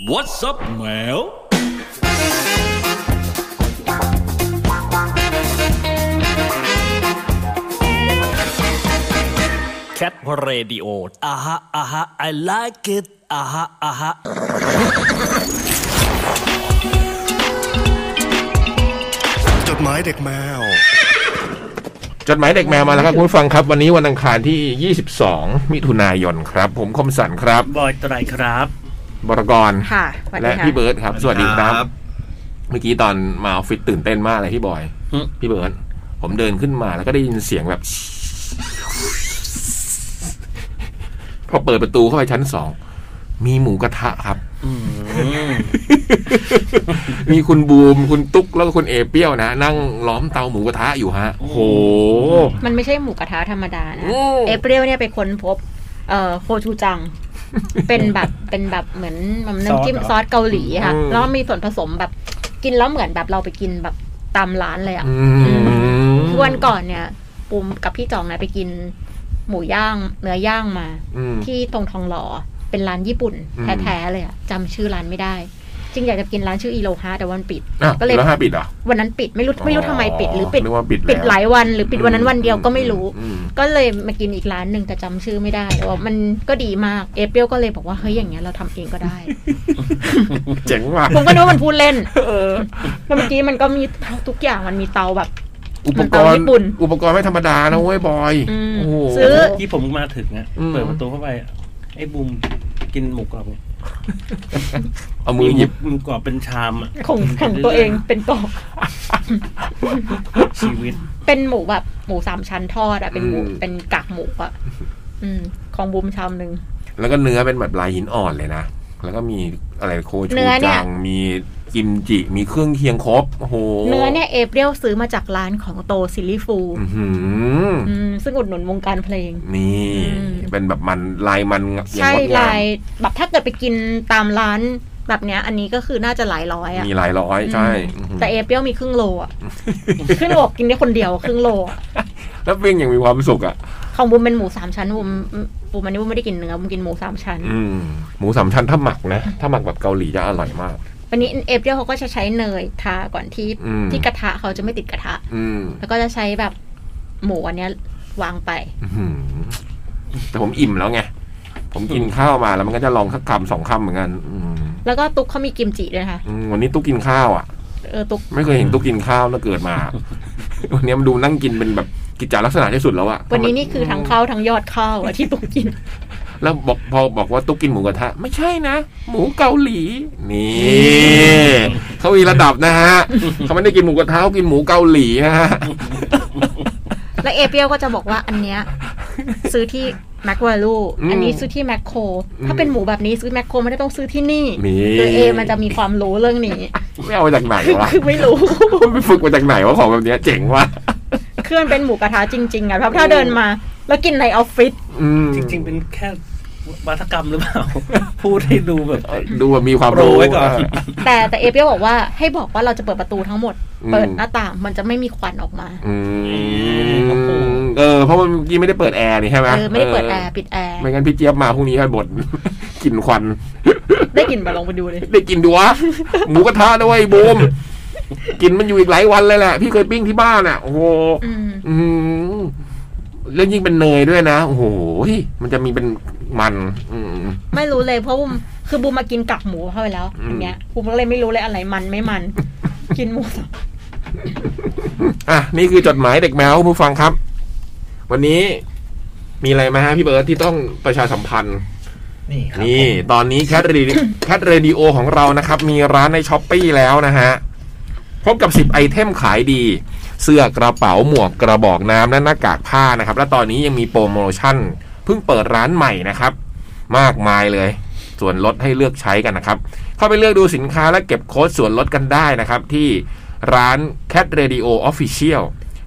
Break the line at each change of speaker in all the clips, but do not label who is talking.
What's up, Mel? แคทเรดิโออ่ะฮะอ่ะฮะ I like it อ่ะฮะอ่ะฮะ
จดหมายเด็กแมว
จดหมายเด็กแมวมาแล้วครับคุณผู้ฟังครับ วันนี้วันอังคารที่ 22 มิถุนายนครับ ผมคมสันครับ
บอยตรายครับ
บรกร
ค่ะสวัสดี
และ
ค่ะ
พี่เบิร์ดครับ สวัสดีครับ
ครับ
เมื่อกี้ตอนมาออฟฟิศตื่นเต้นมากเลยพี่บอย
หึ
พี่เบิร์ดผมเดินขึ้นมาแล้วก็ได้ยินเสียงแบบ พอเปิดประตูเข้าไปชั้นสอง มีหมูกระทะครับ มีคุณบูมคุณตุ๊กแล้วก็คุณเอเปี้ยวนะ นั่งล้อมเตาหมูกระทะอยู่ฮะโอ้โห
มันไม่ใช่หมูกระทะธรรมดานะ
โอ้
เอเปรียวเนี่ยไปค้นพบ เอ่อโคชูจัง เป็นแบบ เป็นแบบเหมือนมัน
ซอส
น้ำจิ้ม
เหรอ
ซอสเกาหลีค่ะ
อืม
แล้วมีส่วนผสมแบบกินแล้วเหมือนแบบเราไปกินแบบตามร้านเลยอ่ะ
อืม
คือวันก่อนเนี่ยปุมกับพี่จองนะไปกิน หมูย่างเนื้อย่างมา
อืม
ที่ตรงทองหล่อเป็นร้านญี่ปุ่น
อืม
แท้ๆเลยอ่ะจำชื่อร้านไม่ได้ จริงอยากจะกินร้านชื่ออีโลฮาแต่วามันปิด
อ่ะ
ก็เลย
แล้วห้าปิดเหรอ
วันนั้นปิดไม่รู้ไม่รู้ทำไมปิดหรือปิด
นึกว่าปิดแล้ว
หลายวันหรือปิดวันนั้นวันเดียวก็ไม่รู้
อืม
ก็เลยมากินอีกร้านหนึ่งแต่จำชื่อไม่ได้แต่ว่ามันก็ดีมากเอเปียวก็เลยบอกว่าเฮ้ยอย่างเงี้ยเราทำเอง ก็ได้
เจ๋งว่ะ
ผมก็นึกว่ามันพูดเล่นแล้วเมื่อกี้มันก็มีทุกอย่างมันมีเตาแบบ
อุปกร
มันเตาญี่
ณ์
ปุ่น
อุปกรณ์ไม่ธรรมดานะเว้ยบอย
อืม
โโห
ซื้อ
ที่ผมมาถึงอะ
อืม
เปิดประตูเข้าไปอะไอ้บูมกินหมูกรอบเนี่ย
เอามือหยิบ
หมูกรอบเป็นชามอะ
ของของตัวเองเป็นกรอบ
ชีวิต
เป็นหมูแบบหมูสามชั้นทอดอะเป็นหมู
อืม
เป็นกากหมูอะอืม ของบูมชามหนึ่ง
แล้วก็เนื้อเป็นแบบลายหินอ่อนเลยนะ แล้วก็มีอะไรโคชู
เนื้อเนี่
จั
ย
งมีกิมจิ มีเครื่องเคียงครบโอ้โห
เนื้อเนี่ยเอเปียวซื้อมาจากร้านของโตซิลลี่ฟู
อื้อหือ
อืมซึ่งอุดหนุนวงการเพลง
นี่
อืม
เป็นแบบมันลายมันอย่าง
ใช่
งดงา
ลายแบบถ้าเกิดไปกินตามร้านแบบเนี้ย อันนี้ก็คือน่าจะหลายร้อย
ม
อะ
มีลายร้อยใช่อื้อหือ
แต่เอเปรี้ยวมีครึ่งโลอ่ะ ครึ่งโลกินได้คนเดียว ครึ่งโลอะ
แล้วเพียงอย่างมีความสุขอ่ะ
ของบูมเป็นหมูสามชั้นบูมบูมอันนี้บูมไม่ได้กินเนื้อบูมกินหมูสามชั้น
อืมหมูสามชั้นถ้าหมักนะ ถ้าหมักแบบเกาหลีจะอร่อยมาก
วันนี้เอเปรี้ยวเขาก็จะใช้เนยทาก่อนที่
อืม
ที่กระทะเขาจะไม่ติดกระทะ
อืม
แล้วก็จะใช้แบบหมูอันเนี้ย วางไป
อื้อหือแต่ผมอิ่มแล้วไง ผมกินข้าวมาแล้วมันก็จะลองสักคำสองคำเหมือนกันอืม
แล้วก็ตุ๊กเขามีกิมจิด้วยนะค่ะ
อืมวันนี้ตุ๊กกินข้าวอ่ะ
เออตุ๊ก
ไม่เคยเห็นตุ๊กกินข้าวนะเกิดมา วันนี้มันดูนั่งกินเป็นแบบกิจจาลักษณะที่สุดแล้วอะ
วันนี้นี่คือทั้งข้าวทั้งยอดข้าวอะที่ตุ๊กกิน
แล้วบอกพอบอกว่าตุ๊กกินหมูกระทะไม่ใช่นะ หมูเกาหลี นี่เขามีระดับนะฮะ เขาไม่ได้กินหมูกระทะเขากินหมูเกาหลีนะฮะ
แล้วเอเปรี้ยวก็จะบอกว่าอันเนี้ยซื้อที่แมค v วลู
อืม
อันนี้ซื้อที่แมคโคร ถ้าเป็นหมูแบบนี้ซื้อแมคโครไม่ได้ต้องซื้อที่นี่
นี่
คือเอมันจะมีความรู้เรื่องนี้
ไม่เอามาจากไหนวะ
คือไม่รู้
ไปฝึกมาจากไหนวะของแบบเนี้ยเจ๋งว่ะ
คือมันเป็นหมูกระทะจริงๆอะครับถ้าเดินมา แล้วกินในออฟฟิศ
อืม
จริง ๆ เป็นแค่วัฒกรรมหรือเปล่า พูดให้ดูแบบ
ดูว่ามีความ
โปร
รู้
ไว้ก่อน
แต่แต่เอเปรี้ยวบอกว่าให้บอกว่าเราจะเปิดประตูทั้งหมด
อืม
เปิดหน้าต่างมันจะไม่มีควันออกมา
อืม
โอ้โห
เออเพราะมันเมื่อกี้ไม่ได้เปิดแอร์นี่ใช่ไหม
เออไม่ได้เปิดแอร์ปิดแอร์
ไม่งั้นพี่เจี๊ยบมาพรุ่งนี้ให้บ่น กลิ่นควัน
ได้กลิ่นมาลองไปดูเลย
ได้กินดูวะ หมูกระทะด้วยบูมกินมันอยู่อีกหลายวันเลยแหละ พี่เคยปิ้งที่บ้านอ่ะ โอ้โห
อืม
อืมแล้วยิ่งเป็นเนยด้วยนะ โอ้โหมันจะมีเป็นมัน อืม
ไม่รู้เลยเพราะบูมคือบูมมากินกับหมูเข้าไปแล้ว
อืม
อันเนี้ยบูมก็เลยไม่รู้เลยอะไรมันไม่ มัน กินหมู
อ่ะนี่คือจดหมายเด็กแมวผู้ฟังครับ วันนี้มีอะไรไหมาฮะพี่เบิร์ตที่ต้องประชาสัมพันธ์
นี่ครับ
นี่ ตอนนี้แคทเรดิ แคทเรดิโอของเรานะครับ มีร้านในช้อปปีแล้วนะฮะ พบกับ 10 ไอเทมขายดี เสื้อกระเป๋าหมวกกระบอกน้ำและหน้ากากผ้านะครับ และตอนนี้ยังมีโปรโมชั่น เพิ่งเปิดร้านใหม่นะครับ มากมายเลย ส่วนลดให้เลือกใช้กันนะครับ เข้าไปเลือกดูสินค้าและเก็บโค้ดส่วนลดกันได้นะครับ ที่ร้าน Cat Radio Official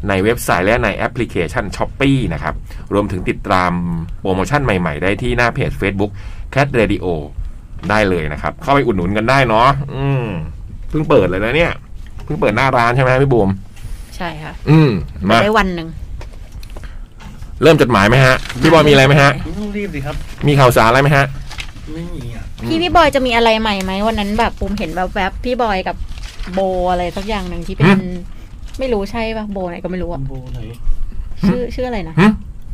ในเว็บไซต์และในแอปพลิเคชัน s h o p e e นะครับ รวมถึงติดตามโปรโมชั่นใหม่ๆ ได้ที่หน้าเพจ Facebook Cat Radio ได้เลยนะครับ เข้าไปอุดหนุนกันได้เนาะอืมเพิ่งเปิดเลยนะเนี่ย เพิ่งเปิดหน้าร้านใช่ไหมพี่บูม
ใช่ค่ะ
อืมมา
ได้วันหนึ่ง
เริ่มจดหมายไหมฮะ พี่บอยมีอะไรไหมฮะ
ต้องรีบดิครับ
มีข่าวสารอะไรไหมฮะ
ไม่มีอ่ะ
พี่พี่บอยจะมีอะไรใหม่ไหมวันนั้นแบบปูมเห็นแบบแวบๆพี่บอยกับโบอะไรสักอย่างหนึ่งที่เป็
หึ
น ไม่รู้ใช่ปะโบไหนก็ไม่รู้อะ
โบไหน
ชื่อชื่ออะไรนะ
หึ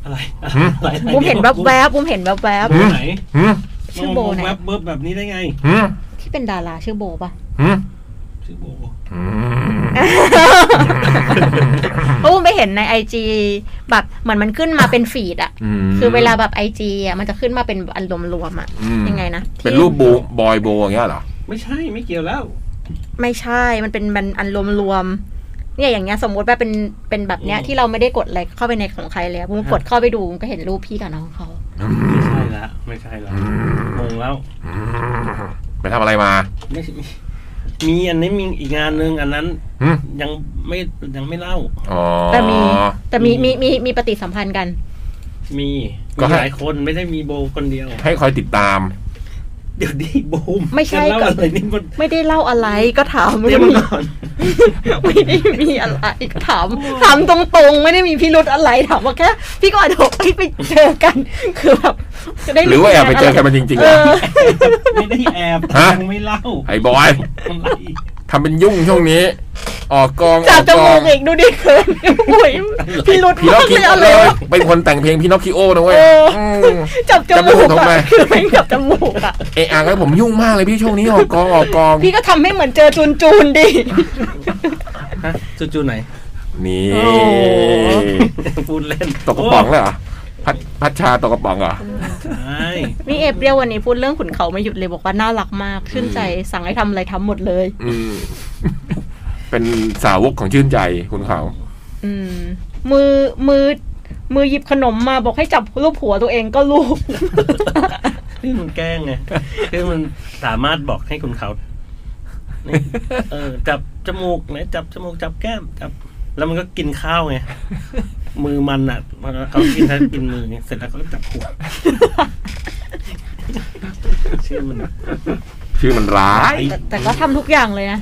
อะไรอะ
หืม
ไรอะไร
ปูมเห็นแวบแวบๆปูมเห็นแวบแวบ
โบไหน
หึ
ๆชื่อโบไหน
แวบเบิบแบบนี้ได้ไง
หึ
ที่เป็นดาราชื่อโบปะ
หึ
ชื่อโบ
อืม
เพราะปูมไปเห็นในไอจีแบบเหมือนมันขึ้นมาเป็นฟีดอะคือเวลาแบบไอจีอะมันจะขึ้นมาเป็นอันรวมๆอะ
อืม
ยังไงนะ
เป็น
ที่
รูปบูบอยโบอย่างเงี้ยเหรอ
ไม่ใช่ไม่เกี่ยวแล้ว
ไม่ใช่มันเป็นมันอันรวมๆเนี่ยอย่างเงี้ยสมมติว่าเป็นเป็นแบบเนี้ย
อืม
ที่เราไม่ได้กดอะไรเข้าไปในของใครเลยอะปูมกดเข้าไปดูก็เห็นรูปพี่กับน้องเขา
ไม่ใช่ละไม่ใช่ละงงแล้ว
ไปทำอะไรมา
ไม่ใช่มีอันนี้มีอีกงานหนึ่งอันนั้น
หึ
ยังไม่ยังไม่เล่า
อ๋อ
แต่มีแต่มี
มี
มีมีมีปฏิสัมพันธ์กัน
มี
ก็
มี
ให้
หลายคนไม่ได้มีโบคนเดียว
ให้คอยติดตาม
เดี๋ยวดิโบม
ไม่ใช่
จะเล่า
ก่อน
อะไรนี่มัน
ไม่ได้เล่าอะไรก็ถามไม่
เตรียม
ได้
ก่อน
ไม่ได้มีอะไรก็ถามถามตรงๆ ไม่ได้มีพิรุธอะไรถามว่าแค่พี่ก่อนบอกเอ้ยไปเจอกัน คือแบบจะได้
หรือว่าแอบไปเจอกันมาจริงๆ
เอ
เหรอ
อ
ไม่ได้แอบ
ฮะ
ยังไม่เล่า
ไอ้บอย
อะไร
ทำเป็นยุ่งช่วงนี้ ออกกองอ
จับอกจ
ก
มู
อง
กอีกดูดิเขินอุ้ยพิรุธ
พี่น็
มา
อก
ก
คิ
เลย
โอ
อะไร
เลยว
ะ
เป็นคนแต่งเพลงพี่น็อกคิโอนะเว้ย
เอออื
ม
จับจมู
จับจมู
ก
กทำไม
อะคือไม่งจับจมูกอะ
เอะอ่ะงั้นผมยุ่งมากเลยพี่ช่วงนี้ออกกองออกกอง
พี่ก็ทำให้เหมือนเจอจูนจูนๆดิ
ฮะจู่ๆไหน
นี่
โอ้โห
พูดเล่น
ตกกระป๋องเลยเหรอพัดพัดชาตกกระป๋องเหรอ
ใช่
นี่เอเปรียววันนี้พูดเรื่องขุนเขาไม่หยุดเลยบอกว่าน่ารักมากชื่นใจสั่งให้ทำอะไรทำหมดเลย
อืม เป็นสาวกของชื่นใจคุณเขา
อืมมือมือมือหยิบขนมมาบอกให้จับรูปหัวตัวเองก็รูป
ที่มันแกล้งไงที่มันสามารถบอกให้คุณเขานี่เออ จับจมูกไหนจับจมูกจับแก้มจับ แล้วมันก็กินข้าวไงมือมันอ่ะพอเขากินถ้ากินมือเนี่ยเสร็จแล้วเขาก็จับหัวชื่อมัน
ชื่อมันร้าย
แต่แต่ก็ทำทุกอย่างเลยนะ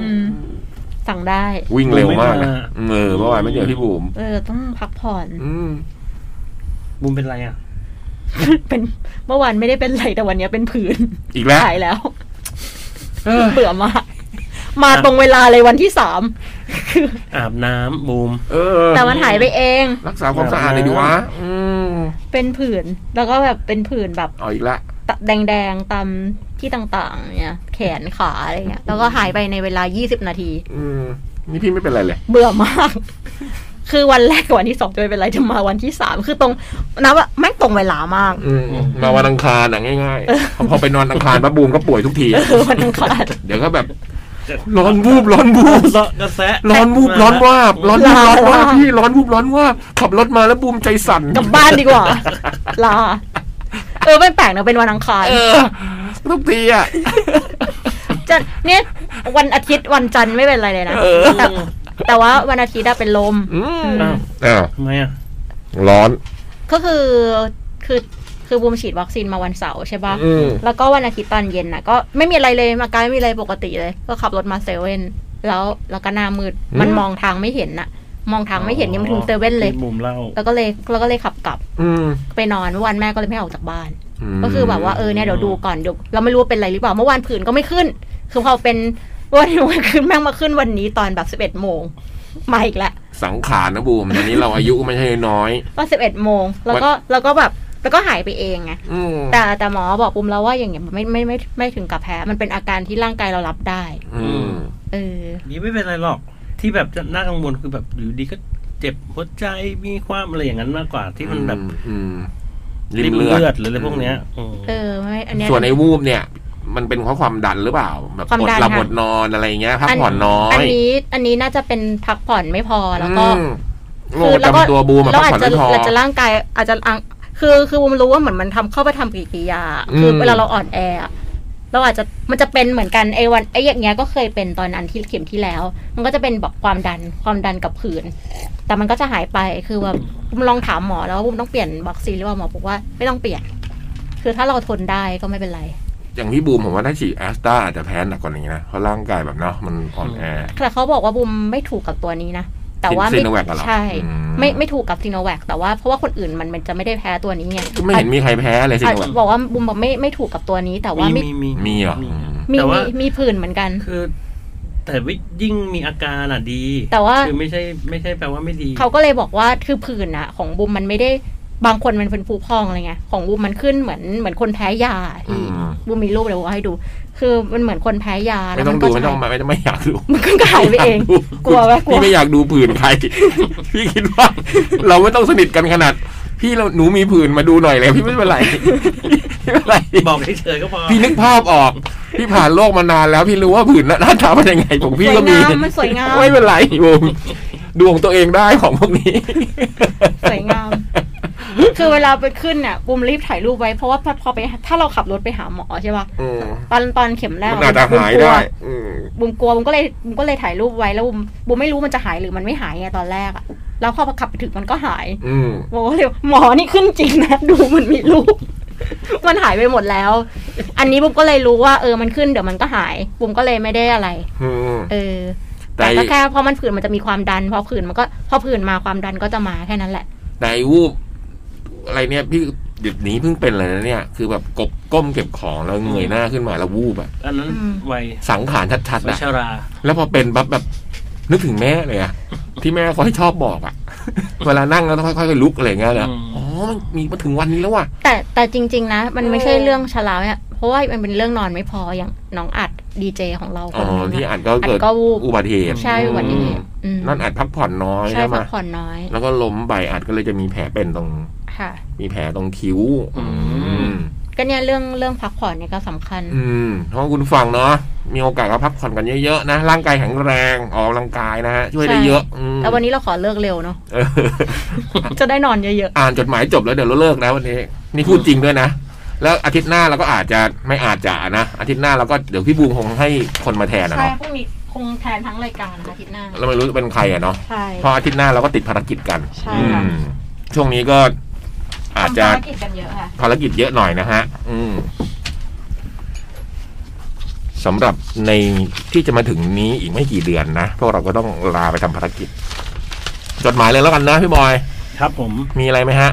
อืมสั่งได้
วิ่งเร็วมากนะ
บูมไม่มา
เออเมื่อวานไม่เจอพี่บุ๋ม
เออต้องพักผ่อน
อืม
บูมเป็นไรอ่ะ
เป็นเมื่อวานไม่ได้เป็นไรแต่วันเนี้ยเป็นผื่น
อีกแล้ว
หายแล้วเบื่อมากมาตรงเวลาเลยวันที่ส าม
อาบน้ำบูม
เออ
แต่มันหายไปเอง
รักษาความสะอาดเลยดีวะ อืม
เป็นผื่นแล้วก็แบบเป็นผื่นแบบ
เอาอีกละ
แดงๆตามที่ต่างๆ เนี่ย แขนขาอะไรเงี้ย แล้วก็หายไปในเวลา 20 นาที
อืม นี่พี่ไม่เป็นไรเลย
เบื่อมาก คือวันแรกกับวันที่สองจะไม่เป็นไรจะมาวันที่สามคือตรงนะว่าแม่งตรงเวลามาก
อืม มาวันอังคารอ่ะง่ายๆพอพอไปนอนอังคารป้าบูมก็ป่วยทุกที
เออวันอังคาร
เดี๋ยวก็แบบ ร้อนวูบร้อนวูบ
เลาะกระแส
ร้อนวูบร้อนวาบร้อนวูบร้อนวาบพี่ร้อนวูบร้อนวาบขับรถมาแล้วบูมใจสั่น
กลับบ้านดีกว่า ลา เออไม่แปลกนะเป็นวันอังคาร
เออทุกทีอ่ะ
จะเนี่ยวันอาทิตย์วันจันทร์ไม่เป็นไรเลยนะ
เออ
แต่แต่ว่าวันอาทิตย์อะเป็นลม
อืม
อ้าว
อ้าว
ทำไมอ่ะ
ร้อน
ก็คือคือคือบูมฉีดวัคซีนมาวันเสาร์ใช่ปะ
อืม
แล้วก็วันอาทิตย์ตอนเย็นนะก็ไม่มีอะไรเลยอาการไม่มีอะไรปกติเลย ก็ขับรถมาเซเว่นแล้วแล้วก็หน้ามืดมันมองทางไม่เห็นน่ะ มองทางไม่เห็นยังไม่ถึงเซเว่นเลย
ที่บุมเล่า
แล้วก็เลยแล้วก็เลยขับกลับ
อืม
ไปนอนเมื่อวานแม่ก็เลยไม่ออกจากบ้าน
ม
ก็คือแบบว่าเออเนี่ยเดี๋ยวดูก่อนเดี๋ยวเราไม่รู้ว่าเป็นอะไรหรือเปล่าเมื่อวานผื่นก็ไม่ขึ้น คือพอเป็นวันนี้วันขึ้นแม่งมาขึ้นวันนี้ตอนแบบสิบเอ็ดโมงมาอีกแล้ว
สังขารนะบูมตอนนี้เราอายุไม่ใช่น้อย
ตอนสิบเอ็ดโมงแล้วก็แล้วก็แบบแล้วก็หายไปเองไง
อืม
แต่แต่หมอบอกปุมแล้วว่าอย่างเงี้ยมันไม่ไม่ไม่ไม่ถึงกับแพ้ มันเป็นอาการที่ร่างกายเรารับได้
อืม
เออ
นี่ไม่เป็นไรหรอก ที่แบบจะน่ากังวลคือแบบอยู่ดีก็เจ็บหัวใจมีความอะไรอย่างนั้นมากกว่าที่มันแบบ
อืมอืม
ริมเลือดหรืออะไรพวกเนี้ย
เออไม่อันเนี้ย
ส่วนไอ้วูบเนี่ย มันเป็นเพราะความดันหรือเปล่า แบบ
ความ
อด
ดัน
หลับ
ค่ะ
อดนอนอะไรเงี้ยพักผ่อนน้อ
อัน
ย
นี้อันนี้น่าจะเป็นพักผ่อนไม่พอแล้วก็
อืมโรคประจำตัวบูมอะ
เรา
พัก
อา
ผ่อน
จจะ
ไม่พอ
เราจะร่างกายอาจจะอังคือคือบูมรู้ว่าเหมือนมันทำเข้าไปทำปฏิกิริยา
อืม
คือเวลาเราอ่อนแออะเราอาจจะมันจะเป็นเหมือนกันไอ้วันไอ้อย่างเงี้ยก็เคยเป็นตอนอันที่เข็มที่แล้ว มันก็จะเป็นแบบความดันความดันกับผื่นแต่มันก็จะหายไปคือแบบบูมลองถามหมอแล้วว่าบูมต้องเปลี่ยนวัคซีนหรือเปล่าหมอบอกว่าไม่ต้องเปลี่ยน คือถ้าเราทนได้ก็ไม่เป็นไร
อย่างพี่บูมผมว่าถ้าฉีดแอสตราอาจจะแพ้หนักกว่านี้นะ เพราะร่างกายแบบเนาะมันอ่อนแอ
แต่เขาบอกว่าบุมไม่ถูกกับตัวนี้นะ แต่ว่า
ซี
ไม่
โนแวคเหรอ
ใช่
อืม
ไม่ไม่ถูกกับซีโนแวคแต่ว่าเพราะว่าคนอื่นมันมันจะไม่ได้แพ้ตัวนี้ไง
ก็ไม่เห็นมีใครแพ้เลยสิ
อาจ
หนวด
บอกว่าบุมบอกไม่ไม่ถูกกับตัวนี้ แต่ว่ามี
มีมี
มีเหรอ
มี
อืม
มี
แต่ว่า
มีมีผื่นเหมือนกัน
คือ แต่ว่ายิ่งมีอาการอ่ะดี
แต่ว่า
คือไม่ใช่ไม่ใช่แปลว่าไม่ดี
เขาก็เลยบอกว่าคือผื่นอะของบุมมันไม่ได้บางคนมันเป็นภูพองอะไรเงี้ยของบุมมันขึ้นเหมือนเหมือนคนแพ้ยา
อื
ที่
ม
บุมมีรูปเดี๋ยวเอาให้ดู คือมันเหมือนคนแพ้ยา
ไม่
แล้ว
ต้อ
มั
ง
น
ดู
ก็
ไม่ต้อง
ใช้
มาไม่ไม่อยากดู
มันก็หายไปเอง กลัวไหมกลัว
พี่ไม่อยากดูผื่นใคร พี่คิดว่า เราไม่ต้องสนิทกันขนาด พี่เราหนูมีผื่นมาดูหน่อยเลยพี่ไม่เป็นไร พี่ไม่เป็นไร
บอกเฉยๆก็พอ
พี่นึกภาพออก พี่ผ่านโลกมานานแล้ว พี่รู้ว่าผื่นหน้าตาเป็นยังไงของพี่ก็มี
สวยงามมันสวยงาม
ไม่เป็นไรบูมดวงตัวเองได้ของพวกนี้
สวยงาม คือเวลาไปขึ้นเนี่ยบุมรีบถ่ายรูปไว้เพราะว่าพอพอไปถ้าเราขับรถไปหาหมอใช่ป่ะ
อืม
ตอนตอนเข็มแรก
มันอาจจะหายได้ อืม
บุมกลัวบุมก็เลยบุมก็เลยถ่ายรูปไว้แล้วบุมบุมไม่รู้มันจะหายหรือมันไม่หายไงตอนแรกอะแล้วพอขับไปถึงมันก็หาย
อืม
โอ้เร็วหมอนี่ขึ้นจริงนะ ดูมันมีรูป มันหายไปหมดแล้ว อันนี้บุมก็เลยรู้ว่าเออมันขึ้นเดี๋ยวมันก็หายบุมก็เลยไม่ได้อะไร
อืม
เออ
แต่
แต่ก็แค่พอมันผื่นมันจะมีความดันพอผื่นมันก็พอผื่นมาความดันก็จะมาแค่นั้นแหละ
นายวูบอะไรเนี่ยพี่เดี๋ยวนี้เพิ่งเป็นเลยนะเนี่ย คือแบบกบก้มเก็บของแล้วเงยหน้าขึ้นมาแล้ววูบอะ
อันนั้น
อืม
วัย
สังขารชัดๆ
วัย
อะ
ชรา
แล้วพอเป็นปั๊บแบบนึกถึงแม่เลยอะที่แม่เขาให้ชอบบอกอะ เวลานั่งแล้วต้องค่อยๆลุกอะไรอย่างเงี้ยเลย
อืม
อ๋อมันมีมาถึงวันนี้แล้วว่ะ
แต่แต่จริง ๆ นะ มันไม่ใช่เรื่องฉลาดเนี่ยเพราะว่ามันเป็นเรื่องนอนไม่พออย่างน้องอัดดีเจของเราค
อ๋อน
นึง
พี่
อะ
อัดก็เกิด
อัดก็วูบ
อุบัติเหตุ
ใช่อุบัติเหตุอืม
นั่นอัดพักผ่อนน้อย
ใช่
ใช่ไหม
พักผ่อนน้อย
แล้วก็ล้มไปอัดก็เลยจะมีแผลเป็นตรง
ค่ะ
มีแผลตรงคิ้ว
อืม
อืม
ก็เนี่ยเรื่องเรื่องพักผ่อนเนี่ยก็สำคัญ
อืมเพราะคุณฟังเนาะมีโอกาสก็พักผ่อนกันเยอะๆนะ ร่างกายแข็งแรงออกกำลังกายนะฮะ ช่วยได้
ใช่
เยอะอืม
แต่วันนี้เราขอเลิกเร็วเนาะ
เออ
จะได้นอนเยอะ
อ่านจดหมายจบแล้วเดี๋ยวเราเลิกนะวันนี้ นี่พูดจริงด้วยนะ แล้วอาทิตย์หน้าเราก็อาจจะไม่อาจจะนะ อาทิตย์หน้าเราก็เดี๋ยวพี่บูมคงให้คนมาแทน
ๆ
นะ
ใช่
เนาะ
พรุ่งนี้คงแทนทั้งรายการนะคะอาทิตย์หน้า
เราไม่รู้จะเป็นใครอะเนาะ
ใช่
เพราะอาทิตย์หน้าเราก็ติดภารกิจกัน
ใช่
อื
ค่ะ
มช่วงนี้ก็อาจจะ
ทำภารกิจกันเยอะค่ะ
ภารกิจเยอะหน่อยนะฮะ อืมสำหรับในที่จะมาถึงนี้อีกไม่กี่เดือนนะพวกเราก็ต้องลาไปทำภารกิจ จดหมายเลยแล้วกันนะพี่บอย
ครับผม
มีอะไรไหมฮะ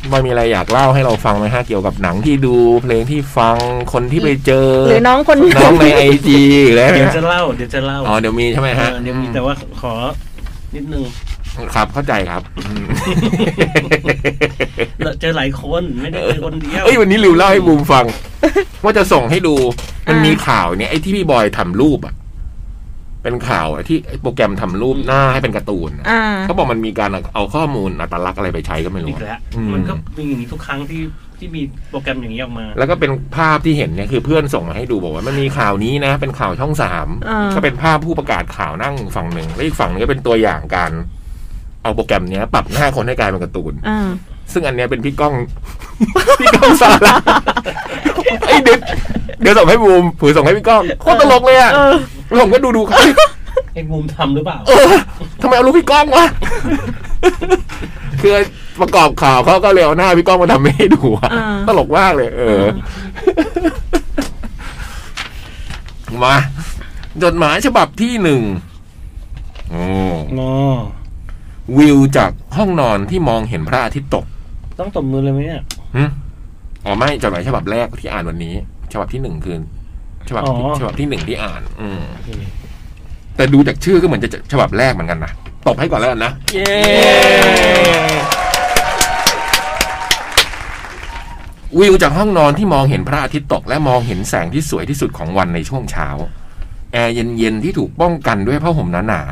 พี่บอยมีอะไรอยากเล่าให้เราฟังไหมฮะ เกี่ยวกับหนังที่ดูเพลงที่ฟังคนที่ไปเจอ
หรือน้องคน
น้องในไอจีอะไร
เดี๋ยว
ฮะ
จะเล่า เดี๋ยวจะเล่า
อ๋อเดี๋ยวมีใช่ไหม
เอ
ฮะ
อเดี๋ยวมีแต่ว่าขอนิดนึง
ครับเข้าใจ ครับอืม
เราเจอหลายคนไม่ได้เจอคนเดียว
เอ้ยวันนี้ลิวเล่าให้บูมฟัง ว่าจะส่งให้ดู มันมีข่าวเนี่ยไอ้ที่พี่บอยทำรูปอ่ะ เป็นข่าวอะที่ไอ้โปรแกรมทำรูปหน้าให้เป็นการ์ตูนอะ
อ่า
เขาบอกมันมีการเอาข้อมูลอัตลักษณ์อะไรไปใช้ก็ไม่รู้
อีกแล้ว
อื
มันก็มีอย่างนี้ทุกครั้งที่ที่มีโปรแกรมอย่างนี้ออกมา
แล้วก็เป็นภาพที่เห็นเนี่ยคือเพื่อนส่งมาให้ดูบอกว่ามันมีข่าวนี้นะ เป็นข่าวช่องสาม
อ่า
ก็เป็นภาพผู้ประกาศข่าวนั่งฝั่งหนึ่งแล้วอีกฝั่งหนึงก็เป็นตัวอย่างการ เอาโปรแกรมเนี้ย ปรับหน้าคนให้กลายเป็นการ์ตูน
อ่า
ซึ่งอันเนี้ยเป็นพี่ก้อง พี่ก้องสาระไอ้เด็กเดี๋ยวส่งให้บูมผือส่งให้พี่ก้องโคตรตลกเลยอ่ะแล้วผมก็ดูดูๆเขา
ไอ้บูมทำหรือเปล่า
เออ ทำไมเอารูปพี่ก้องวะ คือประกอบข่าวเขาก็เลยเอาหน้าพี่ก้องมาทำให้ดูอะตลกมากเลย เออ มา จดหมายฉบับที่หนึ่งโอ้
งอ
วิวจากห้องนอนที่มองเห็นพระอาทิตย์ตก
ต้องตบมือเลยไหมเนี่ย
หึอ๋อไม่จดหมายฉบับแรกที่อ่านวันนี้ ฉบับที่หนึ่งคือฉบับที่
อ๋อ
ฉบับที่หนึ่งที่อ่าน อืม แต่ดูจากชื่อก็เหมือนจะฉบับแรกเหมือนกันนะตบให้ก่อนแล้วกันนะ เย้ วิวจากห้องนอนที่มองเห็นพระอาทิตย์ตก และมองเห็นแสงที่สวยที่สุดของวันในช่วงเช้า แอร์เย็นๆที่ถูกป้องกันด้วยผ้าห่มหนา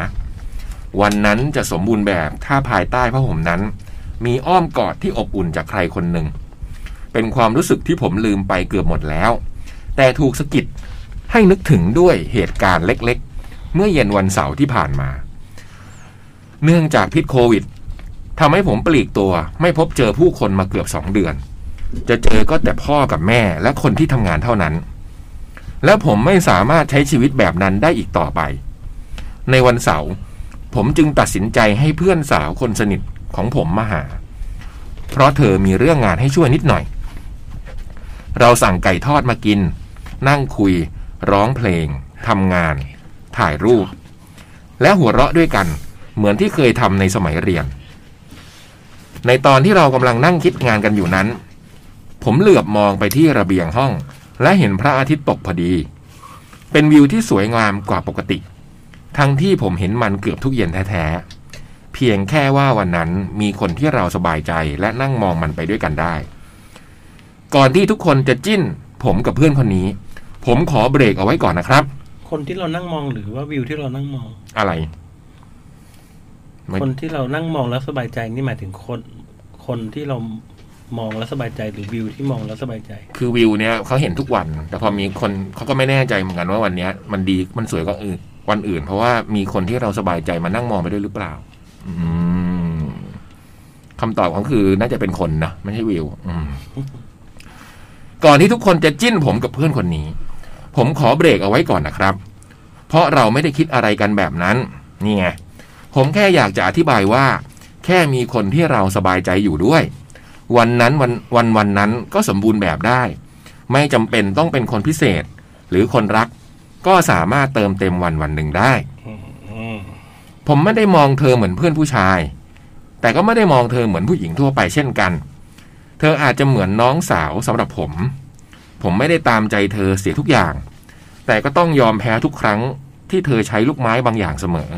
ๆ วันนั้นจะสมบูรณ์แบบถ้าภายใต้ผ้าห่มนั้น มีอ้อมกอดที่อบอุ่นจากใครคนหนึ่ง เป็นความรู้สึกที่ผมลืมไปเกือบหมดแล้ว แต่ถูกสะกิดให้นึกถึงด้วยเหตุการณ์เล็กๆ เมื่อเย็นวันเสาร์ที่ผ่านมา เนื่องจากพิษโควิดทำให้ผมปลีกตัวไม่พบเจอผู้คนมาเกือบสองเดือน จะเจอก็แต่พ่อกับแม่และคนที่ทำงานเท่านั้น และผมไม่สามารถใช้ชีวิตแบบนั้นได้อีกต่อไป ในวันเสาร์ผมจึงตัดสินใจให้เพื่อนสาวคนสนิทของผมมาหา เพราะเธอมีเรื่องงานให้ช่วยนิดหน่อย เราสั่งไก่ทอดมากิน นั่งคุย ร้องเพลง ทำงาน ถ่ายรูป และหัวเราะด้วยกัน เหมือนที่เคยทำในสมัยเรียน ในตอนที่เรากำลังนั่งคิดงานกันอยู่นั้น ผมเหลือบมองไปที่ระเบียงห้อง และเห็นพระอาทิตย์ตกพอดี เป็นวิวที่สวยงามกว่าปกติ ทั้งที่ผมเห็นมันเกือบทุกเย็นแท้ๆ เพียงแค่ว่าวันนั้นมีคนที่เราสบายใจและนั่งมองมันไปด้วยกันได้ ก่อนที่ทุกคนจะจิ้น ผมกับเพื่อนคนนี้ ผมขอเบรกเอาไว้ก่อนนะครับ
คนที่เรานั่งมองหรือว่าวิวที่เรานั่งมอง
อะไร ไม่
คนที่เรานั่งมองแล้วสบายใจนี่หมายถึงคนคนที่เรามองแล้วสบายใจหรือวิวที่มองแล้วสบายใจ
คือวิวเนี่ยเขาเห็นทุกวัน แต่พอมีคนเขาก็ไม่แน่ใจเหมือนกันว่าวันเนี้ย มันดีมันสวยกว่าอื่นวันอื่น เพราะว่ามีคนที่เราสบายใจมานั่งมองไปด้วยหรือเปล่า อืมคำตอบของคือน่าจะเป็นคนนะไม่ใช่วิว อืม ก่อนที่ทุกคนจะจิ้นผมกับเพื่อนคนนี้ ผมขอเบรกเอาไว้ก่อนนะครับ เพราะเราไม่ได้คิดอะไรกันแบบนั้น นี่ไงผมแค่อยากจะอธิบายว่า แค่มีคนที่เราสบายใจอยู่ด้วย วันนั้นวันวันวันนั้นก็สมบูรณ์แบบได้ ไม่จำเป็นต้องเป็นคนพิเศษ หรือคนรัก ก็สามารถเติมเต็มวันวันหนึ่งได้
อืม
ผมไม่ได้มองเธอเหมือนเพื่อนผู้ชาย แต่ก็ไม่ได้มองเธอเหมือนผู้หญิงทั่วไปเช่นกัน เธออาจจะเหมือนน้องสาวสำหรับผม ผมไม่ได้ตามใจเธอเสียทุกอย่าง แต่ก็ต้องยอมแพ้ทุกครั้งที่เธอใช้ลูกไม้บางอย่างเสมอ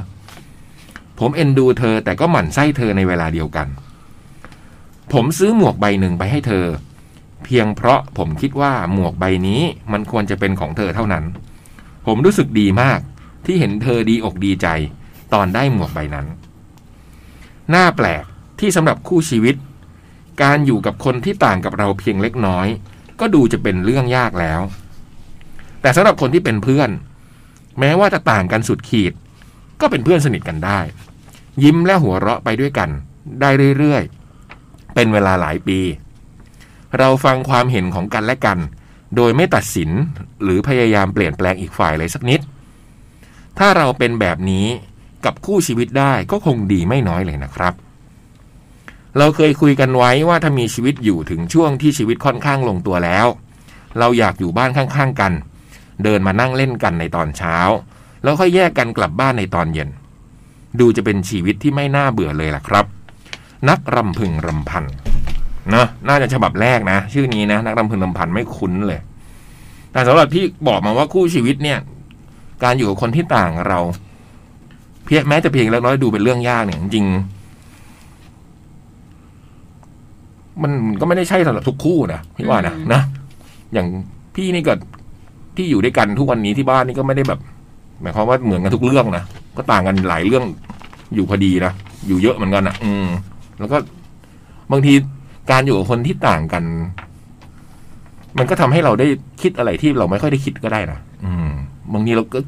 ผมเอ็นดูเธอแต่ก็หมั่นไส้เธอในเวลาเดียวกัน ผมซื้อหมวกใบหนึ่งไปให้เธอ เพียงเพราะผมคิดว่าหมวกใบนี้มันควรจะเป็นของเธอเท่านั้น ผมรู้สึกดีมากที่เห็นเธอดีอกดีใจ ตอนได้หมวกใบนั้น หน้าแปลกที่สำหรับคู่ชีวิต การอยู่กับคนที่ต่างกับเราเพียงเล็กน้อย ก็ดูจะเป็นเรื่องยากแล้ว แต่สำหรับคนที่เป็นเพื่อน แม้ว่าจะต่างกันสุดขีด ก็เป็นเพื่อนสนิทกันได้ ยิ้มและหัวเราะไปด้วยกัน ได้เรื่อยๆ เป็นเวลาหลายปี เราฟังความเห็นของกันและกัน โดยไม่ตัดสินหรือพยายามเปลี่ยนแปลงอีกฝ่ายเลยสักนิด ถ้าเราเป็นแบบนี้ กับคู่ชีวิตได้ก็คงดีไม่น้อยเลยนะครับ เราเคยคุยกันไว้ว่าถ้ามีชีวิตอยู่ถึงช่วงที่ชีวิตค่อนข้างลงตัวแล้ว เราอยากอยู่บ้านข้างๆกัน เดินมานั่งเล่นกันในตอนเช้า แล้วค่อยแยกกันกลับบ้านในตอนเย็น ดูจะเป็นชีวิตที่ไม่น่าเบื่อเลยล่ะครับ นักรำพึงรำพันนะน่าจะฉบับแรกนะ ชื่อนี้นะ นักรำพึงรำพันไม่คุ้นเลย แต่สำหรับที่บอกมาว่าคู่ชีวิตเนี่ย การอยู่กับคนที่ต่างเรา เพียงแม้แต่เพียงเล็กน้อยดูเป็นเรื่องยากเนี่ยจริงๆมันก็ไม่ได้ใช่สำหรับทุกคู่นะพี่ว่านะ
อืม
นะอย่างพี่นี่ก็ที่อยู่ด้วยกันทุกวันนี้ที่บ้านนี่ก็ไม่ได้แบบ หมายความว่าเหมือนกันทุกเรื่องนะก็ต่างกันหลายเรื่องอยู่พอดีนะอยู่เยอะเหมือนกันนะอืม แล้วก็บางทีการอยู่กับคนที่ต่างกัน มันก็ทำให้เราได้คิดอะไรที่เราไม่ค่อยได้คิดก็ได้นะอืมบางทีเราก็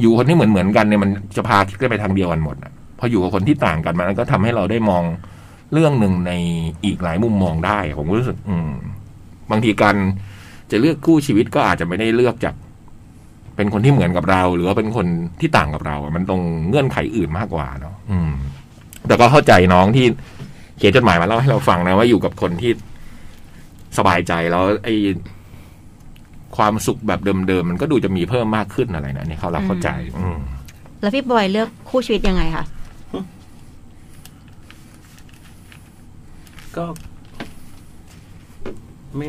อยู่คนที่เหมือนเหมือนๆกันเนี่ยมันจะพาคิดกันไปทางเดียวกันหมดอะพออยู่กับคนที่ต่างกันมันก็ทำให้เราได้มองเรื่องหนึ่งในอีกหลายมุมมองได้ ผมรู้สึก อืม บางทีการจะเลือกคู่ชีวิตก็อาจจะไม่ได้เลือกจาก เป็นคนที่เหมือนกับเรา หรือว่าเป็นคนที่ต่างกับเราอะมันตรงเงื่อนไขอื่นมากกว่าเนาะอืม แต่ก็เข้าใจน้องที่เขียนจดหมายมาเล่าให้เราฟังนะว่าอยู่กับคนที่สบายใจแล้วไอ้ความสุขแบบเดิมๆมันก็ดูจะมีเพิ่มมากขึ้นอะไรนะนี่เขาเราเข้าใจ อืม
แล้วพี่บอยเลือกคู่ชีวิตยังไงคะ
ก็ ไม่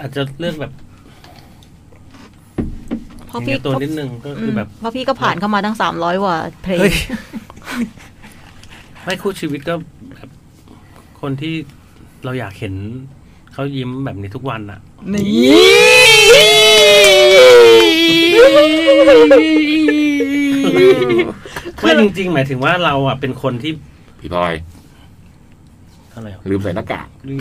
อาจจะเลือกแบบ
เพราะ
อย่าง
พี่
เงี้ยตัวนิดนึงก็คือแบบ
เพราะพี่ก็ผ่านเข้ามาตั้งสามร้อยกว่าเพลง
เฮ้ย ไม่คู่ชีวิตก็แบบคนที่เราอยากเห็นเขายิ้มแบบนี้ทุกวัน อะไม่จริงๆ หมายถึงว่าเราอะเป็นคนที่
พี่พลอย
อะไรอะ
ลืมใส่หน้ากาก
ลืม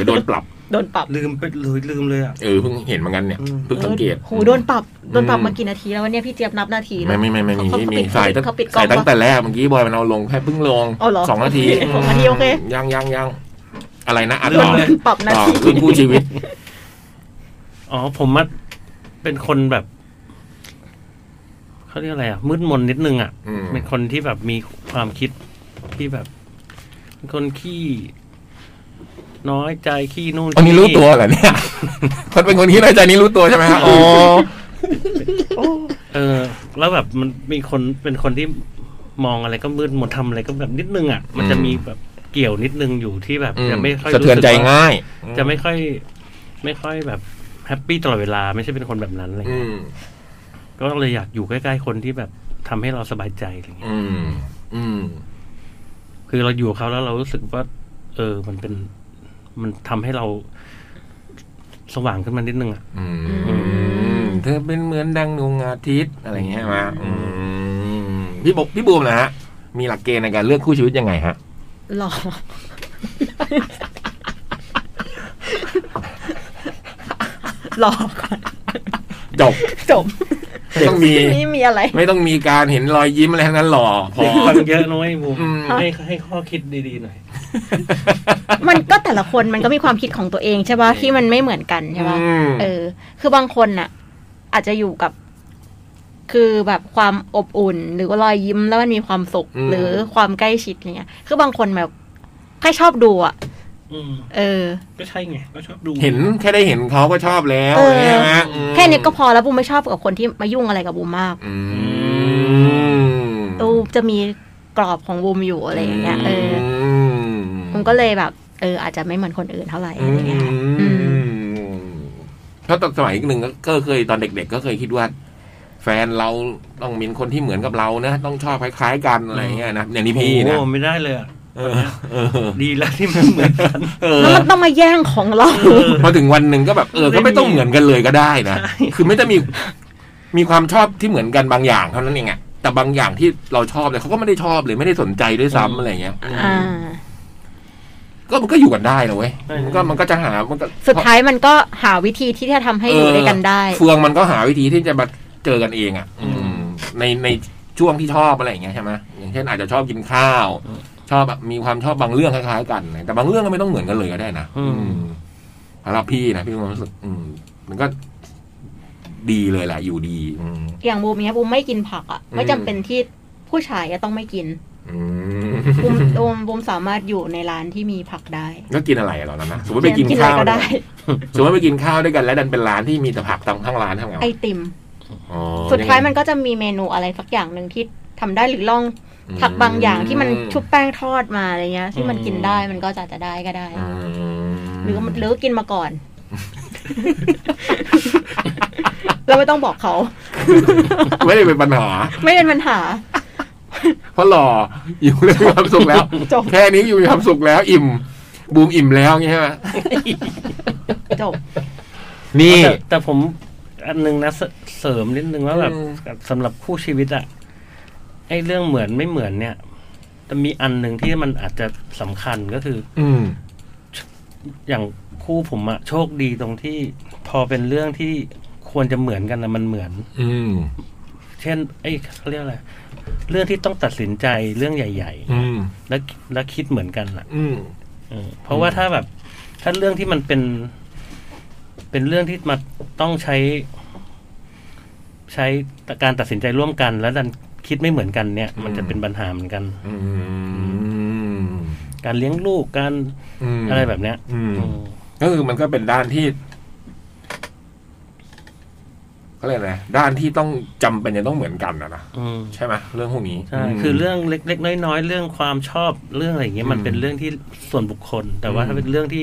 จะโดนปรับ
โดนปรับ
ลืมไปเลยลืมเลยอะ
เออเพิ่งเห็นเหมือนกันเนี่ย
อืม
เพิ่งสังเกต
โหโดนปรับโดนปรับมากี่นาทีแล้ววันเนี้ยพี่เจี๊ยบนับนาทีเลย
ไม่ไม่ไม่ไม่มี
เขาเขา
มี
ปิด
ใส่ตั้ง
เขาปิดกล้อง
ใส่ตั้งแต่แรกเมื่อกี้บอยมันเอาลงแค่เพิ่งลง
เอาเหรอ
สองนาที
โอเคสองนาทีโอเค
ยังยังยังอะไรนะอัด
โด
ต่อน
ปรับนา
ต่อ
ที
เรื่องคู่ชีวิต
อ๋อผมมาเป็นคนแบบเขาเรียกอะไรอ่ะมืดมนนิดนึงอ่ะ
อืม
เป็นคนที่แบบมีความคิดที่แบบเป็นคนขี้น้อยใจขี้นู่น
อันนี้
ขี้
รู้ตัวเหรอเนี่ย คนเป็นคนที่น้อยใจนี่รู้ตัวใช่ไหมฮะอ๋อ
เออ แล้วแบบมันมีคนเป็นคนที่ มองอะไรก็มืดมนทำอะไรก็แบบนิดนึงอ่ะมันจะมีแบบเกี่ยวนิดนึงอยู่ที่แบบ
อืม
จะไม่ค่อย
สะเทือนใจ
รู้กว่
ง่าย
จะไม่ค่อย ไม่ค่อยแบบแฮปปี้ตลอดเวลาไม่ใช่เป็นคนแบบนั้นอะไร
อื
เงี้ย
ม
ก็เลยอยากอยู่ใกล้ๆคนที่แบบทำให้เราสบายใจอะไรเงี้ย
อืมอืม
คือเราอยู่กับเขาแล้วเรารู้สึกว่า เออ มันเป็น มันทำให้เราสว่างขึ้นมานิดนึงอ่ะ
อืมเธอเป็นเหมือนดังดวงอาทิตย์อะไรอย่างเงี้ยใช่ไหมอืมพี่บกพี่บูมนะฮะมีหลักเกณฑ์ในการเลือกคู่ชีวิตยังไงฮะ
หล่อหล่อก่อน
จบ
จบ
ไม่ต้องมี
ไม่มีอะไร
ไม่ต้องมีการเห็นรอยยิ้มอะไรทั้งนั้นหล่อพอ
เด็กฟังเยอะน้อยบูม
อืม
ให้ให้ข้อคิดดีๆหน่อย
มันก็แต่ละคนมันก็มีความคิดของตัวเองใช่ป่ะที่มันไม่เหมือนกันใช่ป่ะ
อืม
เออ คือบางคนน่ะ อาจจะอยู่กับ คือแบบความอบอุ่น หรือว่ารอยยิ้มแล้วมันมีความสุข
อืม
หรือความใกล้ชิดอะไรเงี้ย คือบางคนแบบใครชอบดูอ่ะ
อืม
เออ
ก็ใช่ไง ก็ชอบดู
เห็นแค่ได้เห็นเขาก็ชอบแล้ว
เออ
ใช่ไหมอืม
แค่นี้ก็พอแล้วบูมไม่ชอบกับคนที่มายุ่งอะไรกับบูมมาก
อืม
บูมจะมีกรอบของบูมอยู่อะไรอย่างเงี้ยเออ
ม
บูมก็เลยแบบ เออ อาจจะไม่เหมือนคนอื่นเท่าไหร่อะไรเงี้ยค่ะ
อื
อืม
มเพราะตอนสมัยหนึ่งก็เคยตอนเด็ก ๆ ก็เคยคิดว่า แฟนเราต้องเป็นคนที่เหมือนกับเรานะต้องชอบคล้าย ๆ กันอะไรอย่างเงี้ยนะอย่างนี้พี่นะ
โอ้ไม่ได้เลยอ่ะ
เออเออ
ดีแล้วที่มันเหมือนกัน
เออ
แล้วมันต้องมาแย่งของเรา
เออ
พอถึงวันหนึ่งก็แบบเออ ก็ไม่ต้องเหมือนกันเลยก็ได้นะ
ใช่
คือไม่ต้องมี มีความชอบที่เหมือนกันบางอย่างเท่านั้นเองอะแต่บางอย่างที่เราชอบเลยเขาก็ไม่ได้ชอบเลยไม่ได้สนใจด้วยซ้ำอะไรเงี้ย
อ่า
ก็มันก็อยู่กันได้นะเว้ย มันก็มันก็จะหา มันก็
สุดท้ายมันก็หาวิธีที่จะทำให้อยู่ด้วยกันได้
เออเฟืองมันก็หาวิธีที่จะมาเจอกันเองอะอืมในในช่วงที่ชอบอะไรอย่างเงี้ยใช่ไหมอย่างเช่นอาจจะชอบกินข้าว ชอบแบบมีความชอบบางเรื่องคล้ายๆกันนะแต่บางเรื่องก็ไม่ต้องเหมือนกันเลยก็ได้นะ
อืม
อืมสำหรับพี่นะพี่มีความรู้สึกอืม มันก็ดีเลยแหละอยู่ดี อืม
อย่างบูมเนี้ยบูมไม่กินผักอ่ะ
อืม
ไม่จำเป็นที่ผู้ชายจะต้องไม่กิน
อืม
บูมบูมบูมสามารถอยู่ในร้านที่มีผักได้
ก็กินอะไรเรานะนะสมมติไปกิน
กินอะไร
ข้าว
ก็ได้
สมมติไปกินข้าวด้วยกันแล้วดันเป็นร้านที่มีแต่ผักตามข้างร้านทำไง
ไอติม
อ๋อ
สุดท้าย
งไง
มันก็จะมีเมนูอะไรสักอย่างหนึ่งที่ทำได้หรือลองผักบางอย่างที่มันชุบแป้งทอดมาอะไรเงี้ย ที่มันกินได้มันก็จะจะได้ก็ได้
อืม
หรือหรือกินมาก่อน เราไม่ต้องบอกเขา
ไม่ได้เป็นปัญหา
ไม่เป็นปัญหา
เพราะหล่ออยู่แล้วมีความสุขแล้ว
จบ
แค่นี้อยู่มีความสุขแล้วอิ่ม บูมอิ่มแล้วอย่างงี้ใช่ไหม
จบ
นี่
แต่แต่ผมอันนึงนะเสเสริมนิดนึงว่าแบบ
อืม
สำหรับคู่ชีวิตอะไอ้เรื่องเหมือนไม่เหมือนเนี่ยแต่มีอันหนึ่งที่มันอาจจะสำคัญก็คือ
อืม
อย่างคู่ผมอะโชคดีตรงที่พอเป็นเรื่องที่ควรจะเหมือนกันนะมันเหมือน
อืม
เช่นไอ้ยเขาเรียกอะไรเรื่องที่ต้องตัดสินใจเรื่องใหญ่
อืม
ๆ และและคิดเหมือนกันล่ะ
อืม
เออเพราะว่าถ้าแบบถ้าเรื่องที่มันเป็น เป็นเรื่องที่มาต้องใช้ ใช้การตัดสินใจร่วมกัน แล้วดันคิดไม่เหมือนกันเนี่ย มันจะเป็นปัญหาเหมือนกัน
อืม
การเลี้ยงลูกการ
อืม
อะไรแบบเนี้ย
อืม
อืม
เออมันก็เป็นด้านที่ก็เลยกอะไรนะด้านที่ต้องจำเป็นจะต้องเหมือนกันนะนะ
อืม
ใช่ไหมเรื่องพวกนี้
ใช่
ม
คือเรื่องเล็กๆน้อยๆเรื่องความชอบเรื่องอะไรอย่างเงี้ยมัน
อืม
เป็นเรื่องที่ส่วนบุคคล แต่ว่า
อืม
ถ้าเป็นเรื่องที่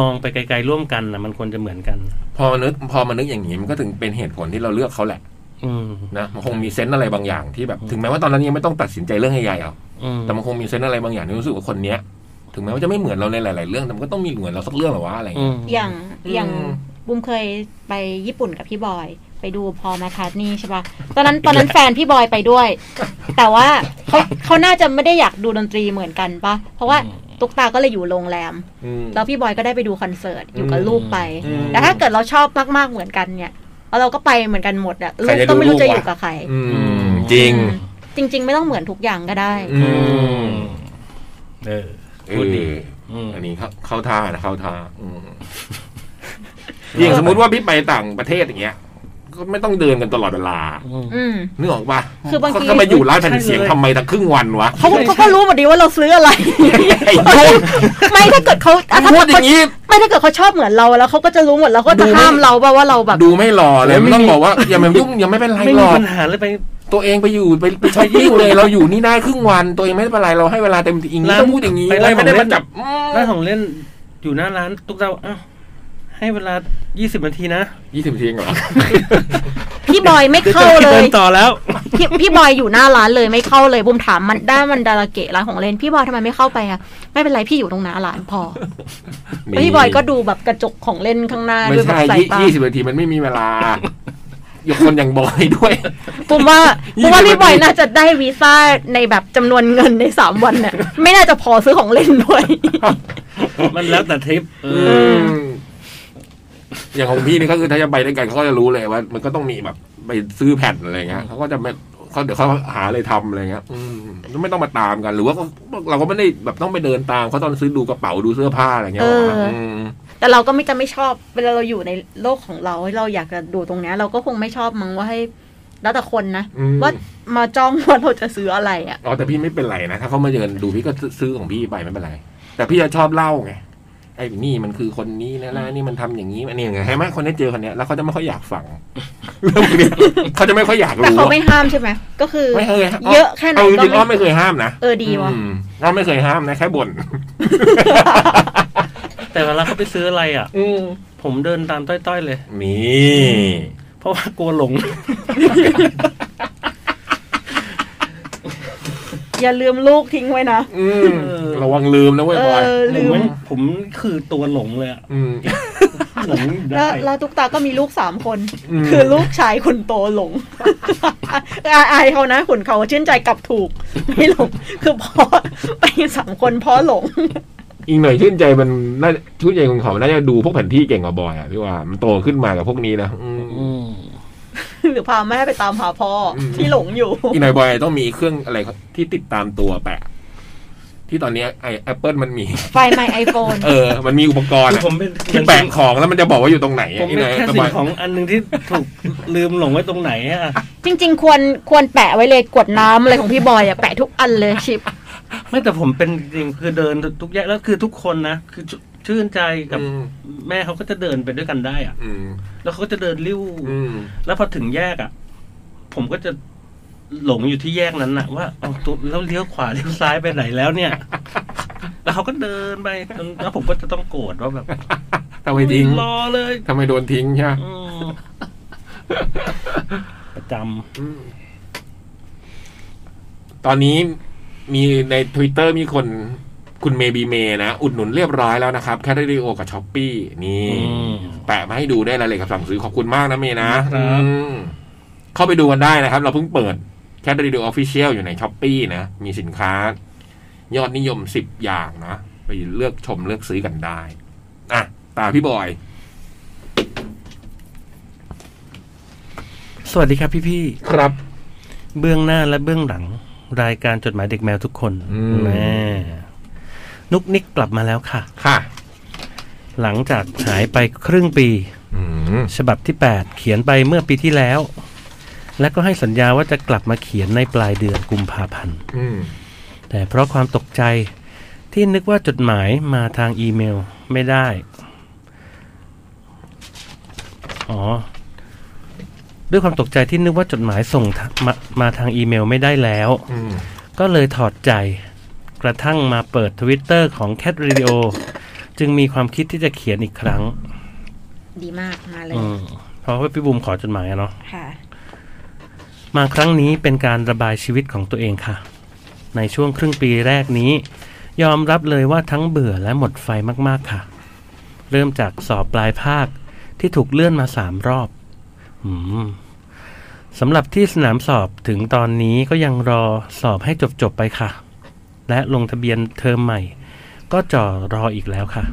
มองไปไกลๆร่วมกันนะมันควรจะเหมือนกัน
พอมานึกพอมานึกอย่างนี้มันก็ถึงเป็นเหตุผลที่เราเลือกเขาแหละ
อืม
นะมันคงมีเซนส์อะไรบางอย่างที่แบบ ถึงแม้ว่าตอนนั้นยังไม่ต้องตัดสินใจเรื่องใหญ่ๆหรอก
อืม
แต่มันคงมีเซนส์อะไรบางอย่างที่รู้สึกว่าคนเนี้ย ถึงแม้ว่าจะไม่เหมือนเราในหลาย ๆ เรื่องแต่มันก็ต้องมีเหมือนเราสักเรื่องหรอวะอะไรอย่าง
อื
เงี้ย
อ
ม
ย่าง
อืม
อย่างบุมเคยไปญี่ปุ่นกับพี่บอย ไปดูพอลแมาคาร์ทนี่ใช่ปะตอนนั้นตอนนั้นแฟนพี่บอยไปด้วย แต่ว่าเขาเขาน่าจะไม่ได้อยากดูดนตรีเหมือนกันปะเพราะว่าตุ๊กตาก็เลยอยู่โรงแรม
อืม
แล้วพี่บอยก็ได้ไปดูคอนเสิร์ตอยู่กับลูกไป
อืม
แต่ถ้าเกิดเราชอบมากๆเหมือนกันเนี่ยแล้วเราก็ไปเหมือนกันหมดอะลู
ใคร
ก
จะดู
ก็ไม่
ลู
รู้
กวะ
จะอยู่กับใคร
อืมจริง
จริง ๆ ไม่ต้องเหมือนทุกอย่างก็ได้
อืม
เออ
เอ
พูดดี
ออ
ม
อันนี้เข้าเข้าท่านะเข้าท่าอืมอย่างสมมุติว่าพี่ไปต่างประเทศอย่างเงี้ย ก็ไม่ต้องเดินกันตลอดเวลา
อืม
อืม
นึกออกปะ
คือบางที
เขาจะมาอยู่ร้านแผ่นเสียง
ใช่เลย
ทำไมตั้งครึ่งวันวะ
เขาเขาก็รู้หมดดีว่าเราซื้ออะไร
ไอ้ยุง
ไม่ ถ้าเกิด เขาอ่ะถ้า
พู
เกิ
ด
ด
อ
เขา
ย่างนี้
ไม่ถ้าเกิดเขาชอบเหมือนเราแล้วเขาก็จะรู้หมดแล้วก็
ดู
จะ
ไม่
ห้ามเราป่าว่าเราแบบ
ดูไม่หล่อเลยไม่ต้องบอกว่า อย่ามายุ่งอย่าไม่เป็นไร
ไม่
หร
มี
อก
ปัญหาเลยไป
ตัวเองไปอยู่ไปไปใช้ยิ่งเลยเราอยู่นี่ได้ครึ่งวัน ตัวเองไม่เป็นไรเราให้เวลาเต็มที่อย่างนี้
ร้าน
ต้องพูดอย่างนี้
ไปร้าน
ไม่ได้
ของเล่
มาน จับอืม
ร้านของเล่นอยู่หน้าร้านตุ๊กตาอ้าวให้เวลา 20 นาที นะ
ยี่สิบนาทีเองเหรอ
พี่บอยไม่เข้า
ดี๋ว
เลย
จะดินต่อแล้ว
พี่พี่บอยอยู่หน้าร้านเลยไม่เข้าเลยบุมถามมันได้านมันดาราเกะร้านของเล่นพี่บอยทำไมไม่เข้าไปอะไม่เป็นไรพี่อยู่ตรงหน้าร้านพอแล้วพี่บอยก็ดูแบบกระจกของเล่นข้างหน้า
ไม่
ด้วยแบ
ใช่
บสาย
ยี่
ตา
ยี่สิบนาทีมันไม่มีเวลา อยู่คนอย่างบอยด้วย
ปุมว่า
ยี่สิบ
ปุมว่าพี่บอย
นาที
น่าจะได้วีซ่าในแบบจำนวนเงินในสามวันเนี่ยไม่น่าจะพอซื้อของเล่นด้วย
มันแล้วแต่ทริปเออ
อืมอย่างของพี่นี่ก็คือถ้าจะไปด้วยกันเขาก็จะรู้เลยว่า มันก็ต้องมีแบบไปซื้อแผ่นอะไรเงี้ยเขาก็จะไม่เขาเดี๋ยวเขาหาอะไรทำอะไรเงี้ยอืมแล้วไม่ต้องมาตามกัน หรือว่าก็เราก็ไม่ได้แบบต้องไปเดินตามเขาตอนซื้อดูกระเป๋าดูเสื้อผ้าอะไรเงี้ย
เออ
ม
แต่เราก็ไม่จะไม่ชอบเวลาเราอยู่ในโลกของเราเราอยากจะดูตรงเนี้ยเราก็คงไม่ชอบมั้งว่าให้ แล้วแต่คนนะ
อืม
ว่ามาจ้องว่าเราจะซื้ออะไรอะ
อ๋อแต่พี่ไม่เป็นไรนะถ้าเขามาเดินดูพี่ก็ซื้อของพี่ไปไม่เป็นไร แต่พี่จะชอบเล่าไงไอ้นี่มันคือคนนี้นะนะนี่มันทำอย่างนี้อันนี้อย่างไงใช่ไหมคนที่เจอคนเนี้ยแล้วเขาจะไม่ค่อยอยากฟัง เรื่องพวกเนี้ยเขาจะไม่ค่อยอยาก
แต่
รู้
เขา
อะ
ไม่ห้ามใช่ไหม ก็คือ
ไม่เคยฮ
เยอะแค่ไหน
เาจ
ก็
ริงๆ
ไม่
อ้อมไม่เคยห้ามนะ
เออดีวะ
อืมอ้อมไม่เคยห้ามนะแค่บ่น
แต่เวลาเขาไปซื้ออะไรอ่ะผมเดินตามต้อยๆเลย
นี่
เพราะว่ากลัวหลง
อย่าลืมลูกทิ้งไว้นะ
อืมระวังลืมนะเว้ยบอย
เออ
ผ
ลื
ม
ม
ไม่ผมคือตัวหลงเลยอะ
อืม
หลงอยู่
แล้ว
ได้
แล้วตุ๊กตาก็มีลูกสามคน
อืม
คือลูกชายคนโตหลง อาอายเขานะขุนเขาชื่นใจกลับถูก ไม่หลง คือพ่อ ไปสามคนพ่อหลง
อีกหน่อยชื่นใจมันน่าชื่นใจของเขาน่าจะดูพวกแผนที่เก่งกว่าบอยอ่ะพี่ว่ามันโตขึ้นมากับพวกนี้นะอืม
อืม
หรือพาแม่ไปตามหาพ่ออที่หลงอยู่
อีกหน่อยบอยต้องมีเครื่องอะไรที่ติดตามตัวแปะ ที่ตอนนี้ไอแอปเปิลมันมี
ไฟไมไอโฟน
เออ มันมีอุปกรณ์
คือ
อะ
ผมเป็น
ที่แปะของแล้วมันจะบอกว่าอยู่ตรงไหน
ผม
อะอีกห
เป็น
น่อย
แค่
ส
สิ่
บาง ย
ของอันหนึ่งที่ถูกลืมหลงไว้ตรงไหนอะ
จริง ๆ ควรควรแปะไว้เลยกวดน้ำอะไรของพี่บอยอะแปะทุกอันเลยชิป
ไม่แต่ผมเป็นจริงๆคือเดินทุกแยกแล้วคือทุกคนนะคือชื่นใจกับ
อืม
แม่เขาก็จะเดินไปด้วยกันได้อะ
อืม
แล้วเขาก็จะเดินริ้ว
อืม
แล้วพอถึงแยกอ่ะ ผมก็จะหลงอยู่ที่แยกนั้นน่ะ ว่าเอาตัวแล้วเลี้ยวขวาเลี้ยวซ้ายไปไหนแล้วเนี่ย แล้วเขาก็เดินไปจนแล้วผมก็จะต้องโกรธว่าแบบ
ทำไมทิ้ง
รอเลย
ทำไมโดนทิ้งใช่ไหม
อืมประจ
ตอนนี้มีใน Twitter มีคนคุณเมบีเมนะ อุดหนุนเรียบร้อยแล้วนะครับ แคทเรีโอกับช้อปปีนี่
ำอืม
แปะมาให้ดูได้รายละเอียดกับสั่งซื้อขอบคุณมากนะเมนะครับ อืมเข้าไปดูกันได้นะครับ เราเพิ่งเปิดแคทเรีโอออฟฟิเชียลอยู่ในช้อปปีนะ มีสินค้า ยอดนิยมสิบอย่างนะ ไปเลือกชมเลือกซื้อกันได้ อ่ะ ตาพี่บอย
สวัสดีครับพี่พี่
ครับ
ๆเบื้องหน้าและเบื้องหลัง รายการจดหมายเด็กแมวทุกคน
อืม
แม่นุกนิกกลับมาแล้วค่ะ
ค่ะ
หลังจากหายไปครึ่งปี
อืม
ฉบับที่ 8 เขียนไปเมื่อปีที่แล้ว และก็ให้สัญญาว่าจะกลับมาเขียนในปลายเดือนกุมภาพันธ์
อืม
แต่เพราะความตกใจที่นึกว่าจดหมายมาทางอีเมลไม่ได้ อ๋อ ด้วยความตกใจที่นึกว่าจดหมายส่งทะมามาทางอีเมลไม่ได้แล้ว
อืม
ก็เลยถอดใจกระทั่งมาเปิดทวิตเตอร์ของ Cat Radio จึงมีความคิดที่จะเขียนอีกครั้ง
ดีมากมาเลย
อืมเพราะว่าพี่บุมขอจดหมายอะเนาะ
ค่ะ
มาครั้งนี้เป็นการระบายชีวิตของตัวเองค่ะ ในช่วงครึ่งปีแรกนี้ ยอมรับเลยว่าทั้งเบื่อและหมดไฟมากๆค่ะ เริ่มจากสอบปลายภาคที่ถูกเลื่อนมาสามรอบอืมสำหรับที่สนามสอบถึงตอนนี้ก็ยังรอสอบให้จบๆไปค่ะ และลงทะเบียนเทอมใหม่ ก็จ่อรออีกแล้วค่ะ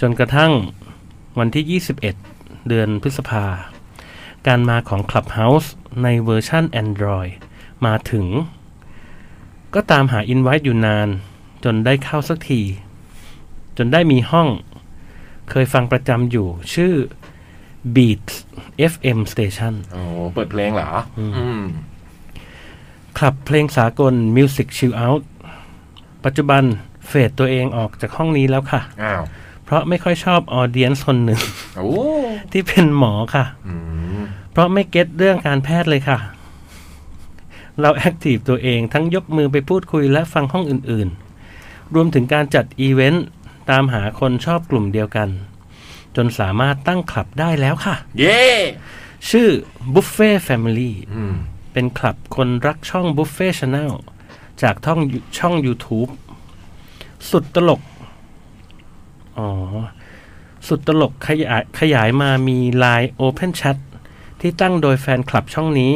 จนกระทั่งวันที่ 21 เดือนพฤษภา การมาของ Clubhouse ในเวอร์ชัน Android มาถึง ก็ตามหา Invite อยู่นาน จนได้เข้าสักที จนได้มีห้อง เคยฟังประจำอยู่ชื่อ Beats FM Station
โอ้โหเปิดเพลงเหรอ อืม
คลับเพลงสากล Music Chill Out ปัจจุบันเฟดตัวเองออกจากห้องนี้แล้วค่ะ
อ้าว
เพราะไม่ค่อยชอบออเดียนคนหนึ่ง
โอ้โห
ที่เป็นหมอค่ะ
อืม
เพราะไม่เก็ตเรื่องการแพทย์เลยค่ะ เราแอคทีฟตัวเองทั้งยกมือไปพูดคุยและฟังห้องอื่นๆ รวมถึงการจัดอีเวนต์ตามหาคนชอบกลุ่มเดียวกัน จนสามารถตั้งคลับได้แล้วค่ะ
เย้
ชื่อ Buffet Family
อืม
เป็นคลับคนรักช่อง Buffet Channel จากท่องช่อง YouTube สุดตลก อ๋อ สุดตลกขยายขยายมามี Line Open Chat ที่ตั้งโดยแฟนคลับช่องนี้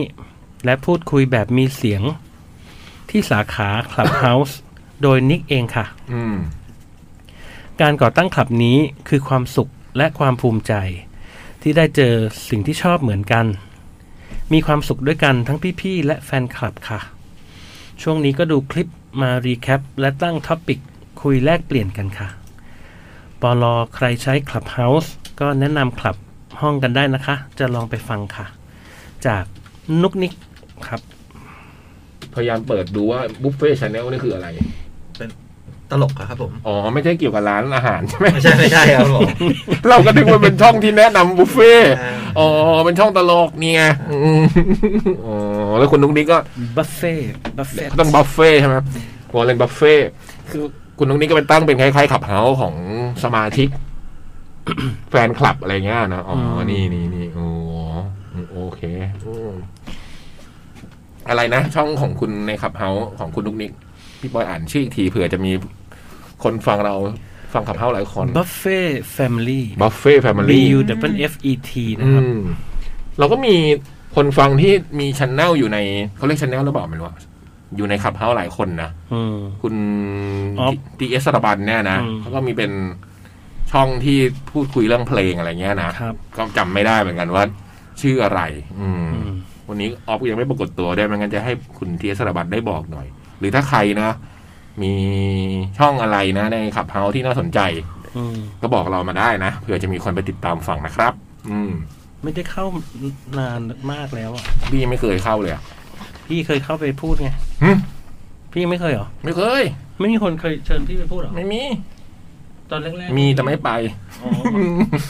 และพูดคุยแบบมีเสียง ที่สาขา Clubhouse โดยนิกเองค่ะ
อืม
การก่อตั้งคลับนี้คือความสุขและความภูมิใจ ที่ได้เจอสิ่งที่ชอบเหมือนกัน มีความสุขด้วยกันทั้งพี่ๆและแฟนคลับค่ะ ช่วงนี้ก็ดูคลิปมารีแคปและตั้งท็อปิกคุยแลกเปลี่ยนกันค่ะปอลอใครใช้ Clubhouse ก็แนะนำคลับห้องกันได้นะคะ จะลองไปฟังค่ะ จากนุกนิกครับ
พยายามเปิดดูว่าบุฟเฟ่ชาแนลนี่คืออะไร
ตลกเหรอครับผม
อ๋อ ไม่ใช่เกี่ยวกับร้านอาหารใช่ไหม
ไม่ใช่ไม่ใช่ครับ ผม
เราก็นึกว่าเป็นช่องที่แนะนำบุฟเฟ่ต์
อ่า
อ๋อ เป็นช่องตลกเนี่ยอืมอ๋อ แล้วคุณนุ๊กนิกก็
บุฟเฟ่บุฟเฟ่
ต้องบัฟเฟ่ต์ใช่ไหมวอลเลนบัฟเฟ่ต์คือคุณนุ๊กนิกก็เป็นตั้งเป็นคล้ายๆขับเฮาส์ของสมาชิก แฟนคลับอะไรเงี้ยนะ อ๋ออ
ม
นี่นี่นี่โอ้โหโอเคอืมอะไรนะ ช่องของคุณในขับเฮาส์ของคุณนุ๊กนิก พี่บอยอ่านชื่ออีกทีเผื่อจะมีคนฟังเราฟังขับเฮาส์หลายคน
บุฟเฟ่แฟมิลี่
บัฟเฟ่แฟมิ
B
ลี่
U W F E T นะครับ
อืมเราก็มีคนฟังที่มีชันแนลอยู่ในเขาเรียกชันแนลหรือเปล่าไม่รู้อะอยู่ในขับเฮาหลายคนนะ
อืม
คุณ
อ๋อ
ทีเอสระบันเนี่ยนะ
อืม
เขาก็มีเป็นช่องที่พูดคุยเรื่องเพลงอะไรเงี้ยนะครับ ก็จำไม่ได้เหมือนกันว่า ชื่ออะไร อืม
อืม
วันนี้ออฟก็ยังไม่ปรากฏตัวได้วยไม่งั้นจะให้คุณทีเอสระบันได้บอกหน่อย หรือถ้าใครนะมีช่องอะไรนะในขับเฮาที่น่าสนใจ
อืม
ก็บอกเรามาได้นะเผื่อจะมีคนไปติดตามฟังนะครับ อืม
ไม่ได้เข้านานมากแล้วอ่ะ
พี่ยังไม่เคยเข้าเลยอะ
พี่เคยเข้าไปพูดไง
หึ
พี่ไม่เคยเหรอ
ไม่เคย
ไม่มีคนเคยเชิญพี่ไปพูดเหรอ
ไม่มี
ตอนแรก
มีแต่ไม่ไป
อ๋อ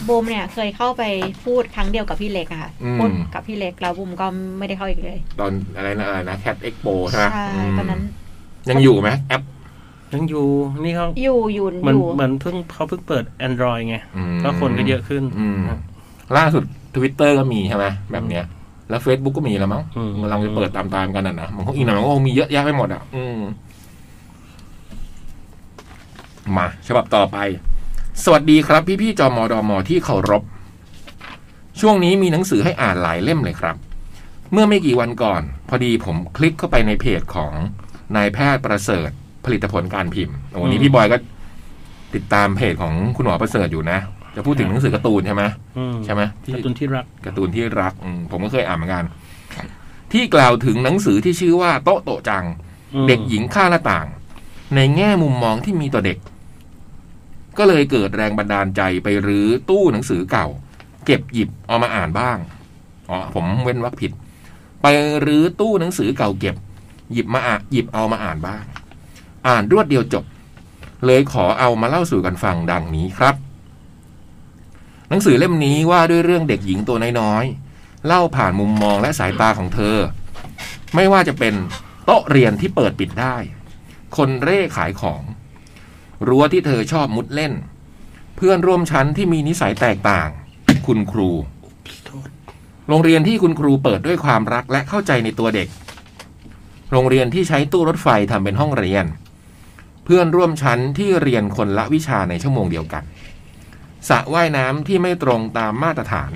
บูมเนี่ยเคยเข้าไปพูดครั้งเดียวกับพี่เล็กอะค่ะ
อืม
พูดกับพี่เล็กแล้วบูมก็ไม่ได้เข้าอีกเลย
ตอนอะไรนะอะไรนะแคทเอ็กโปใช่ไหม
ใช่
อืม
ตอนนั้น
ยังอยู่ไหมแอป
ยังอยู่ นี่เขา
อยู่อยู่
เหมื
อ
อน
ยู่
เหมือนเพิ่งเขาเพิ่งเปิด Android ไง
อืม
ก็คนก็เยอะขึ้น
อืม
นะ
ล่าสุดทวิตเตอร์ก็มีใช่ไหมแบบเนี้ย แล้ว Facebook ก็มีแล้วมั้ง
อืม
กำลังจะเปิดตามๆกันน่ะนะมันก็อีกหน่อยมันก็คงมีเยอะแยะไปหมดอ่ะ อืมมาฉบับต่อไป สวัสดีครับ พี่ๆจอมอดอมอที่เคารพ ช่วงนี้มีหนังสือให้อ่านหลายเล่มเลยครับ เมื่อไม่กี่วันก่อน พอดีผมคลิกเข้าไปในเพจของนายแพทย์ประเสริฐผลิตผลการพิมพ์วันนี้
อืม
พี่บอยก็ติดตามเพจของคุณหมอประเสริฐอยู่นะ จะพูดถึงหนังสือการ์ตูนใช่ไหม
อืม
ใช่ไหมที่
การ์ตุนที่รัก
การ์ตูนที่รักอืมผมก็เคยอ่านเหมือนกัน ที่กล่าวถึงหนังสือที่ชื่อว่าโต๊ะโตะจัง
อืม
เด็กหญิงข้างหน้าต่าง ในแง่มุมมองที่มีต่อเด็ก ก็เลยเกิดแรงบันดาลใจไปรื้อตู้หนังสือเก่า เก็บหยิบเอามาอ่านบ้างอ๋อผมเว้นวรรคผิด ไปรื้อตู้หนังสือเก่าเก็บ หยิบมาอ่านหยิบเอามาอ่านบ้าง อ่านรวดเดียวจบ เลยขอเอามาเล่าสู่กันฟังดังนี้ครับ หนังสือเล่มนี้ว่าด้วยเรื่องเด็กหญิงตัวน้อยๆเล่าผ่านมุมมองและสายตาของเธอ ไม่ว่าจะเป็น โต๊ะเรียนที่เปิดปิดได้ คนเร่ขายของ รั้วที่เธอชอบมุดเล่น เพื่อนร่วมชั้นที่มีนิสัยแตกต่าง คุณครู โรงเรียนที่คุณครูเปิดด้วยความรักและเข้าใจในตัวเด็ก โรงเรียนที่ใช้ตู้รถไฟทำเป็นห้องเรียน เพื่อนร่วมชั้นที่เรียนคนละวิชาในชั่วโมงเดียวกันสระว่ายน้ำที่ไม่ตรงตามมาตรฐาน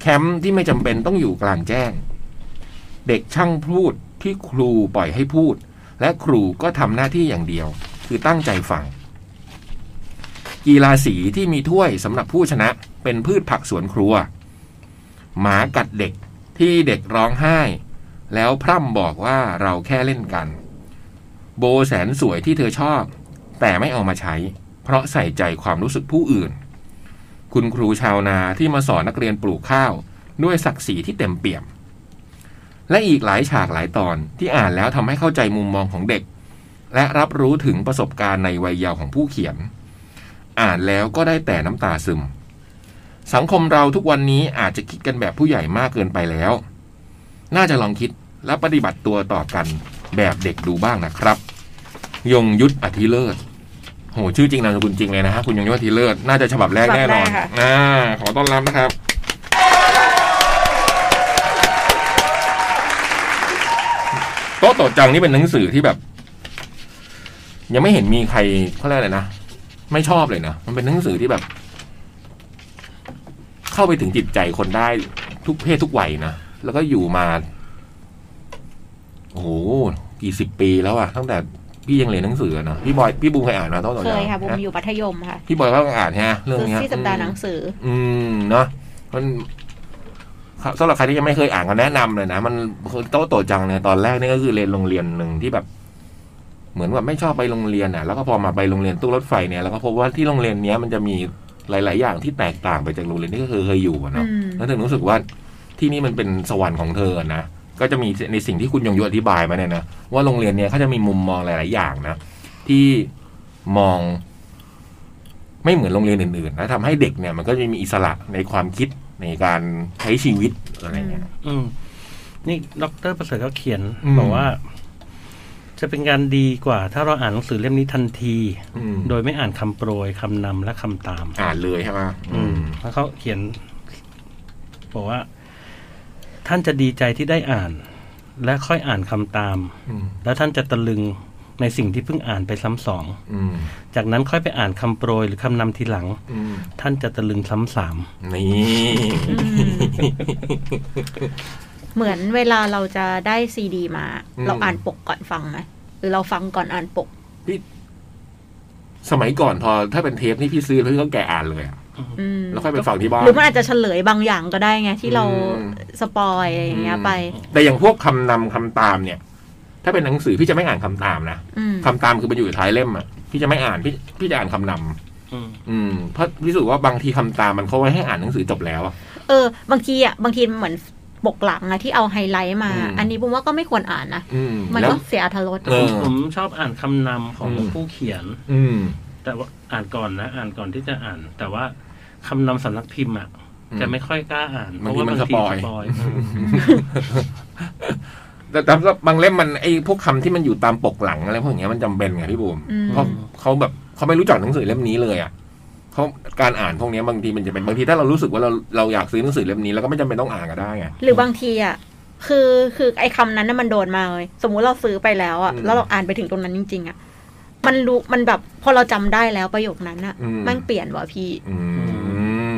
แคมป์ที่ไม่จำเป็นต้องอยู่กลางแจ้ง เด็กช่างพูดที่ครูปล่อยให้พูด และครูก็ทำหน้าที่อย่างเดียว คือตั้งใจฟัง กีฬาสีที่มีถ้วยสำหรับผู้ชนะเป็นพืชผักสวนครัว หมากัดเด็กที่เด็กร้องไห้ แล้วพร่ำบอกว่าเราแค่เล่นกัน โบแสนสวยที่เธอชอบ แต่ไม่เอามาใช้ เพราะใส่ใจความรู้สึกผู้อื่น คุณครูชาวนาที่มาสอนนักเรียนปลูกข้าว ด้วยศักดิ์ศรีที่เต็มเปี่ยม และอีกหลายฉากหลายตอนที่อ่านแล้วทำให้เข้าใจมุมมองของเด็ก และรับรู้ถึงประสบการณ์ในวัยเยาว์ของผู้เขียน อ่านแล้วก็ได้แต่น้ำตาซึม สังคมเราทุกวันนี้อาจจะคิดกันแบบผู้ใหญ่มากเกินไปแล้ว น่าจะลองคิด และปฏิบัติตัวต่อกันแบบเด็กดูบ้างนะครับ ยงยุทธอธิเลิศโหชื่อจริงนามสกุลจริงเลยนะฮะคุณยงยุทธอธิเลิศน่าจะฉบับแรกแน่นอน
ฉบับแรกค่ะ
อ่าขอต้อนรับนะครับ โต๊ะโตะจังนี่เป็นหนังสือที่แบบ ยังไม่เห็นมีใครเขาเรียกอะไรนะไม่ชอบเลยนะมันเป็นหนังสือที่แบบ เข้าไปถึงจิตใจคนได้ทุกเพศทุกวัยนะแล้วก็อยู่มา โอ้โหกี่สิบปีแล้วอะตั้งแต่พี่ยังเรียนหนังสืออะนะพี่บอยพี่บูมเคยอ่านนะโต๊ะโตะ
เค
จัง
ยค่ะบูม
น
อยู่ปัธยมค่ะ
พี่บอยก็อ่านใช่ไหมเรื่อง
ซื้อ
เนี้ย
ที่สัปดาห์หนังสือ
อืมเนาะมันครับสำหรับใครที่ยังไม่เคยอ่านก็แนะนำเลยนะมันโต๊ะโตะจังเนี่ยตอนแรกนี่ก็คือเรียนโรงเรียนหนึ่งที่แบบ เหมือนว่าไม่ชอบไปโรงเรียนอ่ะ แล้วก็พอมาไปโรงเรียนตู้รถไฟเนี่ยแล้วก็พบว่าที่โรงเรียนเนี้ยมันจะมีหลาย ๆ อย่างที่แตกต่างไปจากโรงเรียนที่เคยเคยอยู่อะเนาะ
อืม
แล้วถึงรู้สึกว่าที่นี่มันเป็นสวรรค์ของเธออะนะก็จะมีในสิ่งที่คุณยงยุทธอธิบายมาเนี่ยนะว่าโรงเรียนเนี้ยเขาจะมีมุมมองหลาย ๆ อย่างนะที่มอง ไม่เหมือนโรงเรียนอื่น ๆ นะทำให้เด็กเนี่ย มันก็จะมีอิสระในความคิดในการใช้ชีวิตอะไรเงี้ย
อืม นี่ดอกเตอรประเสริฐก็เขียน
อืม
บอกว่า จะเป็นการดีกว่า ถ้าเราอ่านหนังสือเล่มนี้ทันที
อืม
โดยไม่อ่านคำโปรยคำนำและคำตาม
อ่านเลยใช่ไหมอื
อืม
ม
แล้วเขาเขียน บอกว่า ท่านจะดีใจที่ได้อ่าน และค่อยอ่านคำตาม
อืม
แล้วท่านจะตะลึงในสิ่งที่เพิ่งอ่านไปซ้ำสอง
อืม
จากนั้นค่อยไปอ่านคำโปรยหรือคำนำทีหลัง
อืม
ท่านจะตะลึงซ้ำสาม
นี่
เหมือนเวลาเราจะได้ซีดีมา เราอ่านปกก่อนฟังไหมหรือเราฟังก่อนอ่านปก
สมัยก่อนพอถ้าเป็นเทปนี่พี่ซื้อแล้วพี่ก็แกะอ่านเลยอะ
อืม
แล้วค่อยไปฟังที่บ้า
ห
น
รือมันอาจจะเฉลยบางอย่างก็ได้ไง ที่เรา
อืม
สปอยอะไรอย่างเงี้ยไป
แต่อย่างพวกคำนำคำตามเนี่ย ถ้าเป็นหนังสือพี่จะไม่อ่านคำตามนะ
อืม
คำตามคือมันอยู่ท้ายเล่มอ่ะพี่จะไม่อ่านพี่พี่จะอ่านคำนำอืมเพราะพี่รู้สึกว่าบางทีคำตามมันเขาไว้ให้อ่านหนังสือจบแล้วอะ
เออ บางทีอ่ะบางทีเหมือนปกหลังอะที่เอาไฮไลท์มา
อืม
อันนี้ผมว่าก็ไม่ควรอ่านนะ
อืม
มัน
แล้ว
ก็เสียอรรถรส
เออ
ผมชอบอ่านคำนำของ
อืม
ผู้เขียน
อืม
แต่ว่าอ่านก่อนนะ อ่านก่อนที่จะอ่าน แต่ว่าคำนำสำนักพิมพ์อ่ะ จะไม่ค่อยกล้าอ่านเพ
บางทีมั
ราะว่าบาน ง
ส
ที
ปอย
สปอยเออ
แต่แต่ว่าบางเล่มมันไอ้พวกคำที่มันอยู่ตามปกหลังอะไรพวกอย่างเงี้ยมันจำเป็นไงพี่บูม
อืม
เพราะเขาแบบเขาไม่รู้จักหนังสือเล่มนี้เลยอ่ะเขาการอ่านพวกเนี้ยบางทีมันจะเป็นบางทีถ้าเรารู้สึกว่าเราเราอยากซื้อหนังสือเล่มนี้เราก็ไม่จำเป็นต้องอ่านก็ได้ไง
หรือบางทีอ่ะ คือ คือไอ้คำนั้นน่ะมันโดนมาเลย สมมุติเราซื้อไปแล้วอ่ะ
อืม
แล้วเราอ่านไปถึงตรงนั้นจริง ๆ อ่ะ มันรู้ มันแบบ พอเราจำได้แล้วประโยคนั้นอ่ะ
อืม
แมันเปลี่ยนว่ะพี่
อื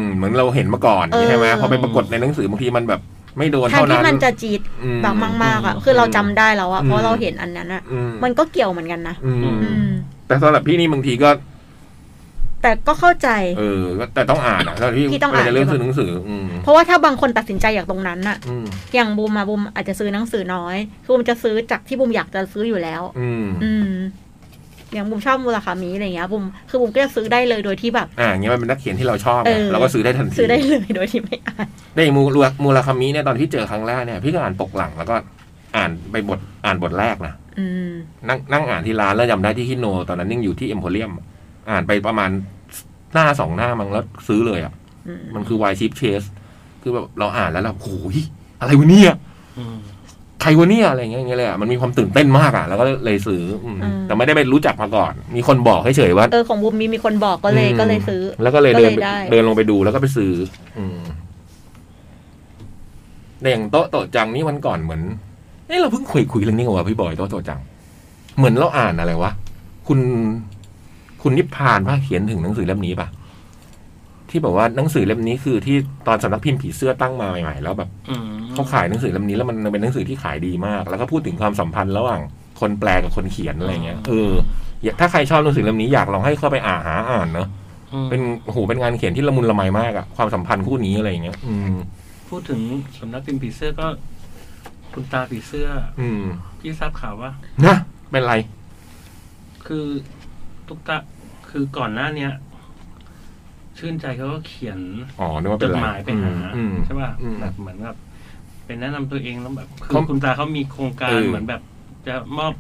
มเหมือนเราเห็นมาก่อน
เออ
ใช่ไหมพอไปปรากฏในหนังสือบางทีมันแบบ ไม่โดน
ทาง
เท่า
ที่
นั้น
มันจะจีด
อืม
แบบมากๆอ่ะ คือเราจำได้แล้วอ่ะ
อืม
เพราะเราเห็นอันนั้นอ่ะ
อืม
มันก็เกี่ยวเหมือนกันนะ
อืม
อืม
แต่สำหรับพี่นี่บางทีก็
แต่ก็เข้าใจ
เออก็แต่ต้องอ่านอ่ะสำหรับพี่
พี่ต้องอ่าน
เวลจะเลือกซื้อหนังสือ อืม
เพราะว่าถ้าบางคนตัดสินใจอย่างตรงนั้นอ่ะ
อืม
อย่างบูมอะบูมอาจจะซื้อหนังสือน้อย คือบูมจะซื้อจากที่บูมอยากจะซื้ออยู่แล้ว
อืม
อืม อย่างบูมชอบมูลคามิอะไรอย่างเงี้ยบูมคือบูมก็จะซื้อได้เลยโดยที่แบบ
อ่าอย่างเงี้ยมันเป็นนักเขียนที่เราชอบ
เอ
ไง
อ
เราก็ซื้อได้ทันที
ซื้อได้เลยโดยที่ไม่อ่าน
ได้มูลมูลคามิเนี่ยตอนที่เจอครั้งแรกเนี่ยพี่ก็อ่านปกหลังแล้วก็อ่านไปบทอ่านบทแรกนะ
อืม
นั่งนั่งอ่านที่ร้านแล้วจำได้ที่ฮิโน ตอนนั้นยังอยู่ที่เอ็มโพเรียม อ่านไปประมาณหน้าสองหน้ามั้งแล้วซื้อเลยอ่ะ
อืม
มันคือวายชิปเชสคือแบบเราอ่านแล้วเราโอ้ยอะไรวะเนี่ย
อืม
ใครวะเนี่ยอะไรอย่างเงี้ยอย่างเงี้ยเลยอ่ะมันมีความตื่นเต้นมากอ่ะ แล้วก็เลยซื้ออืม
อืม
แต่ไม่ได้ไปรู้จักมาก่อน มีคนบอกเฉยๆว่า
เออของบูมมีมีคนบอกก็เลย
ม
ก็เลยซื้อ
แล้วก็เลย
ก็
เดิ
เล
น
ย
ไป
ได้
เดินลงไปดูแล้วก็ไปซื้อ อืมแต่อย่างโต๊ะโต๊ะจังนี่วันก่อนเหมือนเอ้เราเพิ่งคุยคุยเรื่องนี้กันว่าพี่บอยโต๊ะโต๊ะจัง เหมือนเราอ่านอะไรวะคุณคุณนิพพานป่ะเขียนถึงหนังสือเล่มนี้ป่ะที่บอกว่าหนังสือเล่มนี้คือที่ตอนสำนักพิมพ์ผีเสื้อตั้งมาใหม่ๆแล้วแบบ
อืม
เขาขายหนังสือเล่มนี้แล้วมันเป็นหนังสือที่ขายดีมาก แล้วก็พูดถึงความสัมพันธ์ระหว่างคนแปลกับคนเขียนอะไรเงี้ยเอออย่าถ้าใครชอบหนังสือเล่มนี้อยากลองให้เข้าไปอ่านหาอ่านเนอะ
อืม
เป็นโอ้โหเป็นงานเขียนที่ละมุนละไมมากอะความสัมพันธ์คู่นี้อะไรเงี้ยอืม
พูดถึงสำนักพิมพ์ผีเสื้อก็ คุณตาผีเสื้อ
อืม
ที่ทราบข่าวว่า
นะเป็นไร
คือตุ๊กตาคือก่อนหน้าเนี้ย ชื่นใจเขาก็เขียน
อ๋อนึกว่า
จ
เป็น
ด
ไร
หมายไปหา
อืม
ใช่ป่ะ
อืม
แบบเหมือนแบบเป็นแนะนำตัวเองแล้วแบบคื
เขา
อคุณตาเขามีโครงกา
เอ
ร
อ
เหมือนแบบ จะมอบ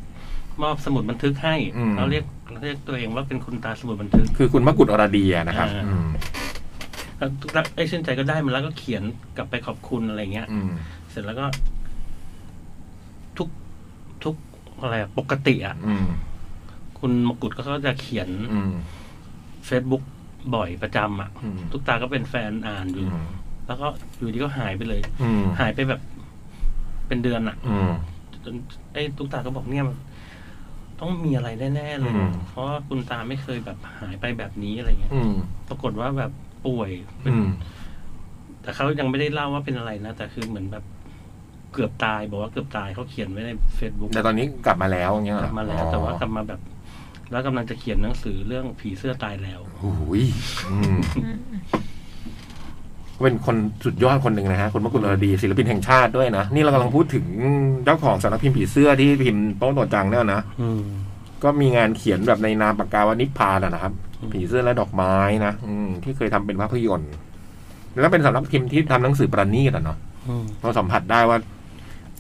มอบสมุดบันทึกให้
อืม
เราเรียกเราเรียกตัวเองว่าเป็นคุณตาสมุดบันทึก
คือคุณมกุฎอรดีอะนะครับ
อ่า
อืม
แล้วตุ๊กตาไอ้ยชื่นใจก็ได้มาแล้วก็เขียนกลับไปขอบคุณอะไรเงี้ย
อืม
เสร็จแล้วก็ อะไรอะปกติอ่ะ
อืม
คุณมกุฎก็จะเขียน
อืม
Facebook บ่อยประจำอ่ะ
อืม
ทุกตาก็เป็นแฟนอ่านอ
อื
ยู่
ม
แล้วก็อยู่ดีก็หายไปเลย
อืม
หายไปแบบเป็นเดือนอ่ะ
อืม
จนไอ้ตุ๊กตาก็บอกเนี่ยมันต้องมีอะไรแน่ๆเลย
อืม
เพราะว่าคุณตาไม่เคยแบบหายไปแบบนี้อะไรเงี้ย
อืม
ปรากฏว่าแบบป่วยเป็น
อืม
แต่เขายังไม่ได้เล่าว่าเป็นอะไรนะ แต่คือเหมือนแบบเกือบตายบอกว่าเกือบตายเขาเขียนไว้ใน Facebook
แต่ตอนนี้กลับมาแล้วอย่างเงี้ยเห
ก
รอ
ลับมาแล้ว แต่ว่ากลับมาแบบ แล้วกำลังจะเขียนหนังสือเรื่องผีเสื้อตายแล้ว
โอ้โหยอืมเป็นคนสุดยอดคนหนึ่งนะฮะคุณมกุลอรดีศิลปินแห่งชาติด้วยนะ นี่เรากำลังพูดถึงเจ้าของสำนักพิมพ์ผีเสื้อที่พิมพ์โต๊ะโตจังเนี่ยนะ
อืม
ก็มีงานเขียนแบบในนามปากกาวานิพพานอะนะครับ
อืม
ผีเสื้อและดอกไม้นะอืมที่เคยทำเป็นภาพยนตร์ แล้วเป็นสำนักพิมพ์ที่ทำหนังสือประณีตอะเนาะ
อืม
เราสัมผัสได้ว่า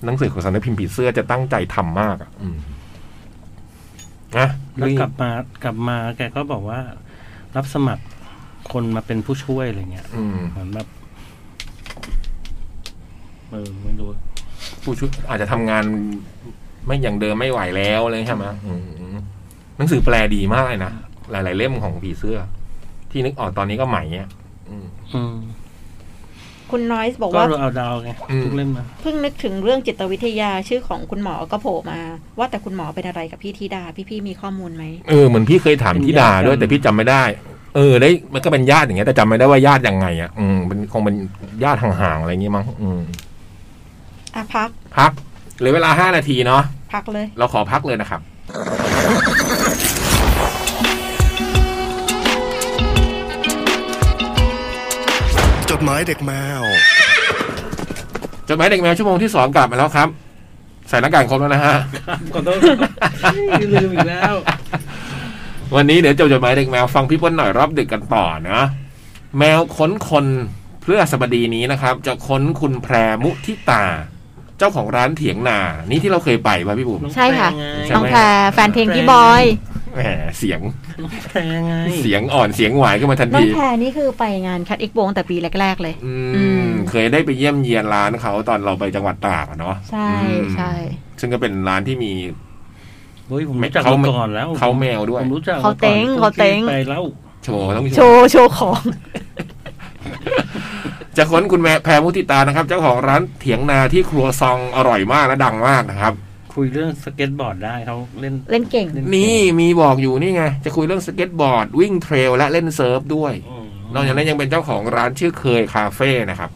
หนังสือของสำนักพิมพ์ผีเสื้อจะตั้งใจทำมากอะอืมนะ
แล้
เรื่
ว
อง
กลับมากลับมาแกก็บอกว่า รับสมัครคนมาเป็นผู้ช่วยอะไรเงี้ย
อืม
เหมือนแบบเออไม่รู้
ผู้ช่วยอาจจะทำงานไม่อย่างเดิมไม่ไหวแล้วเลยใช่ไหมอืมหนังสือแปลดีมากเลยนะหลาย ๆ เล่มของผีเสื้อ ที่นึกออกตอนนี้ก็ใหม่เนี่ยอืม
อืม
คุณน้อยส์บอก
ก็
ว่า
เอาดาวไง
อืม
ทุกเล่นมา
เพิ่งนึกถึงเรื่องจิตวิทยาชื่อของคุณหมอก็โผล่มา ว่าแต่คุณหมอเป็นอะไรกับพี่ธิดา พี่พี่ๆมีข้อมูลไหม
เออเหมือนพี่เคยถาม
เป็น
พี่ดาด้วย
ญาติกัน
แต่พี่จำไม่ได้ เออได้มันก็เป็นญาติอย่างเงี้ยแต่จำไม่ได้ว่าญาติยังไงอ่ะอืมเป็นคงเป็นญาติห่างๆอะไรอย่างงี้มั้งอืม
อ่ะพัก
พักเหลือเวลาห้านาทีเนาะ
พักเลย
เราขอพักเลยนะครับ
จดหมายเด็กแมว
จดหมายเด็กแมวชั่วโมงที่สองกลับมาแล้วครับ ใส่หน้ากากครบแล้วนะฮะ
ขอโทษลืมอีกแล้ว
วันนี้เดี๋ยวจบจดหมายเด็กแมวฟังพี่เป้ลหน่อยรอบดึกกันต่อนะแมวค้นคนเพื่อสบดีนี้นะครับ จะค้นคุณแพรมุทิตา เจ้าของร้านเถียงนา นี่ที่เราเคยไปป่ะพี่บุ๋ม
ใช่ค่ะ
ใช่ไหม
น้องแพรแฟนเพลงพี่บอย
แหมเสียง
น้องแพรไง
เสียงอ่อนเสียงหวานขึ้นมาทัน
น้อง
ที
แพรนี่คือไปงานแคดอีกวงแต่ปีแรก ๆ เลย
อื
อื
ม
ม
เคยได้ไปเยี่ยมเยียนร้านเขาตอนเราไปจังหวัดตากอะเนาะ
ใช่
อืม
ใช่
ซึ่งก็เป็นร้านที่มี
เฮ้ยผมรู้จัก
เขา
มา
ไม่
ก่อนแล้ว
เขาแมวด้วย
ผมรู้จักมก่อน
เขาเต็งเขาเต็ง
ไปแล้ว
โชว์ต้อง
โชว์โชว์ของ
จะค้นคุณแม่แพรมุทิตานะครับ เจ้าของร้านเถียงนาที่ครัวซองอร่อยมากและดังมากนะครับ
คุยเรื่องสเก็ตบอร์ดได้เขาเล่น
เล่นเก่ง
เล่
นี่มีบอกอยู่นี่ไง จะคุยเรื่องสเก็ตบอร์ด วิ่งเทรลและเล่นเซิร์ฟด้วย นอกจากนั้นยังเป็นเจ้าของร้านชื่อเคยคาเฟ่นะครับ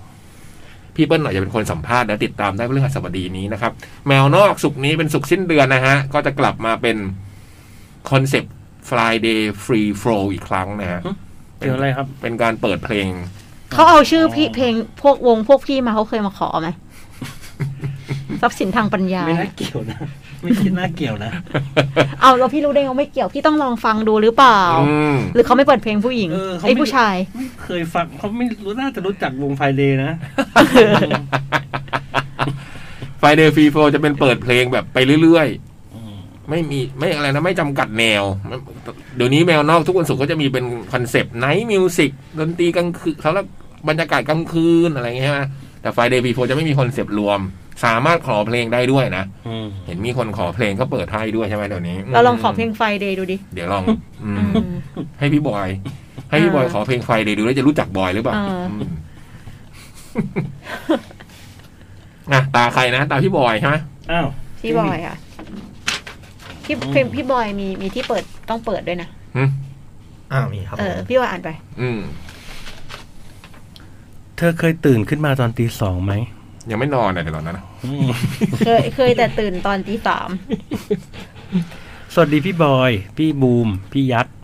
พี่เปิ้ลหน่อยจะเป็นคนสัมภาษณ์และติดตามได้เรื่องสัปดีนี้นะครับ แมวนอกสุกร์นี้เป็นสุกร์สิ้นเดือนนะฮะ ก็จะกลับมาเป็นคอนเซปต์ Friday Free Flow อีกครั้งนะฮะ
หึ เจออะไรครับ
เป็นการเปิดเพลง
เขาเอาชื่อพี่เพลงพวกวงพวกพี่มาเขาเคยมาขอไหม ทรัพย์สินทางปัญญา
ไม่น่าเกี่ยวนะ ไม่คิดน่าเกี่ยวนะ
เอาแล้วพี่รู้ได้ไงว่าไม่เกี่ยว พี่ต้องลองฟังดูหรือเปล่า
อืม
หรือเขาไม่เปิดเพลงผู้หญิง
เออเขาไม่
ไอ้ยผู้ชาย
ไม่เคยฟังเขาไม่รู้น่าจะรู้จักวงไฟเดย์นะ
Friday Free Flow จะเป็นเปิดเพลงแบบไปเรื่อยๆ ไม่มีไม่อะไรนะ ไม่จำกัดแนวมันเดี๋ยวนี้แมวนอกทุกวันศุกร์ก็จะมีเป็นคอนเซปต์ไนท์มิวสิกดนตรีกลางคืนเขาแล้วบรรยากาศกลางคืนอะไรอย่างเงี้ยใช่ไหมแต่ไฟเดย์บีโฟจะไม่มีคอนเซปต์รวม สามารถขอเพลงได้ด้วยนะ
อืม
เห็นมีคนขอเพลงก็เปิดให้ด้วยใช่ไหมเดี๋ยวนี้
เราลองขอเพลงไฟเดย์ดูดิ
เดี๋ยวลองอืม
อืม
ให้พี่บอย ให้พี่บอย
อ่า
ขอเพลงไฟเดย์ดูแล้วจะรู้จักบอยหรือเปล่า
อ่า
อืมอ่ะตาใครนะตาพี่บอยใช่ไหม
อ้าว
พี่บอยค่ะ
พี่เพลงพี่บอยมีมีที่เปิดต้องเปิดด้วยนะ
อืม
อ่ามีครับ
เอ
ผ
อ
ม
พี่ว่าอ่านไป
อืม
เธอเคยตื่นขึ้นมาตอนตีสองไหม
ยังไม่นอนอะเดี๋ยวตอนนั้นนะ
อืม
เคยเคยแต่ตื่นตอนตีสาม
สวัสดีพี่บอย พี่บูม พี่ยักษ์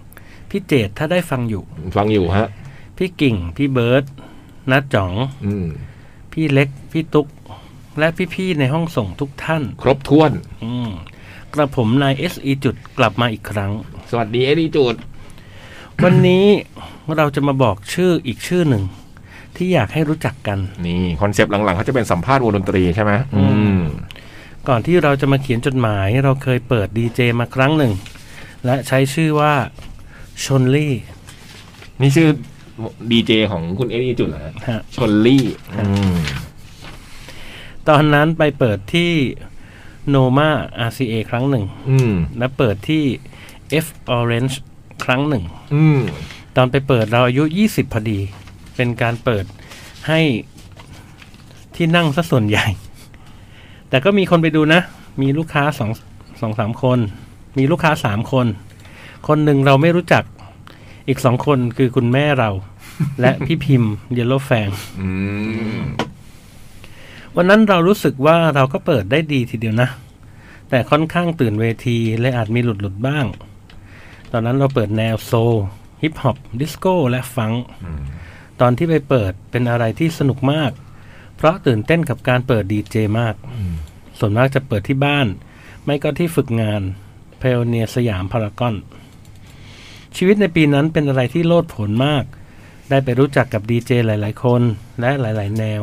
พี่เจดถ้าได้ฟังอยู่
ฟังอยู่ฮะ
พี่กิ่ง พี่เบิร์ตนัดจ๋อง
อืม
พี่เล็ก พี่ตุ๊ก และพี่ๆในห้องส่งทุกท่าน
ครบถ้วน
อืมกระผมนาย SE จุดกลับมาอีกครั้ง
สวัสดีเอ็ดีจูด
วันนี้เราจะมาบอกชื่ออีกชื่อหนึ่ง ที่อยากให้รู้จักกัน
นี่คอนเซปต์หลังๆเขาจะเป็นสัมภาษณ์วงดนตรีใช่ไหม
อืม ก่อนที่เราจะมาเขียนจดหมาย เราเคยเปิดดีเจมาครั้งหนึ่ง และใช้ชื่อว่าชนลี่
นี่ชื่อดีเจของคุณเอ็ดีจูดเหรอฮะ
ฮะ
ชลลี่อืม
ตอนนั้นไปเปิดที่ โนมา RCA ครั้งหนึ่ง
อืม
และเปิดที่ F Orange ครั้งหนึ่ง
อืม
ตอนไปเปิดเราอายุ 20 พอดี เป็นการเปิดให้ที่นั่งซะส่วนใหญ่ แต่ก็มีคนไปดูนะ มีลูกค้าสองสองสามคน มีลูกค้าสามคน คนหนึ่งเราไม่รู้จัก อีกสองคนคือคุณแม่เรา และพี่พิมพ์เยลโลแฟง
อืม
วันนั้นเรารู้สึกว่าเราก็เปิดได้ดีทีเดียวนะ แต่ค่อนข้างตื่นเวทีและอาจมีหลุดหลุดๆบ้าง ตอนนั้นเราเปิดแนวโซลฮิปฮอปดิสโก้และฟังก์ตอนที่ไปเปิดเป็นอะไรที่สนุกมาก เพราะตื่นเต้นกับการเปิดดีเจมาก ส่วนมากจะเปิดที่บ้าน ไม่ก็ที่ฝึกงานเพลเนียสยามพารากอน ชีวิตในปีนั้นเป็นอะไรที่โลดโผนมาก ได้ไปรู้จักกับดีเจหลาย ๆ คนและหลาย ๆ แนว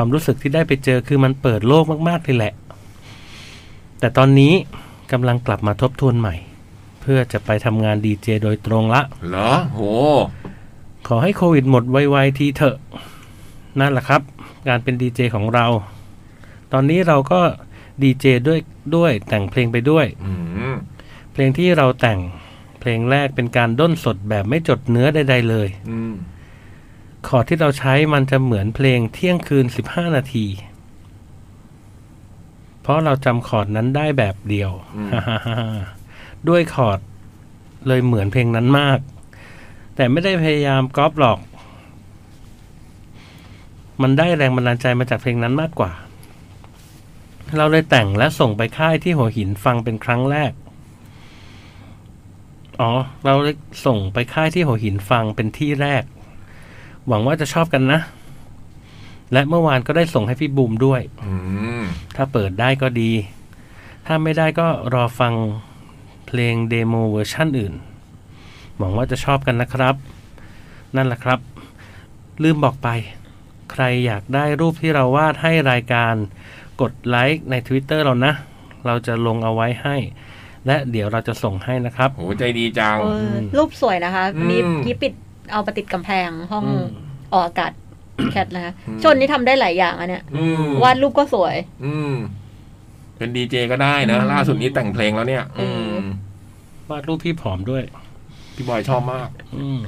ความรู้สึกที่ได้ไปเจอคือมันเปิดโลกมากๆเลยแหละ แต่ตอนนี้กำลังกลับมาทบทวนใหม่ เพื่อจะไปทำงานดีเจโดยตรงละ
เหรอ โห
ขอให้โควิดหมดไวๆทีเถอะ นั่นแหละครับ การเป็นดีเจของเรา ตอนนี้เราก็ดีเจด้วยด้วยแต่งเพลงไปด้วย
อืม
เพลงที่เราแต่งเพลงแรกเป็นการด้นสดแบบไม่จดเนื้อใดๆเลย
อืม
คอร์ดที่เราใช้มันจะเหมือนเพลงเที่ยงคืน 15 นาที เพราะเราจำคอร์ดนั้นได้แบบเดียว
อืม
ด้วยคอร์ดเลยเหมือนเพลงนั้นมาก แต่ไม่ได้พยายามก๊อปหรอก มันได้แรงบันดาลใจมาจากเพลงนั้นมากกว่า เราเลยแต่งและส่งไปค่ายที่หัวหินฟังเป็นครั้งแรก อ๋อ เราเลยส่งไปค่ายที่หัวหินฟังเป็นที่แรก หวังว่าจะชอบกันนะ และเมื่อวานก็ได้ส่งให้พี่บูมด้วย
อืม
ถ้าเปิดได้ก็ดี ถ้าไม่ได้ก็รอฟังเพลงเดโมเวอร์ชั่นอื่น หวังว่าจะชอบกันนะครับ นั่นแหละครับ ลืมบอกไป ใครอยากได้รูปที่เราวาดให้รายการ กดไลค์ใน Twitter เรานะ เราจะลงเอาไว้ให้ และเดี๋ยวเราจะส่งให้นะครับ
โห ใจดีจัง
เออรูปสวยนะคะ
อืม
มียี่ปิดเอาไปติดกำแพงห้อง
อืม
ออกอากาศแคทนะคะ
อืม
ชนนี่ทำได้หลายอย่างอะเนี่ย
อืม
วาดรูปก็สวย
อืม เป็นดีเจก็ได้นะ ล่าสุดนี้แต่งเพลงแล้วเนี่ย อืม
วาดรูปพี่ผอมด้วย
พี่บอยชอบมาก
อืม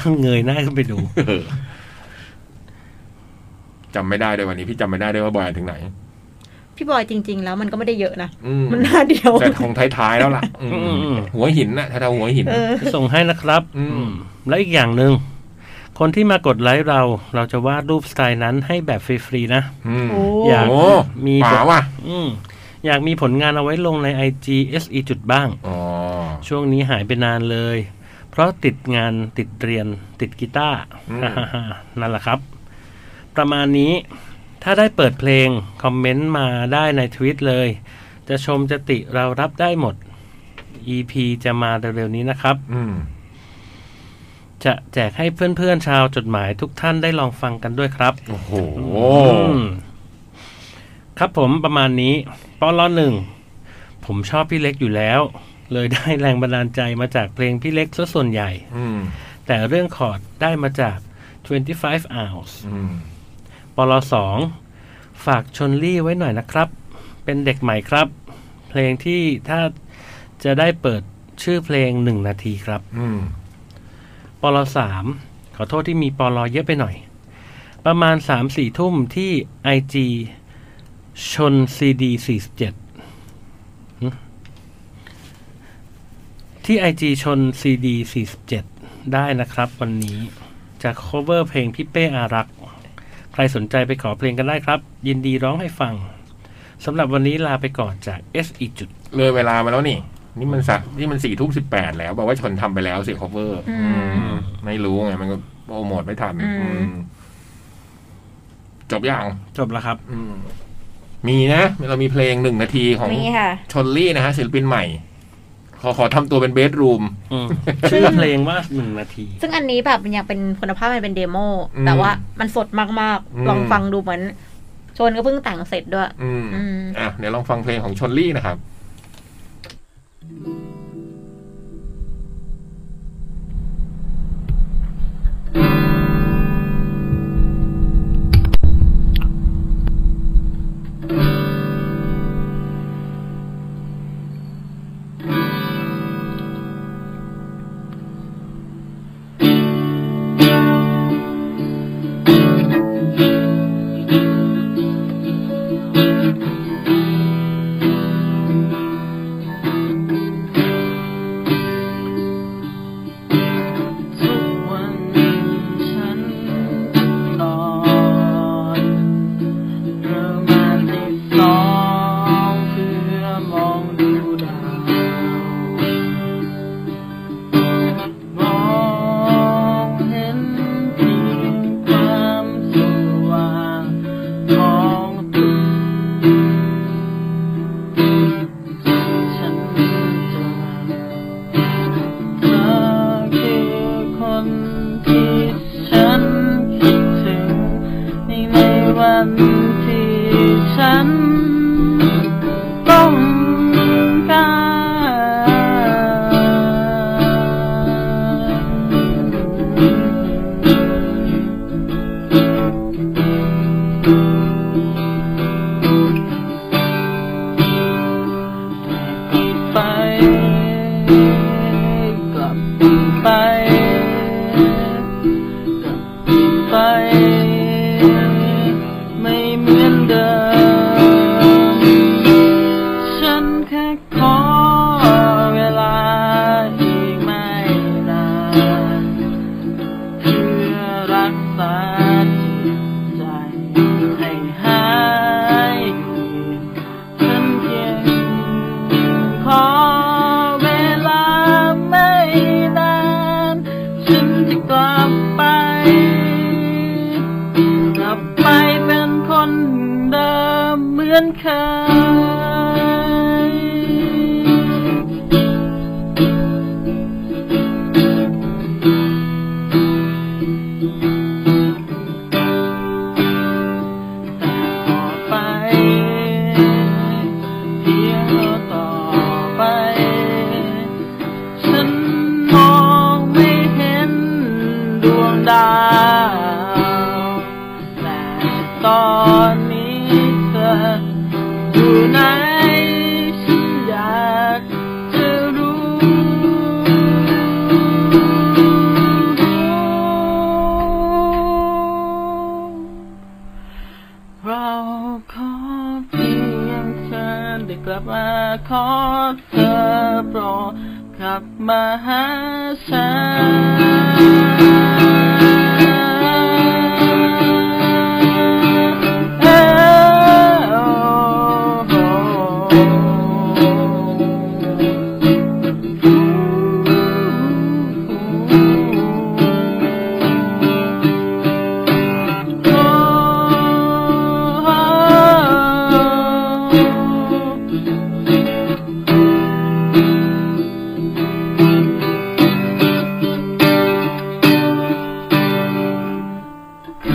ต้องเงยหน้าขึ้นไปดู
จำไม่ได้ด้วยวันนี้ พี่จำไม่ได้ด้วยว่าบอยอ่านถึงไหน
พี่บอยจริง ๆ แล้วมันก็ไม่ได้เยอะนะ
อืม
มันหน้าเดียว
แต่คงท้ายๆแล้วล่ะ อืม
อืม
หัวหินนะแถวๆหัวหิน
เออ
ส่งให้นะครับ
อืม
อืม และอีกอย่างหนึ่ง คนที่มากดไลค์เรา เราจะวาดรูปสไตล์นั้นให้แบบฟรีๆนะ
อืม
โอ้
อยาก
โอ้
มี
ป่าว่ะ
อืม อยากมีผลงานเอาไว้ลงใน IG SE จุดบ้าง
อ๋อ
ช่วงนี้หายไปนานเลย เพราะติดงานติดเรียนติดกีตาร์
อืม
นั่นแหละครับ ประมาณนี้ ถ้าได้เปิดเพลง คอมเมนต์มาได้ในทวิตเลย จะชมจะติเรารับได้หมด EP จะมาเร็วๆนี้นะครับ
อืม
จะแจกให้เพื่อนๆชาวจดหมายทุกท่านได้ลองฟังกันด้วยครับ
โอ้โห
มครับผมประมาณนี้ปอลหนึ่ง ผมชอบพี่เล็กอยู่แล้ว เลยได้แรงบันดาลใจมาจากเพลงพี่เล็กซะส่วนใหญ่
อืม
แต่เรื่องคอร์ดได้มาจาก 25 hours
อืม
ปลสองฝากชนลี่ไว้หน่อยนะครับ เป็นเด็กใหม่ครับ เพลงที่ถ้าจะได้เปิดชื่อเพลงหนึ่งนาทีครับ
อืม
ปลสามขอโทษที่มีปลเยอะไปหน่อย ประมาณสามสี่ทุ่มที่ไอจีชนซีดีสี่สิบเจ็ดที่ไอจีชนซีดีสี่สิบเจ็ดได้นะครับวันนี้จะ cover เพลงพี่เป้อารักษ์ใครสนใจไปขอเพลงกันได้ครับ ยินดีร้องให้ฟังสำหรับวันนี้ลาไปก่อนจาก S อีจุด
เลยเวลามาแล้วนี่ นี่มันสักนี่มันสี่ทุ่มสิบแปดแล้วบอกว่าชนทำไปแล้วเสีย cover
อืม
อืมไม่รู้ไง มันก็โปรโมทไม่ทัน
อืม
อืมจบอย่าง
จบแล้วครับ
อืมมีนะ เรามีเพลงหนึ่งนาทีของ
มีค่ะ
ชนลี่นะฮะศิลปินใหม่ ขอขอทำตัวเป็นเบสรูม
อื มชื่อเพลงว่าหนึ่งนาที
ซึ่งอันนี้แบบมันยังเป็นคุณภาพมันเป็นเดโม
อืม
แต่ว่ามันสดมาก
อืม
ๆ ลองฟังดูเหมือนชนก็เพิ่งแต่งเสร็จด้วย
อืม
อืม
อ่ะเดี๋ยวลองฟังเพลงของชนลี่นะครับ
อ
ำที่ฉันต้องการ ไป กลับไป กลับไป ไม่เหมือนเดิม ฉันแค่ขอเวลาอีกไม่นานเพื่อรักษาใจให้หายดีฉันเพียง ขอเวลาไม่นาน ฉันจะกลับไป กลับไปเป็นคนเดิมเหมือนเคย แต่ต่อไป เพียงต่อไป ฉันมองไม่เห็นดวงดาวแต่ตอนนี้เธออยู่ไหนฉันอยากจะรู้ เราขอเพียงเธอได้กลับมาขอเธอโปรดกลับมาหาฉัน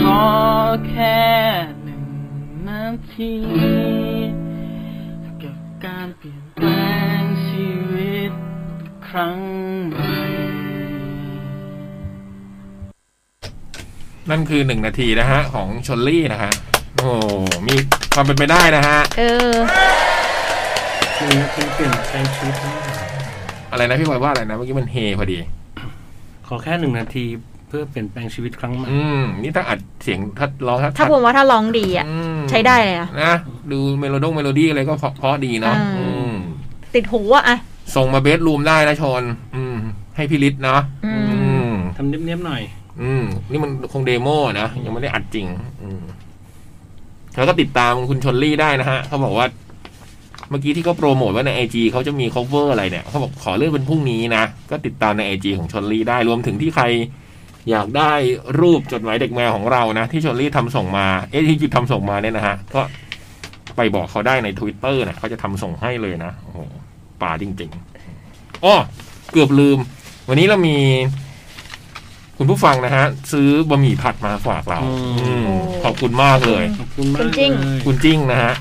ขอแค่หนึ่งนาทีกับการเปลี่ยนแปลงชีวิตครั้งใหม่
นั่นคือหนึ่งนาทีนะฮะ ของชลลี่นะฮะ โอ้มีความเป็นไปได้นะฮะ
เออ
หนึ่งนาทีเปลี่ยนแปลงชีวิตทั้งหมด
อะไรนะพี่พลอยว่าอะไรนะเมื่อกี้มันเฮพอดี
ขอแค่หนึ่งนาทีเพื่อเปลี่ยนแปลงชีวิตครั้งใหม่
อืม นี่ถ้าอัดเสียงถ้าร้องถ้า
ถ้าผมว่าถ้าร้องดีอ่ะ
อืม
ใช้ได้เลยนะ
นะดูเมโลดงเมโลดี้อะไรก็เพราะเพราะดีเนาะ
อ่า
อืม
ติดหูอ่ะอะ
ส่งมาเบสรูมได้นะชน อืม ให้พี่ฤทธิ์เนาะ
อืม
อืม
ทำเนียบๆหน่อย
อืม นี่มันคงเดโมนะ ยังไม่ได้อัดจริง อืมแล้วก็ติดตามคุณชนลี่ได้นะฮะ เขาบอกว่า เมื่อกี้ที่เขาโปรโมทว่าในไอจีเขาจะมี cover อะไรเนี่ย เขาบอกขอเลื่อนเป็นพรุ่งนี้นะ ก็ติดตามในไอจีของชนลี่ได้ รวมถึงที่ใคร อยากได้รูปจดหมายเด็กแมวของเรานะ ที่ชนลี่ทำส่งมา เอ๊ะที่หยุดทำส่งมาเนี่ยนะฮะ ก็ไปบอกเขาได้ใน Twitter นะเขาจะทำส่งให้เลยนะ โอ้โหป่าจริงๆอ้อเกือบลืม วันนี้เรามี คุณผู้ฟังนะฮะ ซื้อบะหมี่ผัดมาฝากเรา
อืม
อืมขอบคุณมากเลย
ขอบคุณมาก
จริง
เลย
คุณจิ้งนะฮะ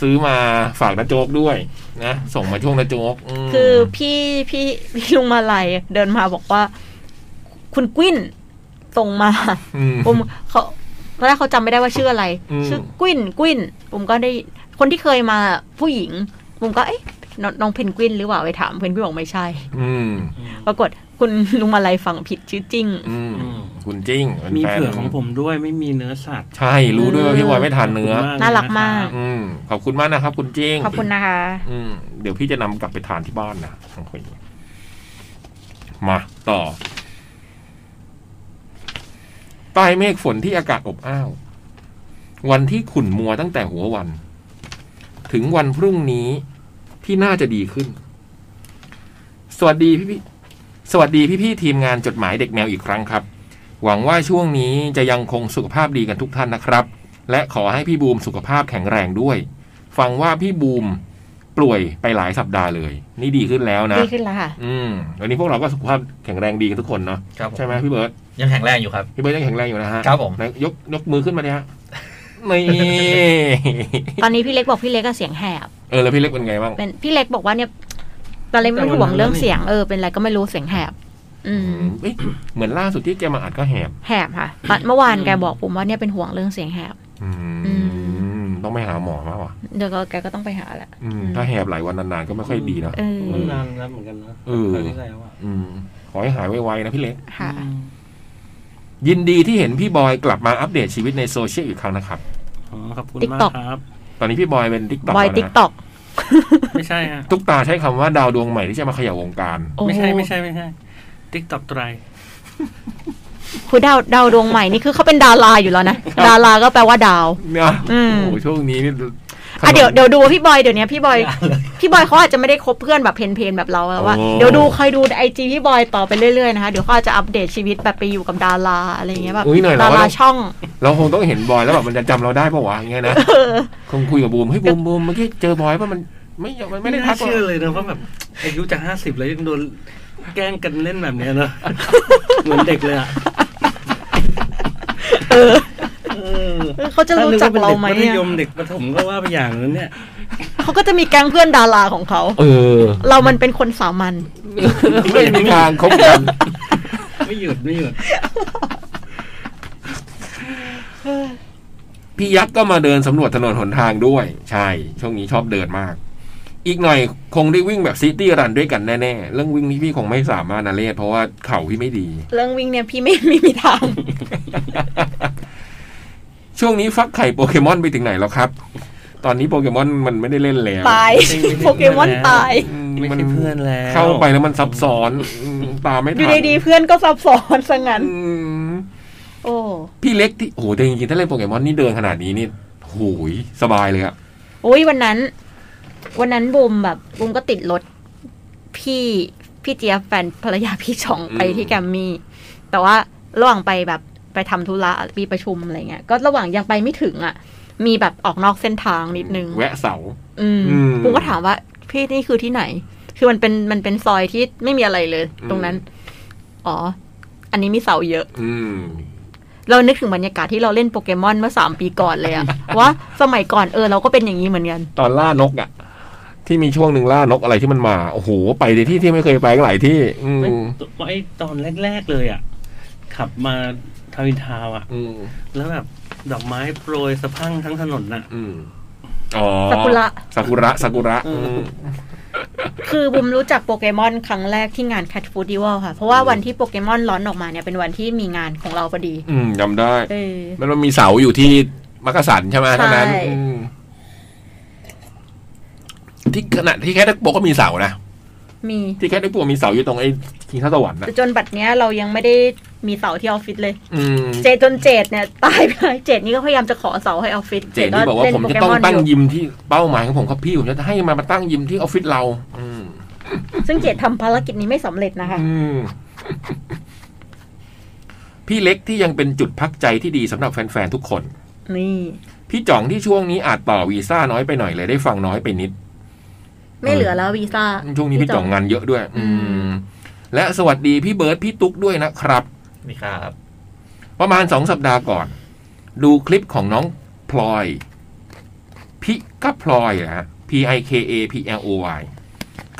ซื้อมาฝากนาโจ๊กด้วยนะ ส่งมาช่วงนาโจ๊กม
คือพี่พี่พี่ลุงมาลัยเดินมาบอกว่า คุณกุ้นส่งมา
อืม
ผมเขาตอนแรกเขาจำไม่ได้ว่าชื่ออะไร
อืม
ชื่อกุ้นกุ้นผมก็ได้คนที่เคยมาผู้หญิงผมก็เอ๊ะนน้องเพนกวินหรือเปล่าไปถามเพนกวินบอกไม่ใช่
อืม
ปรากฏคุณลุงมาลัยฟังผิดชื่อจริง
อืม คุณจิ้งป็น
มี
แฟน
เผื่อของผมด้วยไม่มีเนื้อสัตว์
ใช่ รู้ด้วยว่าพี่วอยไม่ทานเนื้อ
ขบคุณ
น่ารักมาก
เลยนะครับ
อืม ขอบคุณมากนะครับ คุณจิ้ง
ขอบคุณนะคะ
อืม เดี๋ยวพี่จะนำกลับไปทานที่บ้านนะโอเคมา ต่อ ใต้เมฆฝนที่อากาศอบอ้าว วันที่ขุ่นมัวตั้งแต่หัววัน ถึงวันพรุ่งนี้ที่น่าจะดีขึ้น สวัสดีพี่พี่สวัสดีพี่พี่ๆทีมงานจดหมายเด็กแมวอีกครั้งครับ หวังว่าช่วงนี้จะยังคงสุขภาพดีกันทุกท่านนะครับ และขอให้พี่บูมสุขภาพแข็งแรงด้วย ฟังว่าพี่บูมป่วยไปหลายสัปดาห์เลย นี่ดีขึ้นแล้วนะ
ดีขึ้นแล้ว ค่ะ
อืมวันนี้พวกเราก็สุขภาพแข็งแรงดีกันทุกคนเนาะ
ครับผม
ใช่ไหมพี่เบิร์ต
ยังแข็งแรงอยู่ครับ
พี่เบิร์ตยังแข็งแรงอยู่นะฮะ
ครับผม
ไหนยกยกมือขึ้นมาดิฮะ นี่
ตอนนี้พี่เล็กบอกพี่เล็กก็เสียงแหบ
เออแล้วพี่เล็กเป็นไงบ้าง
เป็นพี่เล็กบอกว่าเนี่ยตอนเล็กมันห่วงเรื่องเสียงเออเป็นอะไรก็ไม่รู้เสียงแหบ อืม
เอ้ยเหมือนล่าสุดที่แกมาอัดก็แหบ
แหบค่ะตอนเมื่อวานแกบอกผมว่าเนี่ยเป็นห่วงเรื่องเสียงแหบ
อืม
อื
ต้องไปหาหมอมากว่ะ
เดี๋ยวก็แกก็ต้องไปหาแหละ
อืม
อืม
ถ้าแหบหลายวันนานๆก็ไม่ค่อยดีนะ
เออ
มันนานแล้วเหมือนกันนะ
เออ
คราวที่แล้วอะ
อืมขอให้หายไวๆนะพี่เล็ก
ค่ะ
อืม
ยินดีที่เห็นพี่บอยกลับมาอัปเดตชีวิตในโซเชียลอีกครั้งนะครับ
อ๋อขอบคุณมาก
TikTok
ครับ
ตอนนี้พี่บอยเป็นติ๊กต็อก
บอยติ๊กต็อก
ไม่ใช่ฮะ
ตุ๊กตาใช้คำว่าดาวดวงใหม่ที่จะมาเขย่าวงการ
ไม่ใช่ไม่ใช่ไม่ใช่ติ๊กต็อกไตร
คือดาวดาวดวงใหม่นี่คือเขาเป็นดาราอยู่แล้วนะ
ครับ
ดาราก็แปลว่าดาว
เนี่ย
อื
โอ้
ม
โหช่วงนี้นี่ข
อ่ะ
นม
เดี๋ยวเดี๋ยวดูพี่บอยเดี๋ยวนี้พี่บอย พี่บอยเขาอาจจะไม่ได้คบเพื่อนแบบเพนเพนๆแบบเราแล้วว่า
โอ้
เดี๋ยวดูคอยดูไอจีพี่บอยต่อไปเรื่อยๆนะคะเดี๋ยวเขาอาจจะอัปเดตชีวิตแบบไปอยู่กับดาราอะไรอย่างเงี้ยแบบ
อุ้ยหน่อย
ดา
เรา
ราช่อง
เราคงต้องเห็นบอยแล้วแบบมันจะจำเราได้ปะวะอย่างเงี้ยนะคงคุยกับบูมเฮ้ยบูมบูมเมื่อกี้เจอบอยป่ะมันไม่มัน
ไม่
ไม่ได้ทั
น่าก เชื่อ
ว่ะ
เลยนะว่าแบบอายุจะห้าสิบแล้วยังโดนแกล้งกันเล่นแบบเนี้ย เนอะ เหมือนเด็กเลยอ่ะเออ
เออเขาจะรู้จักเราไหม
ถ้
อะ
นึว่ป็นด็มัธยมเด็กประถมก็ว่าไปอย่างนั้นเนี่ย
เขาก็จะมีแก๊งเพื่อนดาราของเขา
เออ
เรามันเป็นคนสามัญ
ไม่มีทางคบกัน
ไม่หยุดไม่หยุด
พี่ยักษ์ก็มาเดินสำรวจถนนหนทางด้วย ใช่ ช่วงนี้ชอบเดินมาก อีกหน่อยคงได้วิ่งแบบซิตี้รันด้วยกันแน่ๆ เรื่องวิ่งนี่พี่คงไม่สามารถนะเลศเพราะว่าเข่าพี่ไม่ดี
เรื่องวิ่งเนี่ยพี่ไม่ไม่มีทาง
ช่วงนี้ฟักไข่โปเกมอนไปถึงไหนแล้วครับ ตอนนี้โปเกมอนมันไม่ได้เล่นแล้ว
ตาย
ไม่มี
โปเกมอนตาย
อื
ไม่ใช่เพื่อนแล้ว
เข้าไปแล้วมันซับซ้อนอืมตามไม่
อ
ทั
ยู่ดีๆเพื่อนก็ซับซ้อนซะงั้น
อืม
โอ้
พี่เล็กที่โอ้โหแต่จริงๆถ้าเล่นโปเกมอนนี่เดินขนาดนี้นี่โอ้ยสบายเลยอะ
โอ้ยวันนั้น วันนั้นบูมแบบบูมก็ติดรถ พี่พี่เจี๊ยบแฟนภรรยาพี่ชองไปที่แกรมมี่ แต่ว่าระหว่างไปแบบไปทำธุระมีประชุมอะไรเงี้ย ก็ระหว่างยังไปไม่ถึงอ่ะ มีแบบออกนอกเส้นทางนิดนึง
แวะเสา
อืม
อืม
บูมก็ถามว่าพี่นี่คือที่ไหน คือมันเป็นมันเป็นซอยที่ไม่มีอะไรเลย ตรงนั้น
อื
อ๋อ อันนี้มีเสาเยอะ
อืม
เรานึกถึงบรรยากาศที่เราเล่นโปเกมอนเมื่อสามปีก่อนเลยอะ ว่าสมัยก่อนเออเราก็เป็นอย่างนี้เหมือนกัน
ตอนล่านกอะ่ะ ที่มีช่วงหนึ่งล่านกอะไรที่มันมา โอ้โห ไปในที่ที่ไม่เคยไปก็หลายที่ อืม
ไม่ตัวไอ้ตอนแรกๆเลยอ่ะ ขับมาทาวินทาวน์อ่ะ
อืม
แล้วแบบดอกไม้โปรยสะพรั่งทั้งถนนน่ะ
อืมอ๋อ
ซากุระ
ซากุระซากุระอืม
คือบุมรู้จักโปเกมอนครั้งแรกที่งานแคทฟูดิวัลค่ะ เพราะว่าวันที่โปเกมอนร้อนออกมาเนี่ยเป็นวันที่มีงานของเราพอดี
อืมจำได้
เออ
มันมันมีเสาอยู่ที่มักกะสันใช่ไหม
ใช่
เท่านั้นอืมที่ขณะที่แคทเด็กโปก็มีเสานะ
มี
ที่แคทเด็กโปมีเสาอยู่ตรงไอ้คิงท้าสวรรค์นะ
แต่จนบัดเนี้ยเรายังไม่ได้มีเสาที่ออฟฟิศเลย
อืม
เจจนเจดเนี่ยตายไปเลยเจดนี่ก็พยายามจะขอเสาให้ออฟฟิศ
เจนนี่บอกว่า
ล่
ผมจะต้องตั้ง
ยู่
ยิมที่เป้าหมายของผมครับพี่ผมจะให้มันมาตั้งยิมที่ออฟฟิศเรา อืม
ซึ่งเจดทำภารกิจนี้ไม่สำเร็จนะคะ
อืม พี่เล็กที่ยังเป็นจุดพักใจที่ดีสำหรับแฟน ๆ ทุกคน
นี่
พี่จ่องที่ช่วงนี้อาจต่อวีซ่าน้อยไปหน่อยเลยได้ฟังน้อยไปนิด
ไม่เหลือแล้ววีซ่า
ช่วงนี้พี่จ่องงานเยอะด้วย อื
อื
ม
ม
และสวัสดีพี่เบิร์ดพี่ตุ๊กด้วยนะครับ
นี่ครับ
ประมาณสองสัปดาห์ก่อน ดูคลิปของน้องพลอย พิกับพลอยนะฮะ P I K A P L O Y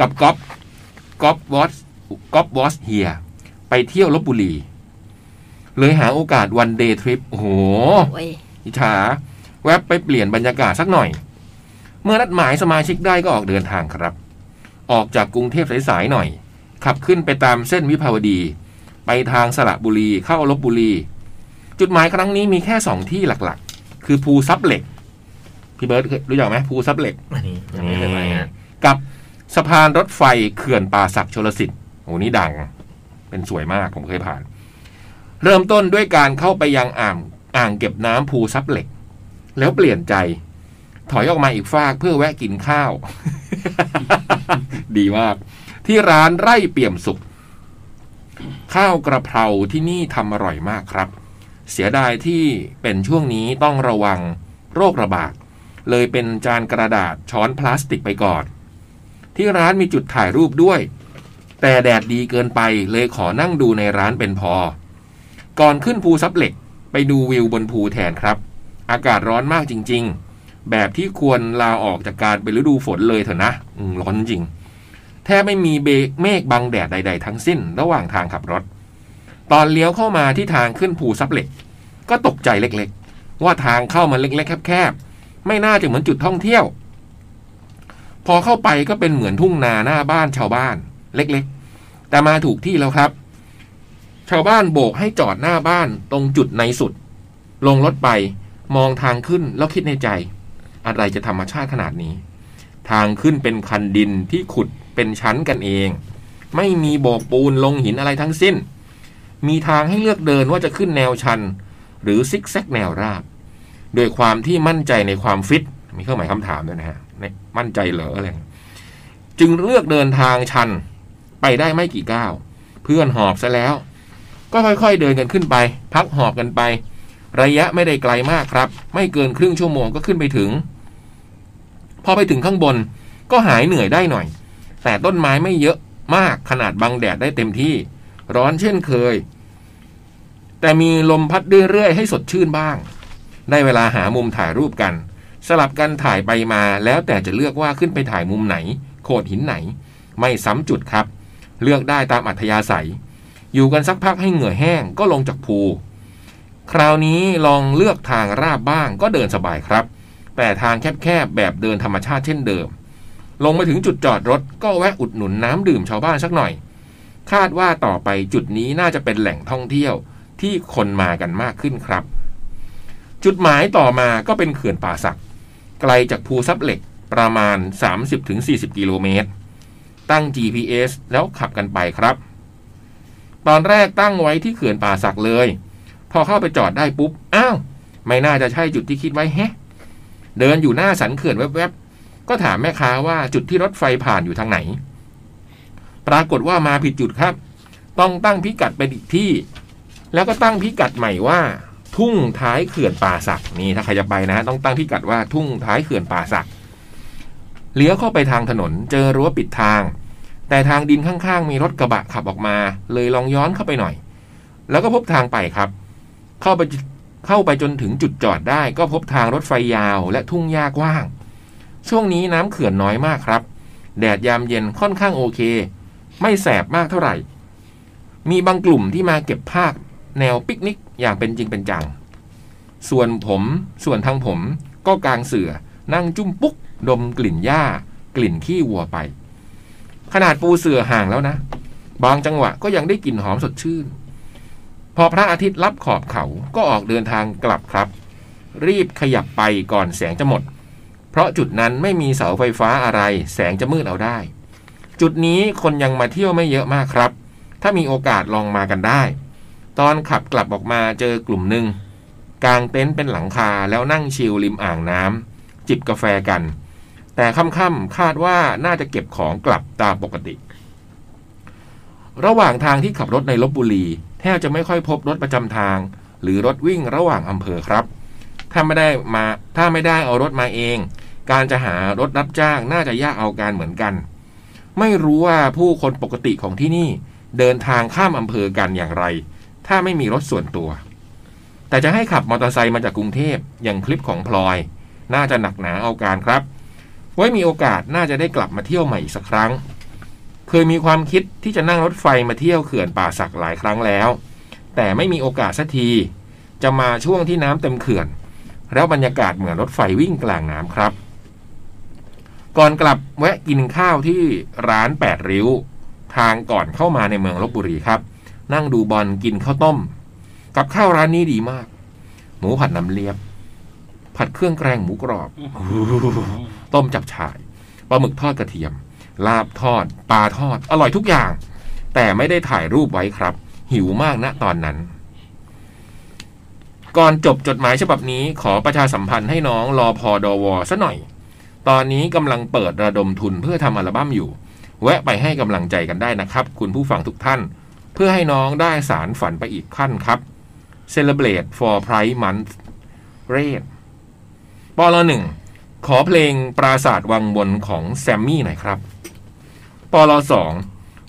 กับก๊อฟก๊อฟวอสก๊อฟวอสเฮียไปเที่ยวลบบุรี เลยหาโอกาสวันเดย์ทริปโอ้โห
โอ้ย
อิจฉาแวบไปเปลี่ยนบรรยากาศสักหน่อย เมื่อนัดหมายสมาชิกได้ก็ออกเดินทางครับ ออกจากกรุงเทพสายๆหน่อย ขับขึ้นไปตามเส้นวิภาวดี ไปทางสระบุรีเข้าลบบุรี จุดหมายครั้งนี้มีแค่สองที่หลักๆ คือภูซับเหล็ก พี่เบิร์ตเคยรู้จักไหมภูซับเหล็ก
อันนี้ยังไม่เคยไปงาน
กับสะพานรถไฟเขื่อนป่าศักชลสิทธิ์โอ้นี่ดัง เป็นสวยมากผมเคยผ่าน เริ่มต้นด้วยการเข้าไปยังอ่างอ่างเก็บน้ำภูซับเหล็ก แล้วเปลี่ยนใจ ถอยออกมาอีกฟากเพื่อแวะกินข้าว ดีมาก ที่ร้านไร่เปี่ยมสุข ข้าวกระเพราที่นี่ทำอร่อยมากครับ เสียดายที่เป็นช่วงนี้ต้องระวังโรคระบาด เลยเป็นจานกระดาษช้อนพลาสติกไปก่อน ที่ร้านมีจุดถ่ายรูปด้วย แต่แดดดีเกินไปเลยขอนั่งดูในร้านเป็นพอ ก่อนขึ้นภูซับเหล็ก ไปดูวิวบนภูแทนครับ อากาศร้อนมากจริง ๆ แบบที่ควรลาออกจากการเป็นฤดูฝนเลยเถอะนะอืมร้อนจริง แทบไม่มีเบเมฆบังแดดใด ๆ ทั้งสิ้นระหว่างทางขับรถ ตอนเลี้ยวเข้ามาที่ทางขึ้นภูซับเหล็ก ก็ตกใจเล็กๆ ว่าทางเข้ามันเล็กๆ แคบๆ ไม่น่าจะเหมือนจุดท่องเที่ยว พอเข้าไปก็เป็นเหมือนทุ่งนาหน้าบ้านชาวบ้าน เล็กๆ แต่มาถูกที่แล้วครับ ชาวบ้านโบกให้จอดหน้าบ้านตรงจุดในสุด ลงรถไปมองทางขึ้นแล้วคิดในใจ อะไรจะธรรมชาติขนาดนี้ ทางขึ้นเป็นคันดินที่ขุดเป็นชั้นกันเอง ไม่มีโบกปูนลงหินอะไรทั้งสิ้น มีทางให้เลือกเดินว่าจะขึ้นแนวชัน หรือซิกแซกแนวราบ โดยความที่มั่นใจในความฟิต มีเครื่องหมายคำถามด้วยนะฮะเนี่ยมั่นใจเหรออะไรอย่างเงี้ยจึงเลือกเดินทางชัน ไปได้ไม่กี่ก้าว เพื่อนหอบซะแล้ว ก็ค่อยๆเดินกันขึ้นไป พักหอบกันไป ระยะไม่ได้ไกลมากครับ ไม่เกินครึ่งชั่วโมงก็ขึ้นไปถึง พอไปถึงข้างบนก็หายเหนื่อยได้หน่อย แต่ต้นไม้ไม่เยอะมากขนาดบังแดดได้เต็มที่ ร้อนเช่นเคย แต่มีลมพัดเรื่อยๆให้สดชื่นบ้าง ได้เวลาหามุมถ่ายรูปกัน สลับกันถ่ายไปมาแล้วแต่จะเลือกว่าขึ้นไปถ่ายมุมไหน โขดหินไหน ไม่ซ้ำจุดครับ เลือกได้ตามอัธยาศัย อยู่กันสักพักให้เหงื่อแห้งก็ลงจากภู คราวนี้ลองเลือกทางราบบ้างก็เดินสบายครับ แต่ทางแคบๆแบบเดินธรรมชาติเช่นเดิม ลงมาถึงจุดจอดรถก็แวะอุดหนุนน้ำดื่มชาวบ้านสักหน่อย คาดว่าต่อไปจุดนี้น่าจะเป็นแหล่งท่องเที่ยวที่คนมากันมากขึ้นครับ จุดหมายต่อมาก็เป็นเขื่อนป่าสัก ไกลจากภูซับเหล็กประมาณ 30-40 กิโลเมตร ตั้ง GPS แล้วขับกันไปครับ ตอนแรกตั้งไว้ที่เขื่อนป่าสักเลย พอเข้าไปจอดได้ปุ๊บ อ้าว ไม่น่าจะใช่จุดที่คิดไว้แฮะ เดินอยู่หน้าสันเขื่อนแวบๆ ก็ถามแม่ค้าว่าจุดที่รถไฟผ่านอยู่ทางไหน ปรากฏว่ามาผิดจุดครับ ต้องตั้งพิกัดเป็นอีกที่ แล้วก็ตั้งพิกัดใหม่ว่า ทุ่งท้ายเขื่อนป่าสักนี่ถ้าใครจะไปนะ ต้องตั้งพิกัดว่าทุ่งท้ายเขื่อนป่าสักเลี้ยวเข้าไปทางถนนเจอรั้วปิดทาง แต่ทางดินข้างๆ มีรถกระบะขับออกมา เลยลองย้อนเข้าไปหน่อย แล้วก็พบทางไปครับ เข้าไปเข้าไปจนถึงจุดจอดได้ ก็พบทางรถไฟยาวและทุ่งหญ้ากว้าง ช่วงนี้น้ำเขื่อนน้อยมากครับ แดดยามเย็นค่อนข้างโอเค ไม่แสบมากเท่าไหร่ มีบางกลุ่มที่มาเก็บภาพแนวปิกนิกอย่างเป็นจริงเป็นจัง ส่วนผมส่วนทางผมก็กางเสือนั่งจุ้มปุ๊ก ดมกลิ่นหญ้า กลิ่นขี้วัวไป ขนาดปูเสือห่างแล้วนะ บางจังหวะก็ยังได้กลิ่นหอมสดชื่น พอพระอาทิตย์ลับขอบเขาก็ออกเดินทางกลับครับ รีบขยับไปก่อนแสงจะหมด เพราะจุดนั้นไม่มีเสาไฟฟ้าอะไร แสงจะมืดเอาได้ จุดนี้คนยังมาเที่ยวไม่เยอะมากครับ ถ้ามีโอกาสลองมากันได้ ตอนขับกลับออกมาเจอกลุ่มหนึ่งกางเต็นท์เป็นหลังคาแล้วนั่งชิลริมอ่างน้ำจิบกาแฟกัน แต่ค่ำๆคาดว่าน่าจะเก็บของกลับตามปกติ ระหว่างทางที่ขับรถในลบบุรี แทบจะไม่ค่อยพบรถประจำทาง หรือรถวิ่งระหว่างอำเภอครับ ถ้าไม่ได้มาถ้าไม่ได้เอารถมาเอง การจะหารถรับจ้างน่าจะยากเอาการเหมือนกัน ไม่รู้ว่าผู้คนปกติของที่นี่ เดินทางข้ามอำเภอกันอย่างไร ถ้าไม่มีรถส่วนตัว แต่จะให้ขับมอเตอร์ไซค์มาจากกรุงเทพอย่างคลิปของพลอย น่าจะหนักหนาเอาการครับ ไว้มีโอกาสน่าจะได้กลับมาเที่ยวใหม่อีกสักครั้ง เคยมีความคิดที่จะนั่งรถไฟมาเที่ยวเขื่อนป่าสักหลายครั้งแล้ว แต่ไม่มีโอกาสสักที จะมาช่วงที่น้ำเต็มเขื่อน แล้วบรรยากาศเหมือนรถไฟวิ่งกลางน้ำครับ ก่อนกลับแวะกินข้าวที่ร้านแปดริ้ว ทางก่อนเข้ามาในเมืองลบบุรีครับ นั่งดูบอลกินข้าวต้ม กับข้าวร้านนี้ดีมาก หมูผัดน้ำเลียบ ผัดเครื่องแกงหมูกรอบ ต้มจับฉ่ายปลาหมึกทอดกระเทียม ลาบทอด ปลาทอด อร่อยทุกอย่าง แต่ไม่ได้ถ่ายรูปไว้ครับ หิวมากณตอนนั้น ก่อนจบจดหมายฉบับนี้ขอประชาสัมพันธ์ให้น้องรอพอดอวอซะหน่อย ตอนนี้กำลังเปิดระดมทุนเพื่อทำอัลบั้มอยู่ แวะไปให้กำลังใจกันได้นะครับ คุณผู้ฟังทุกท่าน เพื่อให้น้องได้สารฝันไปอีกขั้นครับ Celebrate for Pride Month Rate ปลหนึ่ง ขอเพลงปราศาสตร์วังบนของแซมมี่หน่อยครับ ปลสอง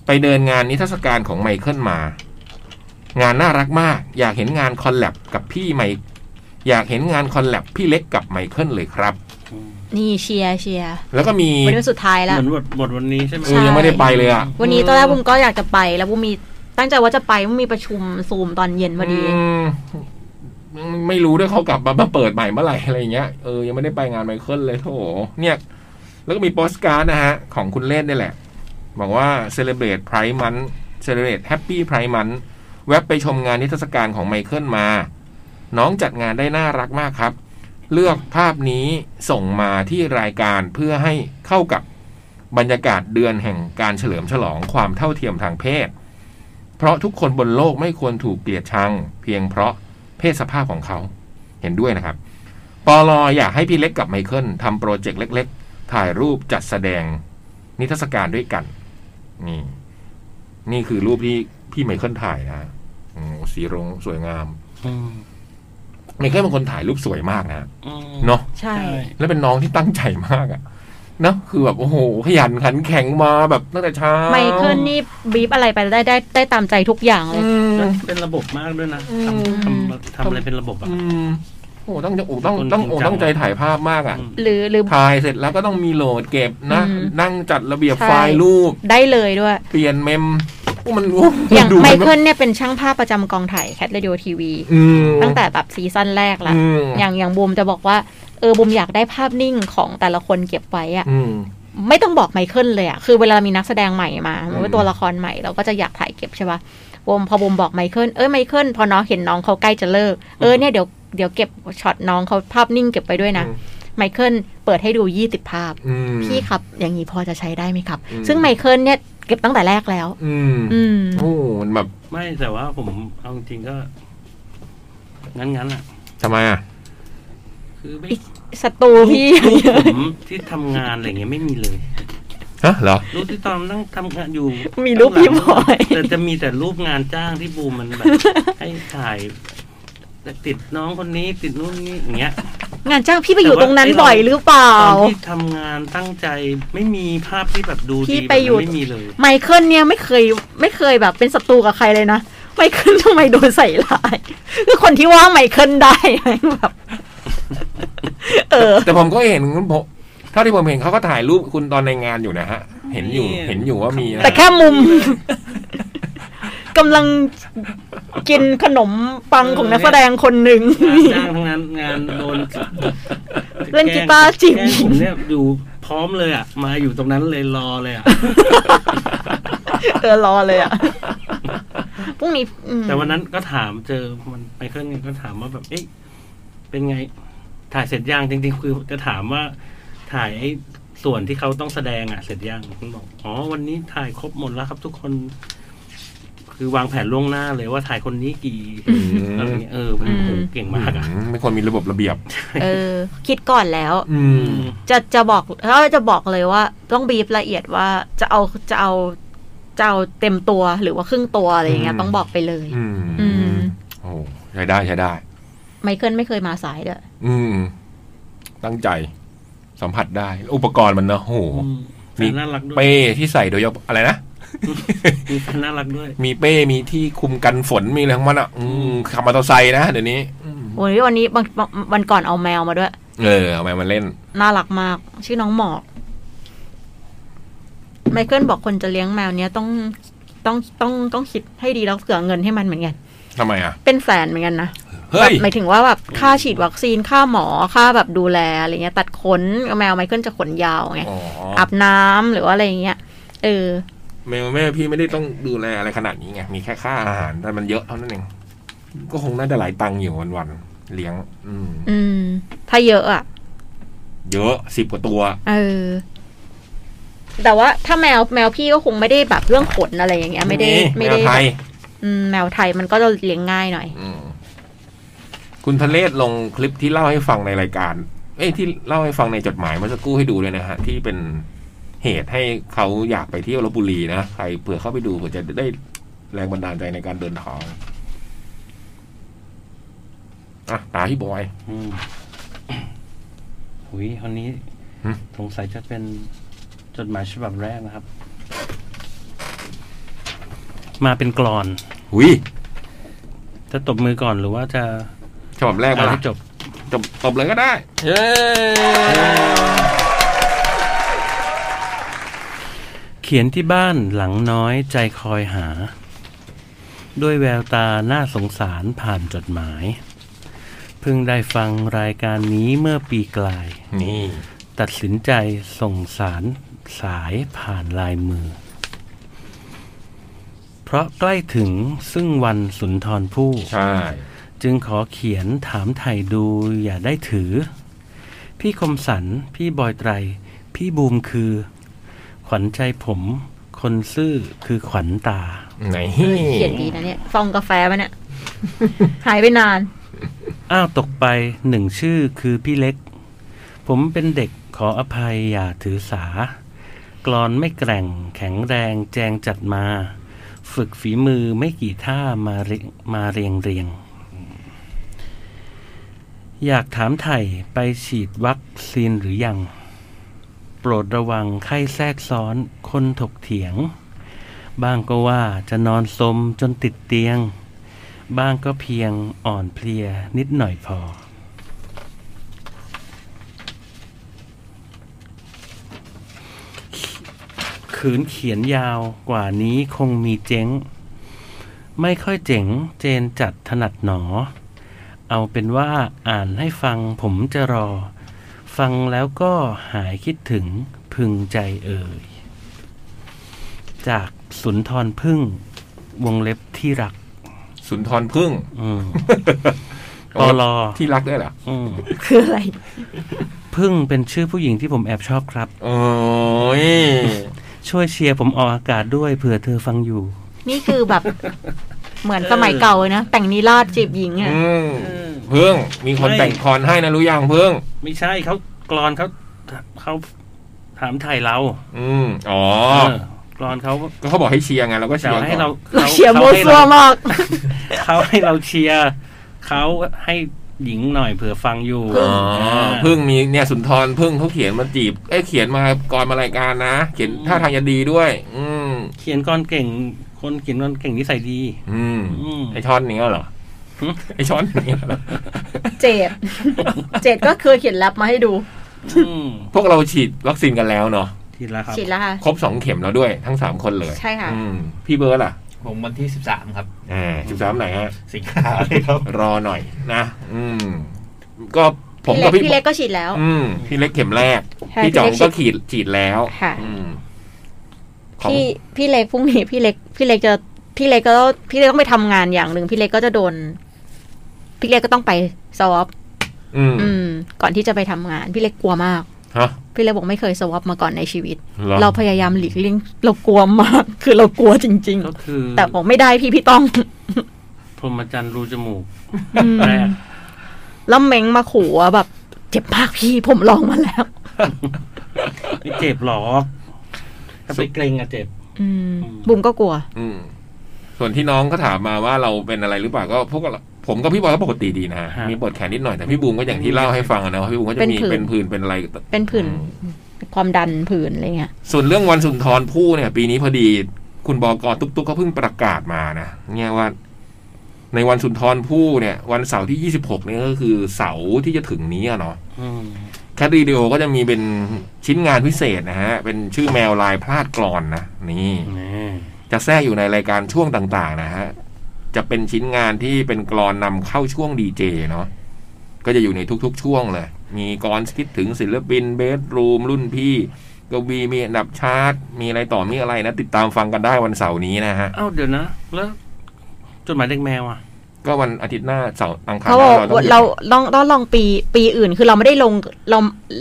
ไปเดินงานนิทรรศการของไมเคิลมา งานน่ารักมาก อยากเห็นงานคอลแลบกับพี่ไม อยากเห็นงานคอลแลบพี่เล็กกับไมเคิลเลยครับ
นี่เชียร์เชียร์
แล้วก็มี
วันนี้วันสุดท้าย
เห
แล้ว
มือนบทบทวันนี้ใช่ไหม
เออยังไม่ได้ไปเลยอ่ะ
วันนี้ตอนแรกบุมก็อยากจะไป แล้วบุมมีตั้งใจว่าจะไปบุมมีประชุมซูมตอนเย็นพอดี
มไม่รู้ด้วยเขากลับมามาเปิดใหม่เมื่อไหร่อะไรอย่างเงี้ยเออยังไม่ได้ไปงานไมเคิลเลยโถเนี่ย แล้วก็มีโปสการ์ดนะฮะ ของคุณเล่นนี่แหละ บอกว่า celebrate pride month celebrate happy pride month แวบไปชมงานนิทรรศการของไมเคิลมา น้องจัดงานได้น่ารักมากครับ เลือกภาพนี้ส่งมาที่รายการเพื่อให้เข้ากับบรรยากาศเดือนแห่งการเฉลิมฉลองความเท่าเทียมทางเพศ เพราะทุกคนบนโลกไม่ควรถูกเกลียดชัง เพียงเพราะเพศสภาพของเขาเห็นด้วยนะครับปอลออยากให้พี่เล็กกับไมเคิลทำโปรเจกต์เล็ก ๆ ถ่ายรูปจัดแสดงนิทรรศการด้วยกัน นี่ นี่คือรูปที่พี่ไมเคิลถ่ายนะอืมสีรงสวยงาม ไมเคิลเป็นคนถ่ายรูปสวยมากนะเนาะ
ใช่
แล้วเป็นน้องที่ตั้งใจมากอะเนอะคือแบบโอ้โหขยันขันแข็งมาแบบตั้งแต่เช้า
ไมเคิลนี่บีบอะไรไปได้ได้ได้ตามใจทุกอย่างเล
อื
ย
ม
เป็นระบบมากด้วยนะ
อืม
ทำทำทำอะไรเป็นระบบอ่ะ
อืมโอ้โหต้องโอ้โหต้อง
คน
ต้อง
จริง
โอ้โห
จัง
ตั้งใจถ่ายภาพมากอะ
อืม
หรือหรือ
ถ่ายเสร็จแล้วก็ต้องมีโหลดเก็บนะ
อืม
นั่งจัดระเบียบ
ใช่
ไฟล์รูป
ได้เลยด้วย
เปลี่ยนเมมโอ้มันโ
อย่าง
ดู
ไม
น
เคิลเนี่ยเป็นช่างภาพประจำกองถ่ายแคทเรดิโอทีวี
อืม
ตั้งแต่แบบซีซั่นแรกละ
อืม
อย่างอย่างบูมจะบอกว่า เออบูมอยากได้ภาพนิ่งของแต่ละคนเก็บไว้อะ
อืม
ไม่ต้องบอกไมเคิลเลยอะคือเวลามีนักแสดงใหม่มาหรือ
อื
ว่าม ตัวละครใหม่เราก็จะอยากถ่ายเก็บใช่ปะบูมพอบูมบอกไมเคิลเออไมเคิลพอน้องเห็นน้องเขาใกล้จะเลิกเออเนี่ยเดี๋ยวเดี๋ยวเก็บช็อตน้องเขาภาพนิ่งเก็บไปด้วยนะไมเคิลเปิดให้ดูยี่สิบภาพ
อืม
พี่ครับ อย่างนี้พอจะใช้ได้ไหมครับ
อืม
ซึ่งไมเคิลเนี่ยเก็บตั้งแต่แรกแล้ว
อืม
อืม
โอ้โหมันแบบ
ไม่แต่ว่าผมเอาจริงๆก็ งั้นงั้นๆอ่ะ
ทำไมอะ
คือ ไม่
ศัตรูพี่
ลูกผมที่ทำงานอะไรเงี้ยไม่มีเลย
ฮะเหรอ
รูปที่ตอนนั่งทำงานอยู่
มีรูปพี่บอย
แต่จะมีแต่รูปงานจ้างที่บูม มันแบบ ให้ถ่ายแต่ติดน้องคนนี้ติดนู่นนี่อย่างเงี้ย
งานจ้างพี่ไปอยู่ตรงนั้น
แต่ว่า
บ่อยหรือเปล่า
ตอนที่ทำงานตั้งใจไม่มีภาพที่แบบดู
พี่
ดี
ไปอยู่
แบบนั้นไม่มีเลย
ไมเคิลเนี่ยไม่เคยไม่เคยแบบเป็นศัตรูกับใครเลยนะไมเคิลทำไมโดนใส่ร้ายคือคนที่ว่าไมเคิลได้ แบบ เออ
แต่ผมก็เห็นผมเท่าที่ผมเห็นเขาก็ถ่ายรูปคุณตอนในงานอยู่นะฮะ เห็นอยู่เห็นอยู่ว่ามีนะ
แต่แค่มุมกำลังกินขนมปังของนักแสดงคนหนึ่ง
งานจ้างทั้งนั้นงานโดน
เล่นกีตาร์จริง
แกล้ผมเนี่ยอยู่พร้อมเลยอ่ะ มาอยู่ตรงนั้นเลยรอเลยอ่ะ
เออรอเลยอ่ะพรุ่งนี้อืม
แต่วันนั้นก็ถามเจอมันไมเคิลเนี่ยก็ถามว่าแบบ เอ๊ะเป็นไง ถ่ายเสร็จยังจริงๆคือจะถามว่า ถ่ายไอ้ส่วนที่เขาต้องแสดงอ่ะ เสร็จยังคุณบอกอ๋อวันนี้ถ่ายครบหมดแล้วครับ ทุกคน คือวางแผนล่วงหน้าเลยว่าถ่ายคนนี้กี่
อืม
อะไรเงี้ยเออโอ้โห
อืม
เก่งมากอ่ะ
อืมไม่ควรมีระบบระเบียบ
เออ คิดก่อนแล้ว
อืม
จะจะบอกแล้วจะบอกเลยว่า ต้องบีบละเอียดว่าจะเอาจะเอาจะเอาเต็มตัวหรือว่าครึ่งตัวอะไรอย่างเงี้ย
อืม
ต้องบอกไปเลย
อืม
อืม
โอ้ใช้ได้ใช้ได้
ไมเคิลไม่เคยมาสายเด้อ
อืม ตั้งใจ สัมผัสได้ อุปกรณ์มันเนอะโอ้โห
อืม
มี
แฟนน่ารักด้วย
เป้ที่ใส่โดยเฉพาะอะไรนะ
มีแฟนน่ารักด้วย
มีเป้มีที่คุมกันฝนมีอะไรของมันอ่ะ อืมขับมอเตอร์ไซค์นะเดี๋ยวนี้
วันนี้วันนี้บางบางวันก่อนเอาแมวมาด้วย
เออเอาไปมาเล่น
น่ารักมาก ชื่อน้องหมอกไมเคิลบอกคนจะเลี้ยงแมวเนี้ยต้องต้องต้องต้องคิดให้ดีแล้วเสียเงินให้มันเหมือนกัน
ทำไมอ่ะ
เป็นแสนเหมือนกันนะ
เฮ้ย
หมายถึงว่าแบบค่าฉีดวัคซีนค่าหมอค่าแบบดูแลอะไรเงี้ย ตัดขนแมวไมเคิลจะขนยาวไง
อ๋อ
อาบน้ำหรือว่าอะไรอย่างเงี้ยเออ
แม่แม่พี่ไม่ได้ต้องดูแลอะไรขนาดนี้ไง มีแค่ค่าอาหารแต่มันเยอะเท่านั้นเอง ก็คงน่าจะหลายตังค์อยู่วันวันๆเลี้ยง อืม
อืม ถ้าเยอะอ่ะ
เยอะสิบกว่าตัว
เออ แต่ว่าถ้าแมวแมวพี่ก็คงไม่ได้แบบเรื่องขนอะไรอย่างเงี้ย ไม่ได้
ไม่
ไม่
ได้
ได้
ไทย
อืมแมวไทยมันก็จะเลี้ยงง่ายหน่อย
อืมคุณทะเลศลงคลิปที่เล่าให้ฟังในรายการ เอ้ยที่เล่าให้ฟังในจดหมายเมื่อสักครู่ให้ดูเลยนะฮะ ที่เป็นเหตุให้เขาอยากไปเที่ยวลบบุรีนะใครเผื่อเข้าไปดูเผื่อจะได้แรงบันดาลใจในการเดินทางอ่ะตาพี่บอย
อืม หุยวันนี้
หึ
สงสัยจะเป็นจดหมายฉบับแรกนะครับ มาเป็นกรอน
หุย
จะตบมือก่อนหรือว่าจะ
ฉบับแรกมา
อ่าน
ละ
ให้จบ
จบตบเลยก็ได้ เย้
เขียนที่บ้านหลังน้อยใจคอยหา ด้วยแววตาน่าสงสารผ่านจดหมาย เพิ่งได้ฟังรายการนี้เมื่อปีกลาย
นี่
ตัดสินใจส่งสารสายผ่านลายมือ เพราะใกล้ถึงซึ่งวันสุนทรภู่
ใช่
จึงขอเขียนถามไถ่ดูอย่าได้ถือ พี่คมสัน พี่บอยไตร พี่บูมคือ ขวัญใจผม คนซื่อคือขวัญตา
ไหน
เขียนดีนะเนี่ยฟองกาแฟมันเนี่ย หายไปนาน
อ้าวตกไปหนึ่งชื่อคือพี่เล็ก ผมเป็นเด็กขออภัยอย่าถือสา กรอนไม่แกร่งแข็งแรงแจงจัดมา ฝึกฝีมือไม่กี่ท่ามาเรียมาเรียงเรียง อยากถามไถ่ไปฉีดวัคซีนหรือยัง โปรดระวังไข้แทรกซ้อนคนถกเถียง บ้างก็ว่าจะนอนสมจนติดเตียง บ้างก็เพียงอ่อนเพลียนิดหน่อยพอ ขืนเขียนยาวกว่านี้คงมีเจ๊ง ไม่ค่อยเจ๋งเจนจัดถนัดหนอ เอาเป็นว่าอ่านให้ฟังผมจะรอ ฟังแล้วก็หายคิดถึงพึงใจเอ่ย จากสุนทรพึ่ง วงเล็บที่รัก
สุนทรพึ่ง
อืม ปอลอ
ที่รักด้วยเหรอ
อืม
คืออะไร
พึ่งเป็นชื่อผู้หญิงที่ผมแอบชอบครับ
โอ้ย
ช่วยเชียร์ผมออกอากาศด้วยเผื่อเธอฟังอยู่
นี่คือแบบ เหมือนสมัยเก่าเลยนะ แต่งนิราชจีบหญิงอ่ะ
อืมพึ่ง มีคน
ไม่
แต่งคอนให้นะรู้ยังพึ่ง
ไม่ใช่เขากรอนเขาเขาถามไทยเรา
อืมอ๋อ
เออกรอนเขา
ก็เขาบอกให้เชียร์ไงเราก็เชี
แต่
ยร์
ให้
ก่อน
เรา
เราเชียร์โมวซัวมาก
เขาให้เราเชียร์เขาให้หญิงหน่อยเผื่อฟังอยู่
อ๋อ
อ่า
พึ่งมีเนี่ยสุนทรพึ่งเขาเขียนมาจีบ เอ้ยเขียนมาก่อนมารายการนะ เขียน
อืม
ท่าทางจะดีด้วย อืม
เขียนกรอนเก่ง คนเขียนกรอนเก่งนิสัยดี
อืม
อืม
ไอช้อนนี้ยเหรอ
หึ
ไอช้อนนี้ยเหรอ
เจดเจดก็เคยเขียนแรปมาให้ดู
อืม
พวกเราฉีดวัคซีนกันแล้วเนาะ
ทีละครับ
ฉีดแล้วค่ะ
ครบสองเข็มแล้วด้วยทั้งสามคนเลย
ใช่ค่ะ
อืมพี่เบิร์ดล่ะ
ผมวันที่ 13 ครับ
อ่าสิบสามไหนฮะ
สิงหาเลยครับ
รอหน่อยนะ อืม ก็ผม
พี่
กับ
เล็ก
พี่
พี่เล็กก็ฉีดแล้ว
อืม พี่เล็กเข็มแรก
ใช่
พี่จ่อง
พี่เล็กฉีด
ก็ขีดฉีดแล้ว
ค่ะ
อืมของ
พี่พี่เล็กพรุ่งนี้พี่เล็กพี่เล็กจะพี่เล็กก็พี่เล็กต้องไปทำงานอย่างหนึ่งพี่เล็กก็จะโดน พี่เล็กก็ต้องไปสวอป
อืม
อืม ก่อนที่จะไปทำงาน พี่เล็กกลัวมาก
ฮะ
พี่เล็กบอกไม่เคยสวอปมาก่อนในชีวิต
หอ
เราพยายามหลีกเลี่ยงเรากลัวมาก คือเรากลัวจริง
ก็คือ
ๆ แต่ผมไม่ได้พี่พี่ ต้อง
พรหมจรรย์รูจมูก
อืม
แรก
แล้วเม้งมาขู่ว่าแบบ เจ็บมากพี่ผมลองมาแล้ว
ไม่เจ็บหรอกถ้าไปเกรงอะเจ็บ
อืมบุมก็กลัว
อืม ส่วนที่น้องก็ถามมาว่าเราเป็นอะไรหรือเปล่าก็พวกเราผมกับพี่บอยก็ปกติดีนะ
ฮะ
มีปวดแขนนิดหน่อยแต่พี่บูมก็อย่างที่เล่าให้ฟังอะนะว่าพี่บูมก็จะมี
เป็นผื่น
เป็นผื่นเป็นอะไร
เป็นผื่นความดันผื่นอะไรเงี้ย
ส่วนเรื่องวันสุนทรภู่เนี่ย ปีนี้พอดี คุณบอกอตุ๊กตุ๊กก็เพิ่งประกาศมานะเนี่ยว่า ในวันสุนทรภู่เนี่ย วันเสาร์ที่ 26เนี่ยก็คือเสาร์ที่จะถึงนี้อะเนาะ
อืม
แคทรีดิโอก็จะมีเป็นชิ้นงานพิเศษนะฮะ เป็นชื่อแมวลายพลาดกรอนนะนี่
นี่
จะแทรกอยู่ในรายการช่วงต่างๆ นะฮะ จะเป็นชิ้นงานที่เป็นกรอนนำเข้าช่วงดีเจเนาะ ก็จะอยู่ในทุกๆ ช่วงเลย มีกรอนคิดถึงศิลปินเบสรูมรุ่นพี่กวีมีอันดับชาร์ตมีอะไรต่อมีอะไรนะ ติดตามฟังกันได้วันเสาร์นี้นะฮะ
เอ้าเดี๋ยวนะ แล้วจดหมายเด็กแมวอ่ะ
ก็วันอาทิตย์หน้าเสาร์อังคาร
เขา
ห
บ
น้
อก
ต้องหยุด
เราลองต้องลองปีปีอื่นคือเราไม่ได้ลงเรา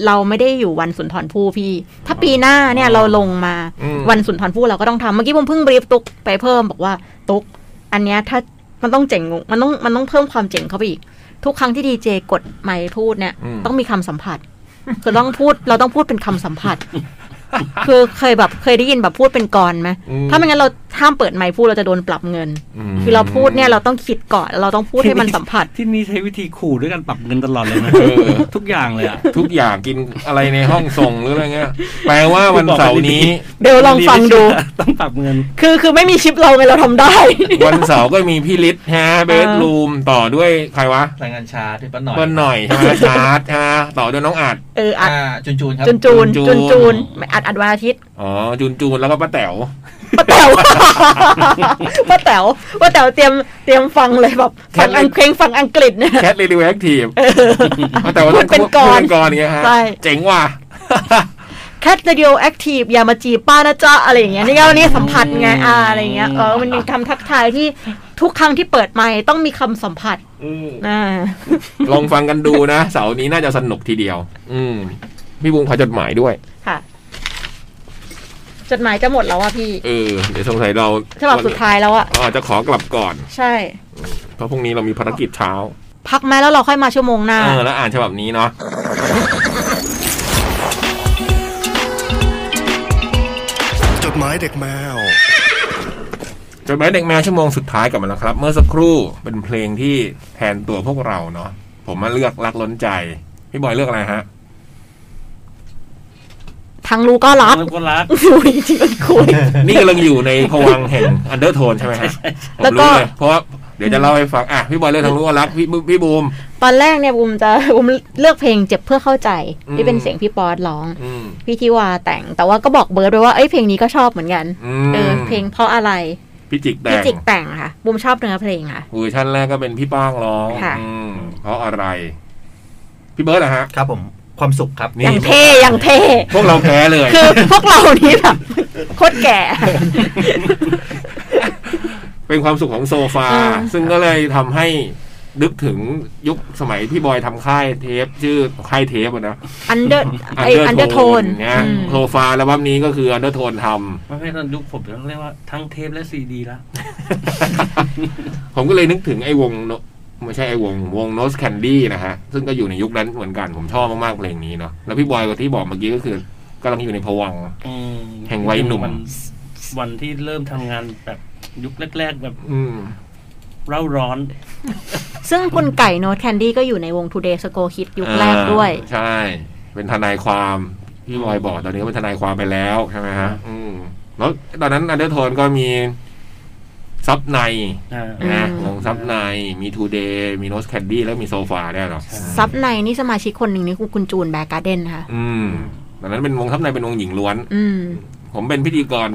เราไม่ได้อยู่วันสุนทรภู่พี่ ถ้าปีหน้าเนี่ยเราลงมา
อืม
วันสุนทรภู่เราก็ต้องทำเมื่อกี้ผมเพิ่งบรีฟตุกไปเพิ่มบอกว่าตุก อันเนี้ยถ้ามันต้องเจ๋งมันต้องมันต้องเพิ่มความเจ๋งเข้าไปอีก ทุกครั้งที่ดีเจกดไมค์พูดเนี่ย ต้องมีคำสัมผัส คือต้องพูดเราต้องพูดเป็นคำสัมผัส คือเคยแบบเคยได้ยินแบบพูดเป็นกรไหม
อืม
ถ้าไม่งั้นเราห้ามเปิดไมค์พูดเราจะโดนปรับเงิน
ม
คือเราพูดเนี่ยเราต้องคิดก่อนเราต้องพูดให้มันสัมผัส
ที่นี่ใช้วิธีขู่ด้วยการปรับเงินตลอดเลยนะ ทุกอย่างเลยอ่ะ
ทุกอย่างกินอะไรในห้องส่งหรืออะไรเงี้ย แปลว่าวันเสาร์นี้
เดี๋ยวลองฟังดู
ต้องปรับเงิน
คือคือไม่มีชิปเราไงเราทำได้
วันเสาร์ก็มีพี่ฤทธิ์ฮะเบสรูมต่อด้วยใครวะ
รายงานช้าที่ป้าหน่อย
เปิ้ลหน่อยใช่ ไหมชาร์ตฮะต่อด้วยน้องอัด
เอออัด
อ่าจุนจูนครับ
จุนจูน
จู
จุ
น
น
จู
จู
น
นอัดอัดวันอาทิตย์
อ๋อจูนจูนแล้วก็ป้าแต๋ว
ป้าแต๋ว ป้าแต๋วป้าแต๋วเตรียมเตรียมฟังเลยแบบ
แค่
ฟัง
เล่
อั
น
งเพลงฟังอังกฤษเนี่ย
แคทเรดิวแอคทีฟป้าแต๋ว
พูดเป็นกร
พูดเป็นกรอย่างเงี้ยฮะ
ใช่
เจ๋งว่ะ
แคทเดียวแอคทีฟอย่ามาจีบป้านะจ๊ะอะไรอย่างเงี้ยนี่ก็วันนี้สัมผัสไงอ่าอะไรอย่างเงี้ยเออมันมีคำทักทายที่ทุกครั้งที่เปิดไมค์ต้องมีคำสัมผัสอ่า
ลองฟังกันดูนะเสาร์นี้น่าจะสนุกทีเดียว อืมพี่บุงขอจดหมายด้วย
ค่ะ จดหมายจะหมดแล้วอะพี่
เออ เดี๋ยวสงสัยเรา
ฉบับสุดท้ายแล้วอะ
เราอาจจะขอกลับก่อน
ใช่
เพราะพรุ่งนี้เรามีภารกิจเช้า
พักไหมแล้วเราค่อยมาชั่วโมงหน้า
เออ แล้วอ่านฉบับนี้เนาะ
จดหมายเด็กแมว
จดหมายเด็กแมวชั่วโมงสุดท้ายกลับมาแล้วครับ เมื่อสักครู่เป็นเพลงที่แทนตัวพวกเราเนาะผมมาเลือกรักล้นใจ พี่บอยเลือกอะไรฮะ
ทางรู้ก็รัก
แล้วก็รัก
รู้จริงๆมันคุย
นี่กำลังอยู่ในภวังค์แห่งอันเดอร์โทนใช่ไหมฮะผม
แล้วก็
รู้เยเพราะว่าเดี๋ยวจะเล่าให้ฟังอ่ะพี่บอยเลือกทางรู้ว่ารักพี่บุ๊พี่บูม
ตอนแรกเนี่ยบุมจะบุมเลือกเพลงเจ็บเพื่อเข้าใจ
อืม
ที่เป็นเสียงพี่ป๊อดร้อง
อืม
พี่ทิวาแต่งแต่ว่าก็บอกเบิร์ดไปว่าเอ้ยเพลงนี้ก็ชอบเหมือนกัน
อืม
เออเพลงเพราะอะไร
พี่จิกแด
พี่
ง
จิกแต่งค่ะบุมชอบเนื้อเพลงค่ะ
เวอร์ชันแรกก็เป็นพี่ป้างร้อง
ค่ะ
อืมเพราะอะไร พี่เบิร์ดนะฮะ
ครับผมความสุขครับ
นี่
อย่างเท่อย่างเท่
พวกเราแพ้เลย
คือพวกเรานี้แบบ โคตรแก่
เป็นความสุขของโซฟา
อ่า
ซึ่งก็เลยทำให้นึกถึงยุคสมัยพี่บอยทำค่ายเทป ชื่อค่ายเทปอะนะ
อันเดอร์ไออันเดอร์โทน
นะโซฟาแล้วบัมนี้ก็คืออันเดอร์โทนท
ไม่ใช่ตอนยุคผมต้องเรียกว่าทั้งเทปและซีดีละ
ำ ผมก็เลยนึกถึงไอ้วงโนไม่ใช่ไอ้วงวงโนสแคนดี้นะฮะ ซึ่งก็อยู่ในยุคนั้นเหมือนกันผมชอบมากๆเพลงนี้เนาะแล้วพี่บอยก็ที่บอกเมื่อกี้ก็คือกำลังอยู่ในภวังค์
อืม
แห่งวัยหนุ่ม
วัวันที่เริ่มทำงานแบบยุคแรก ๆ แบบ
อืม
เร่าร้อน
ซึ่งคุณไก่โนตแคนดี้ก็อยู่ในวง Today s c o Hit ยุคแรกด้วย
อ่าใช่ เป็นทนายความพี่บอยบอกตอนนี้ก็เป็นทนายความไปแล้วใช่ไหมฮะ อืมแล้วตอนนั้นอันเดอร์โทนก็มีซับใน
อ่า
นะ
อืม
วงซับในมีทูเดย์มีโนสแคนดี้แล้วมีโซฟาเนี่ยเหรอ
ซับในนี่สมาชิกคนหนึ่งนี่คือคุณจูนแบกการ์เดนค่ะ
อืมตอนนั้นเป็นวงซับในเป็นวงหญิงล้วน
อืม
ผมเป็นพิธีกร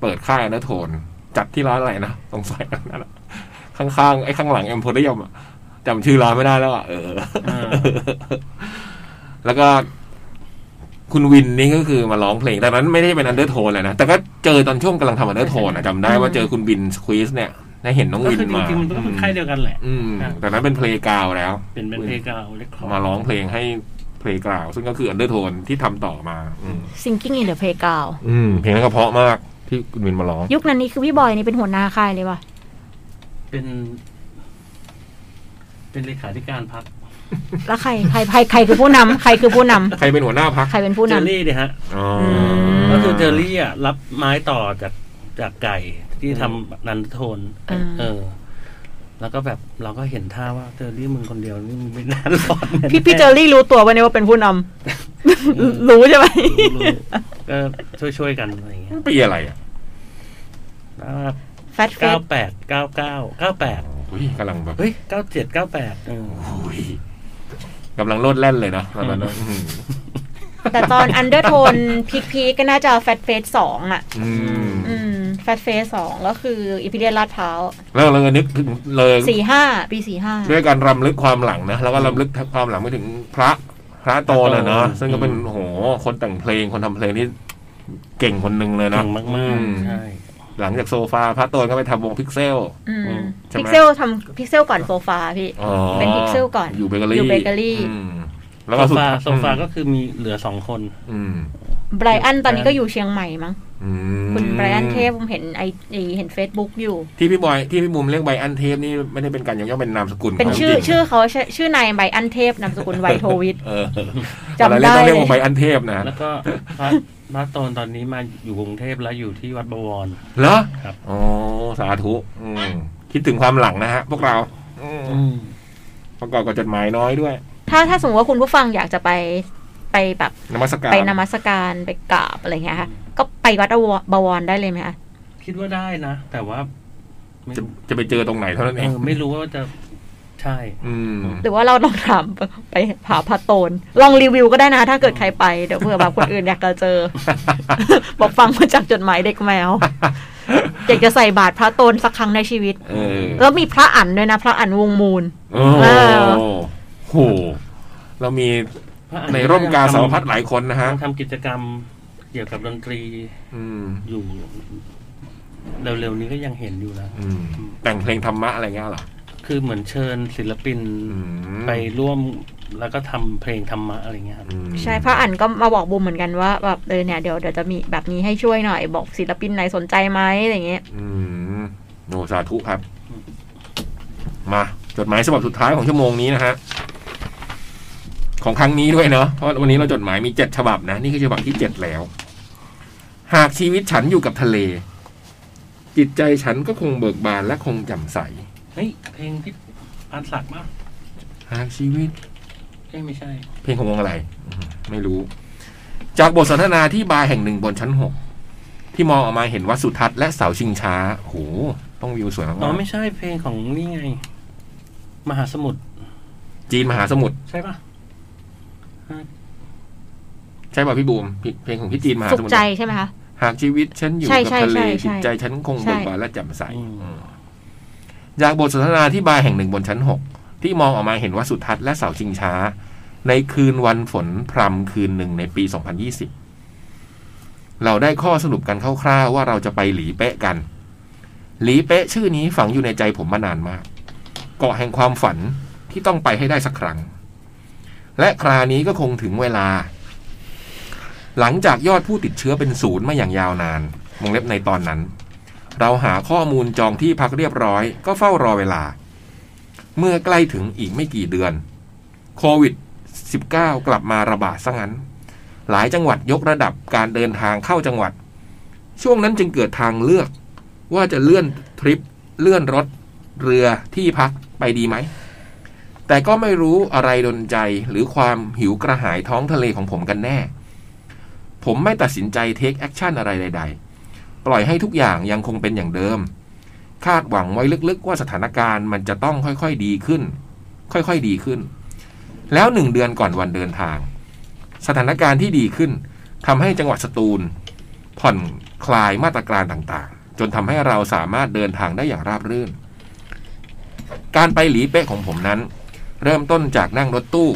เปิดค่ายอันเดอร์โทน จัดที่ร้านอะไรนะตรงซอย นั้นอะข้างๆไอ้ข้างหลังเอ็มโพเรียมอะจำชื่อร้านไม่ได้แล้วอะเออ
อ่า
แล้วก็คุณวินนี่ก็คือมาร้องเพลงแต่นั้นไม่ได้เป็นอันเดอร์โทนเลยนะ แต่ก็เจอตอนช่วงกำลังทำอันเดอร์โทนอะจำได้ว่าเจอคุณวินสควีสเนี่ยได้เห็นน้อง
ก็
วิน
คือจ
มา
ริงๆมันก็คือค่ายเดียวกันแหละ
อืมแต่นั้นเป็นเพลงกาวแล้ว
เป็นเป็นเพลงเก่าเล็กขอ
มาร้องเพลงให้เพลงกาวซึ่งก็คืออันเดอร์โทนที่ทำต่อมา อืม
Singing in the Playground
อืมเพลงนั้นก็เพราะมากที่คุณวินมาร้อง
ยุคนั้นนี่คือพี่บอยนี่เป็นหัวหน้าค่ายเลยป่ะ
เป็น เป็นเลขาธิการพรรค
แล้วใครใครใครใครคือผู้นำใครคือผู้นำ
ใครเป็นหัวหน้าพัก
ใครเป็นผู้
เจ
นำ
อรี่เนี่ยฮะ
อ๋อ
ม
ก็คือเจอรี่อ่ะรับไม้ต่อจากจากไก่ที่ทำนันทโทน
อ่า
เออ แล้วก็แบบเราก็เห็นท่าว่าเจอรี่มึงคนเดียวนี่มึงไม่น่ารอดแน่ๆ
พี่พี่เจอรี่รู้ตัววันนี้ว่าเป็นผู้นำรู้ใช่ไหม
รู้ๆก็ช่วยช่วยๆกันอะไรอย่างเงี้ย
ปีอะไรอ่ะ
แล้ว
แฟตเฟ
เก้า
ส
แปดเก้าเก้าเก้าแปด
อุ้ยกำลังแบบ
เฮ้ยเก้าเจ็ดเก้าแปดเออ
อุ้ยกำลังโลดแล่นเลยนะตอนนั้นนะอืม
แต่ตอนอันเดอร์โทนพีคพีก็น่าจะแฟตเฟสสองอ่ะ
อืม
อืมแฟตเฟสสองก็คืออีพิเรียลาดพร้าว
แล้วเราก็นึกถึงเลย
สี่ห้าปีสี่ห้า
ด้วยการรำลึกความหลังนะแล้วก็รำลึกความหลังไปถึงพระพระโตนะเนาะ
พระโต
ซึ่งก็เป็นโอ้โหคนแต่งเพลงคนทำเพลงที่เก่งคนหนึ่งเลยนะ
เก่งมาก
อืม
ๆใช่
หลังจากโซฟาพระโตนก็ไปทำวงพิกเซล
อืม
ใช่ไหม
พิกเซลทำพิกเซลก่อนโซฟาพี่
อ๋อ
เป็นพิกเซลก่อน
อยู่เบเกอรี่
อยู่เบเกอรี่
มแล้ว
โซ
ก็สุด
ฟาโซฟาก็คือมีเหลือสองคน
อืม
ไบรอันตอนนี้ก็อยู่เชียงใหม่มั้ง
อืม
คุณไบรอันเทพผมเห็นไอเห็นเฟซบุ๊กอยู่
ที่พี่บอยที่พี่มุมเรียกใบอันเทพนี่ไม่ได้เป็นการยกย่องเป็นนามสกุล
เป็น
ขง
ชื่อ
จริง
ชื่อเขาชื่อชื่อนายไบร อันเทพนามสกุลไวโทวิท
เออ
จำได้
เวลาเรียกต้องเรียกว่าใบอันเทพนะ
แล้วก็พระ มาตอนตอนนี้มาอยู่กรุงเทพแล้วอยู่ที่วัดบวร
เหรอ
ครับ
อ๋อสาธุอืมคิดถึงความหลังนะฮะพวกเราอืมประกอบกับจดหมายน้อยด้วย
ถ้าถ้าสมมติว่าคุณผู้ฟังอยากจะไปไปแบบ
นมัสการ
ไปนมัสการไปกราบอะไรเงี้ยค่ะก็ไปวัดอวบวรได้เลยไหมคะ
คิดว่าได้นะ แต่ว่าไม่
จะจะไปเจอตรงไหนเท่านั้นเอ
เอง อไม่รู้ว่าจะใช่
อืม
หรือว่าเราลองถาม ไปผาพระโตน ลองรีวิวก็ได้นะ ถ้าเกิดใครไปเดี๋ยว เผื่อแบบคนอื่นอยากจะเจอ บอกฟังมาจากจดหมายเด็กแมว อยากจะใส่บาตรพระโตนสักครั้งในชีวิต
เออ
แล้วมีพระอั๋นด้วยนะ พระอั๋นวงมูล
โอ้
เออ
โหเรามีในร่มกาสาวพัดหลายคนนะฮะ
ทำทำกิจกรรมเกี่ยวกับดนตรี
อืม
อยู่ เร็วๆนี้ก็ยังเห็นอยู่นะ
อืม แต่งเพลงธรรมะอะไรเงี้ยเหรอ
คือเหมือนเชิญศิลปิน
อืม
ไปร่วมแล้วก็ทำเพลงธรรมะอะไรเงี้ยครับ
อืม
ใช่พระอั๋นก็มาบอกบูมเหมือนกันว่าแบบเออเนี่ยเดี๋ยวเดี๋ยวจะมีแบบนี้ให้ช่วยหน่อย บอกศิลปินไหนสนใจไหมอะไรเงี้ย
อืมโอ้สาธุครับ มาจดหมายฉบับสุดท้ายของชั่วโมงนี้นะฮะ ของครั้งนี้ด้วยเนาะเพราะวันนี้เราจดหมายมีเจ็ดฉบับนะ นี่คือฉบับที่เจ็ดแล้ว หากชีวิตฉันอยู่กับทะเล จิตใจฉันก็คงเบิกบานและคงแจ่มใส
เฮ้ยเพลงที่ปานศักดิ์ป่ะ
หากชีวิต
เอ้ยไม่ใช่
เพลงของวงอะไรอืมไม่รู้ จากบทสนทนาที่บาร์แห่งหนึ่งบนชั้นหกที่มองออกมาเห็นวัดสุทัศน์และเสาชิงช้าโหต้องวิวสวยมาก
อ๋อไม่ใช่เพลงของนี่ไง มหาสมุทร
ๆจีนมหาสมุทร
ใช่ป่ะ
ใช่ป่ะพี่บูมเพลงเพลงของพี่จีนมหา
สุ
ส
ข
มุท
ใจ
ร
ใช่ไหมคะ
หากชีวิตฉันอยู่
ใช่
กับ
ใช่
ทะเล
ใช่ใช่
จิตใจฉันคง
ใช่
เบิกบานและแจ่มใส
อืม
จากบทสนทนาที่บาร์แห่งหนึ่งบนชั้นหกที่มองออกมาเห็นวัดสุทัศน์และเสาชิงช้า ในคืนวันฝนพรำคืนหนึ่งในปี 2020 เราได้ข้อสรุปกันคร่าวๆว่าเราจะไปหลีเป๊ะกัน หลีเป๊ะชื่อนี้ฝังอยู่ในใจผมมานานมาก เกาะแห่งความฝันที่ต้องไปให้ได้สักครั้ง และคราวนี้ก็คงถึงเวลา หลังจากยอดผู้ติดเชื้อเป็นศูนย์มาอย่างยาวนานวงเล็บในตอนนั้น เราหาข้อมูลจองที่พักเรียบร้อย ก็เฝ้ารอเวลา เมื่อใกล้ถึงอีกไม่กี่เดือน โควิด -19 กลับมาระบาดซะงั้น หลายจังหวัดยกระดับการเดินทางเข้าจังหวัด ช่วงนั้นจึงเกิดทางเลือก ว่าจะเลื่อนทริป เลื่อนรถ เรือที่พักไปดีไหม แต่ก็ไม่รู้อะไรดนใจหรือความหิวกระหายท้องทะเลของผมกันแน่ ผมไม่ตัดสินใจเทคแอคชั่นอะไรใด ๆ ปล่อยให้ทุกอย่างยังคงเป็นอย่างเดิม คาดหวังไว้ลึกๆ ว่าสถานการณ์มันจะต้องค่อยๆดีขึ้น ค่อยๆดีขึ้น แล้วหนึ่งเดือนก่อนวันเดินทาง สถานการณ์ที่ดีขึ้นทำให้จังหวัดสตูล ผ่อนคลายมาตรการต่างๆ จนทำให้เราสามารถเดินทางได้อย่างราบรื่น การไปหลีเป๊ะของผมนั้น เริ่มต้นจากนั่งรถตู้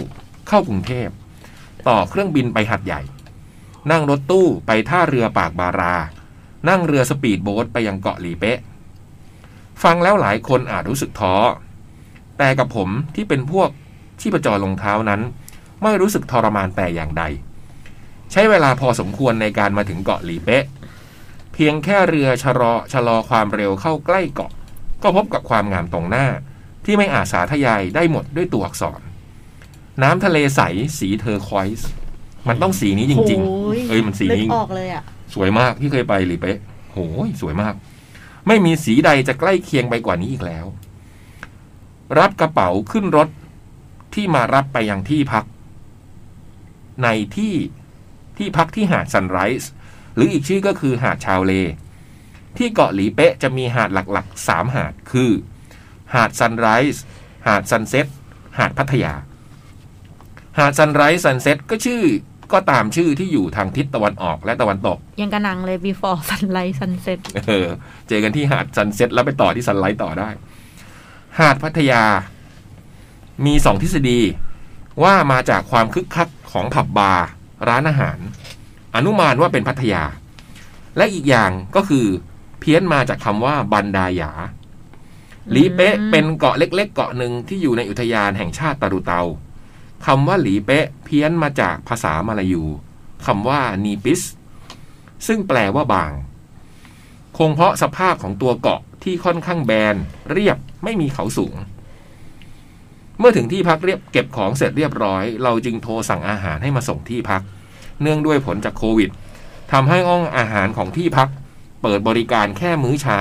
เข้ากรุงเทพ ต่อเครื่องบินไปหัดใหญ่ นั่งรถตู้ไปท่าเรือปากบารา นั่งเรือสปีดโบ๊ทไปยังเกาะหลีเป๊ะ ฟังแล้วหลายคนอาจรู้สึกท้อ แต่กับผมที่เป็นพวกที่ประจรลงเท้านั้น ไม่รู้สึกทรมานแต่อย่างใด ใช้เวลาพอสมควรในการมาถึงเกาะหลีเป๊ะ เพียงแค่เรือชะลอชะลอความเร็วเข้าใกล้เกาะ ก็พบกับความงามตรงหน้า ที่ไม่อาจสาทยายได้หมดด้วยตัวอักษร น้ำทะเลใสสีเทอร์ควอยส์มันต้องสีนี้จริง
โอ้ย
ๆ เอ้ยมันสี
นึก
นี้
ออกเลยอ่ะ
สวยมากที่เคยไปหลีเป๊ะโหยสวยมาก ไม่มีสีใดจะใกล้เคียงไปกว่านี้อีกแล้ว รับกระเป๋าขึ้นรถที่มารับไปยังที่พัก ในที่ที่พักที่หาดซันไรส์หรืออีกชื่อก็คือหาดชาวเล ที่เกาะหลีเป๊ะจะมีหาดหลักๆสามหาดคือ หาดซันไรส์หาดซันเซ็ตหาดพัทยา หาดซันไรส์ซันเซ็ตก็ชื่อก็ตามชื่อที่อยู่ทางทิศตะวันออกและตะวันตก
ยังกระหนังเลย before sunlight sunset
เออเจอกันที่หาดซันเซ็ตแล้วไปต่อที่ซันไลท์ต่อได้ หาดพัทยา มีสองทฤษฎี ว่ามาจากความคึกคักของผับบาร์ร้านอาหาร อนุมานว่าเป็นพัทยา และอีกอย่างก็คือ เพี้ยนมาจากคำว่าบันดาหยาหลีเป๊ะ
อืม
เป็นเกาะเล็กๆ เกาะหนึ่งที่อยู่ในอุทยานแห่งชาติตารุเตาคำว่าหลีเป๊ะเพี้ยนมาจากภาษามาลายูคำว่านีปิส ซึ่งแปลว่าบาง คงเพราะสภาพของตัวเกาะที่ค่อนข้างแบน เรียบไม่มีเขาสูง เมื่อถึงที่พักเรียบเก็บของเสร็จเรียบร้อย เราจึงโทรสั่งอาหารให้มาส่งที่พัก เนื่องด้วยผลจากโควิด ทำให้ห้องอาหารของที่พัก เปิดบริการแค่มื้อเช้า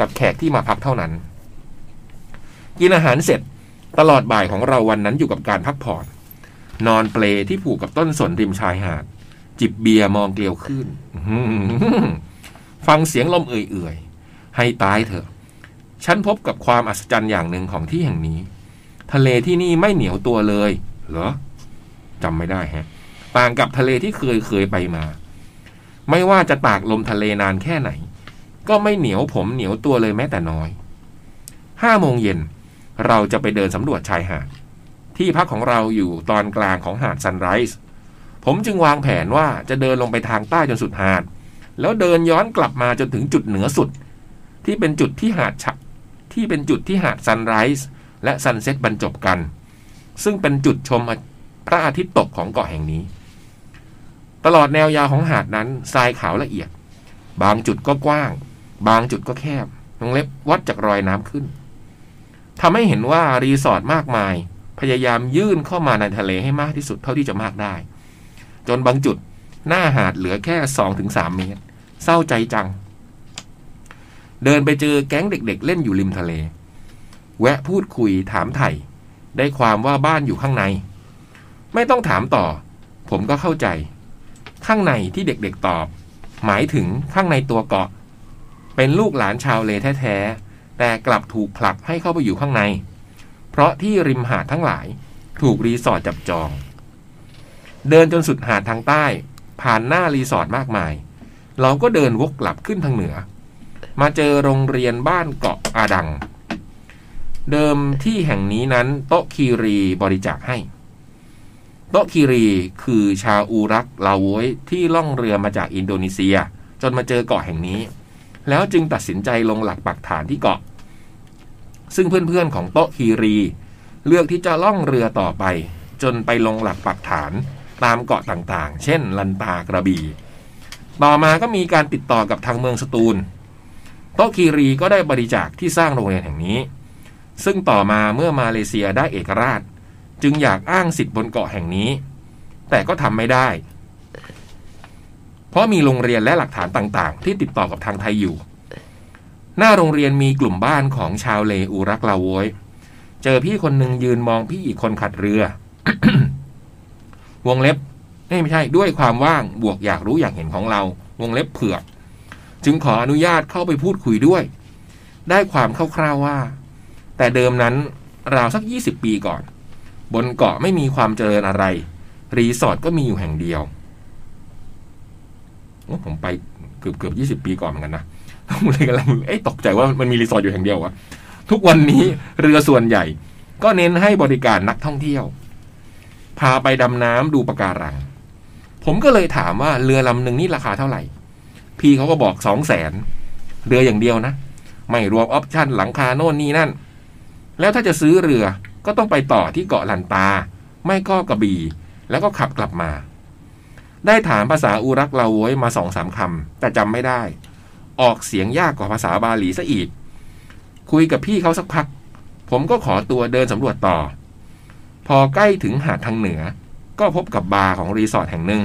กับแขกที่มาพักเท่านั้น กินอาหารเสร็จตลอดบ่ายของเราวันนั้นอยู่กับการพักผ่อน นอนเปลที่ผูกกับต้นสนริมชายหาด จิบเบียร์มองเกลียวขึ้น อื้อหือฟังเสียงลมเอื่อยๆ ให้ตายเถอะ ฉันพบกับความอัศจรรย์อย่างหนึ่งของที่แห่งนี้ ทะเลที่นี่ไม่เหนียวตัวเลย เหรอจำไม่ได้แฮะ ต่างกับทะเลที่เคยเคยไปมา ไม่ว่าจะตากลมทะเลนานแค่ไหน ก็ไม่เหนียวผมเหนียวตัวเลยแม้แต่น้อย ห้าโมงเย็น เราจะไปเดินสำรวจชายหาด ที่พักของเราอยู่ตอนกลางของหาดซันไรส์ ผมจึงวางแผนว่าจะเดินลงไปทางใต้จนสุดหาด แล้วเดินย้อนกลับมาจนถึงจุดเหนือสุด ที่เป็นจุดที่หาดฉะที่เป็นจุดที่หาดซันไรส์และซันเซ็ตบรรจบกัน ซึ่งเป็นจุดชมพระอาทิตย์ตกของเกาะแห่งนี้ ตลอดแนวยาวของหาดนั้นทรายขาวละเอียด บางจุดก็กว้าง บางจุดก็แคบวงเล็บวัดจากรอยน้ำขึ้นทำให้เห็นว่ารีสอร์ทมากมาย พยายามยื่นเข้ามาในทะเลให้มากที่สุดเท่าที่จะมากได้ จนบางจุดหน้าหาดเหลือแค่สองถึงสามเมตร เศร้าใจจัง เดินไปเจอแก๊งเด็กๆ เล่นอยู่ริมทะเล แวะพูดคุยถามไถ่ได้ความว่าบ้านอยู่ข้างใน ไม่ต้องถามต่อ ผมก็เข้าใจ ข้างในที่เด็กๆตอบ หมายถึงข้างในตัวเกาะ เป็นลูกหลานชาวเลแท้ๆ แต่กลับถูกผลักให้เข้าไปอยู่ข้างใน เพราะที่ริมหาดทั้งหลาย ถูกรีสอร์ทจับจอง เดินจนสุดหาดทางใต้ ผ่านหน้ารีสอร์ทมากมาย เราก็เดินวกกลับขึ้นทางเหนือ มาเจอโรงเรียนบ้านเกาะอาดัง เดิมที่แห่งนี้นั้นโต๊ะคีรีบริจาคให้ โต๊ะคีรีคือชาวอูรักลาโวยที่ล่องเรือมาจากอินโดนีเซีย จนมาเจอเกาะแห่งนี้ แล้วจึงตัดสินใจลงหลักปักฐานที่เกาะ ซึ่งเพื่อนๆของโต๊ะคีรี เลือกที่จะล่องเรือต่อไป จนไปลงหลักปักฐานตามเกาะต่างๆ เช่น ลันตากระบี่ ต่อมาก็มีการติดต่อกับทางเมืองสตูล โต๊ะคีรีก็ได้บริจาคที่สร้างโรงเรียนแห่งนี้ ซึ่งต่อมาเมื่อมาเลเซียได้เอกราช จึงอยากอ้างสิทธิ์บนเกาะแห่งนี้ แต่ก็ทำไม่ได้ เพราะมีโรงเรียนและหลักฐานต่างๆ ที่ติดต่อกับทางไทยอยู่ หน้าโรงเรียนมีกลุ่มบ้านของชาวเลอูรักลาโวยเจอพี่คนหนึ่งยืนมองพี่อีกคนขัดเรือ วงเล็บเอ้ยไม่ใช่ด้วยความว่างบวกอยากรู้อยากเห็นของเรา วงเล็บเผือก จึงขออนุญาตเข้าไปพูดคุยด้วย ได้ความคร่าวๆว่า แต่เดิมนั้นราวสัก 20 ปีก่อน บนเกาะไม่มีความเจริญอะไร รีสอร์ทก็มีอยู่แห่งเดียวโอ้ผมไปเกือบเกือบยี่สิบปีก่อนเหมือนกันนะ ผมเลยกำลังเอ้ยตกใจว่ามันมีรีสอร์ทอยู่แห่งเดียววะทุกวันนี้เรือส่วนใหญ่ ก็เน้นให้บริการนักท่องเที่ยว พาไปดำน้ำดูปะการัง ผมก็เลยถามว่าเรือลำหนึ่งนี่ราคาเท่าไหร่ พี่เขาก็บอกสองแสนเรืออย่างเดียวนะ ไม่รวมออปชั่นหลังคาโน่นนี่นั่น แล้วถ้าจะซื้อเรือก็ต้องไปต่อที่เกาะลันตา ไม่ก็กระบี่ แล้วก็ขับกลับมา ได้ถามภาษาอูรักเราโว้ยมาสองสามคำแต่จำไม่ได้ ออกเสียงยากกว่าภาษาบาหลีซะอีก คุยกับพี่เขาสักพัก ผมก็ขอตัวเดินสำรวจต่อ พอใกล้ถึงหาดทางเหนือ ก็พบกับบาร์ของรีสอร์ทแห่งหนึ่ง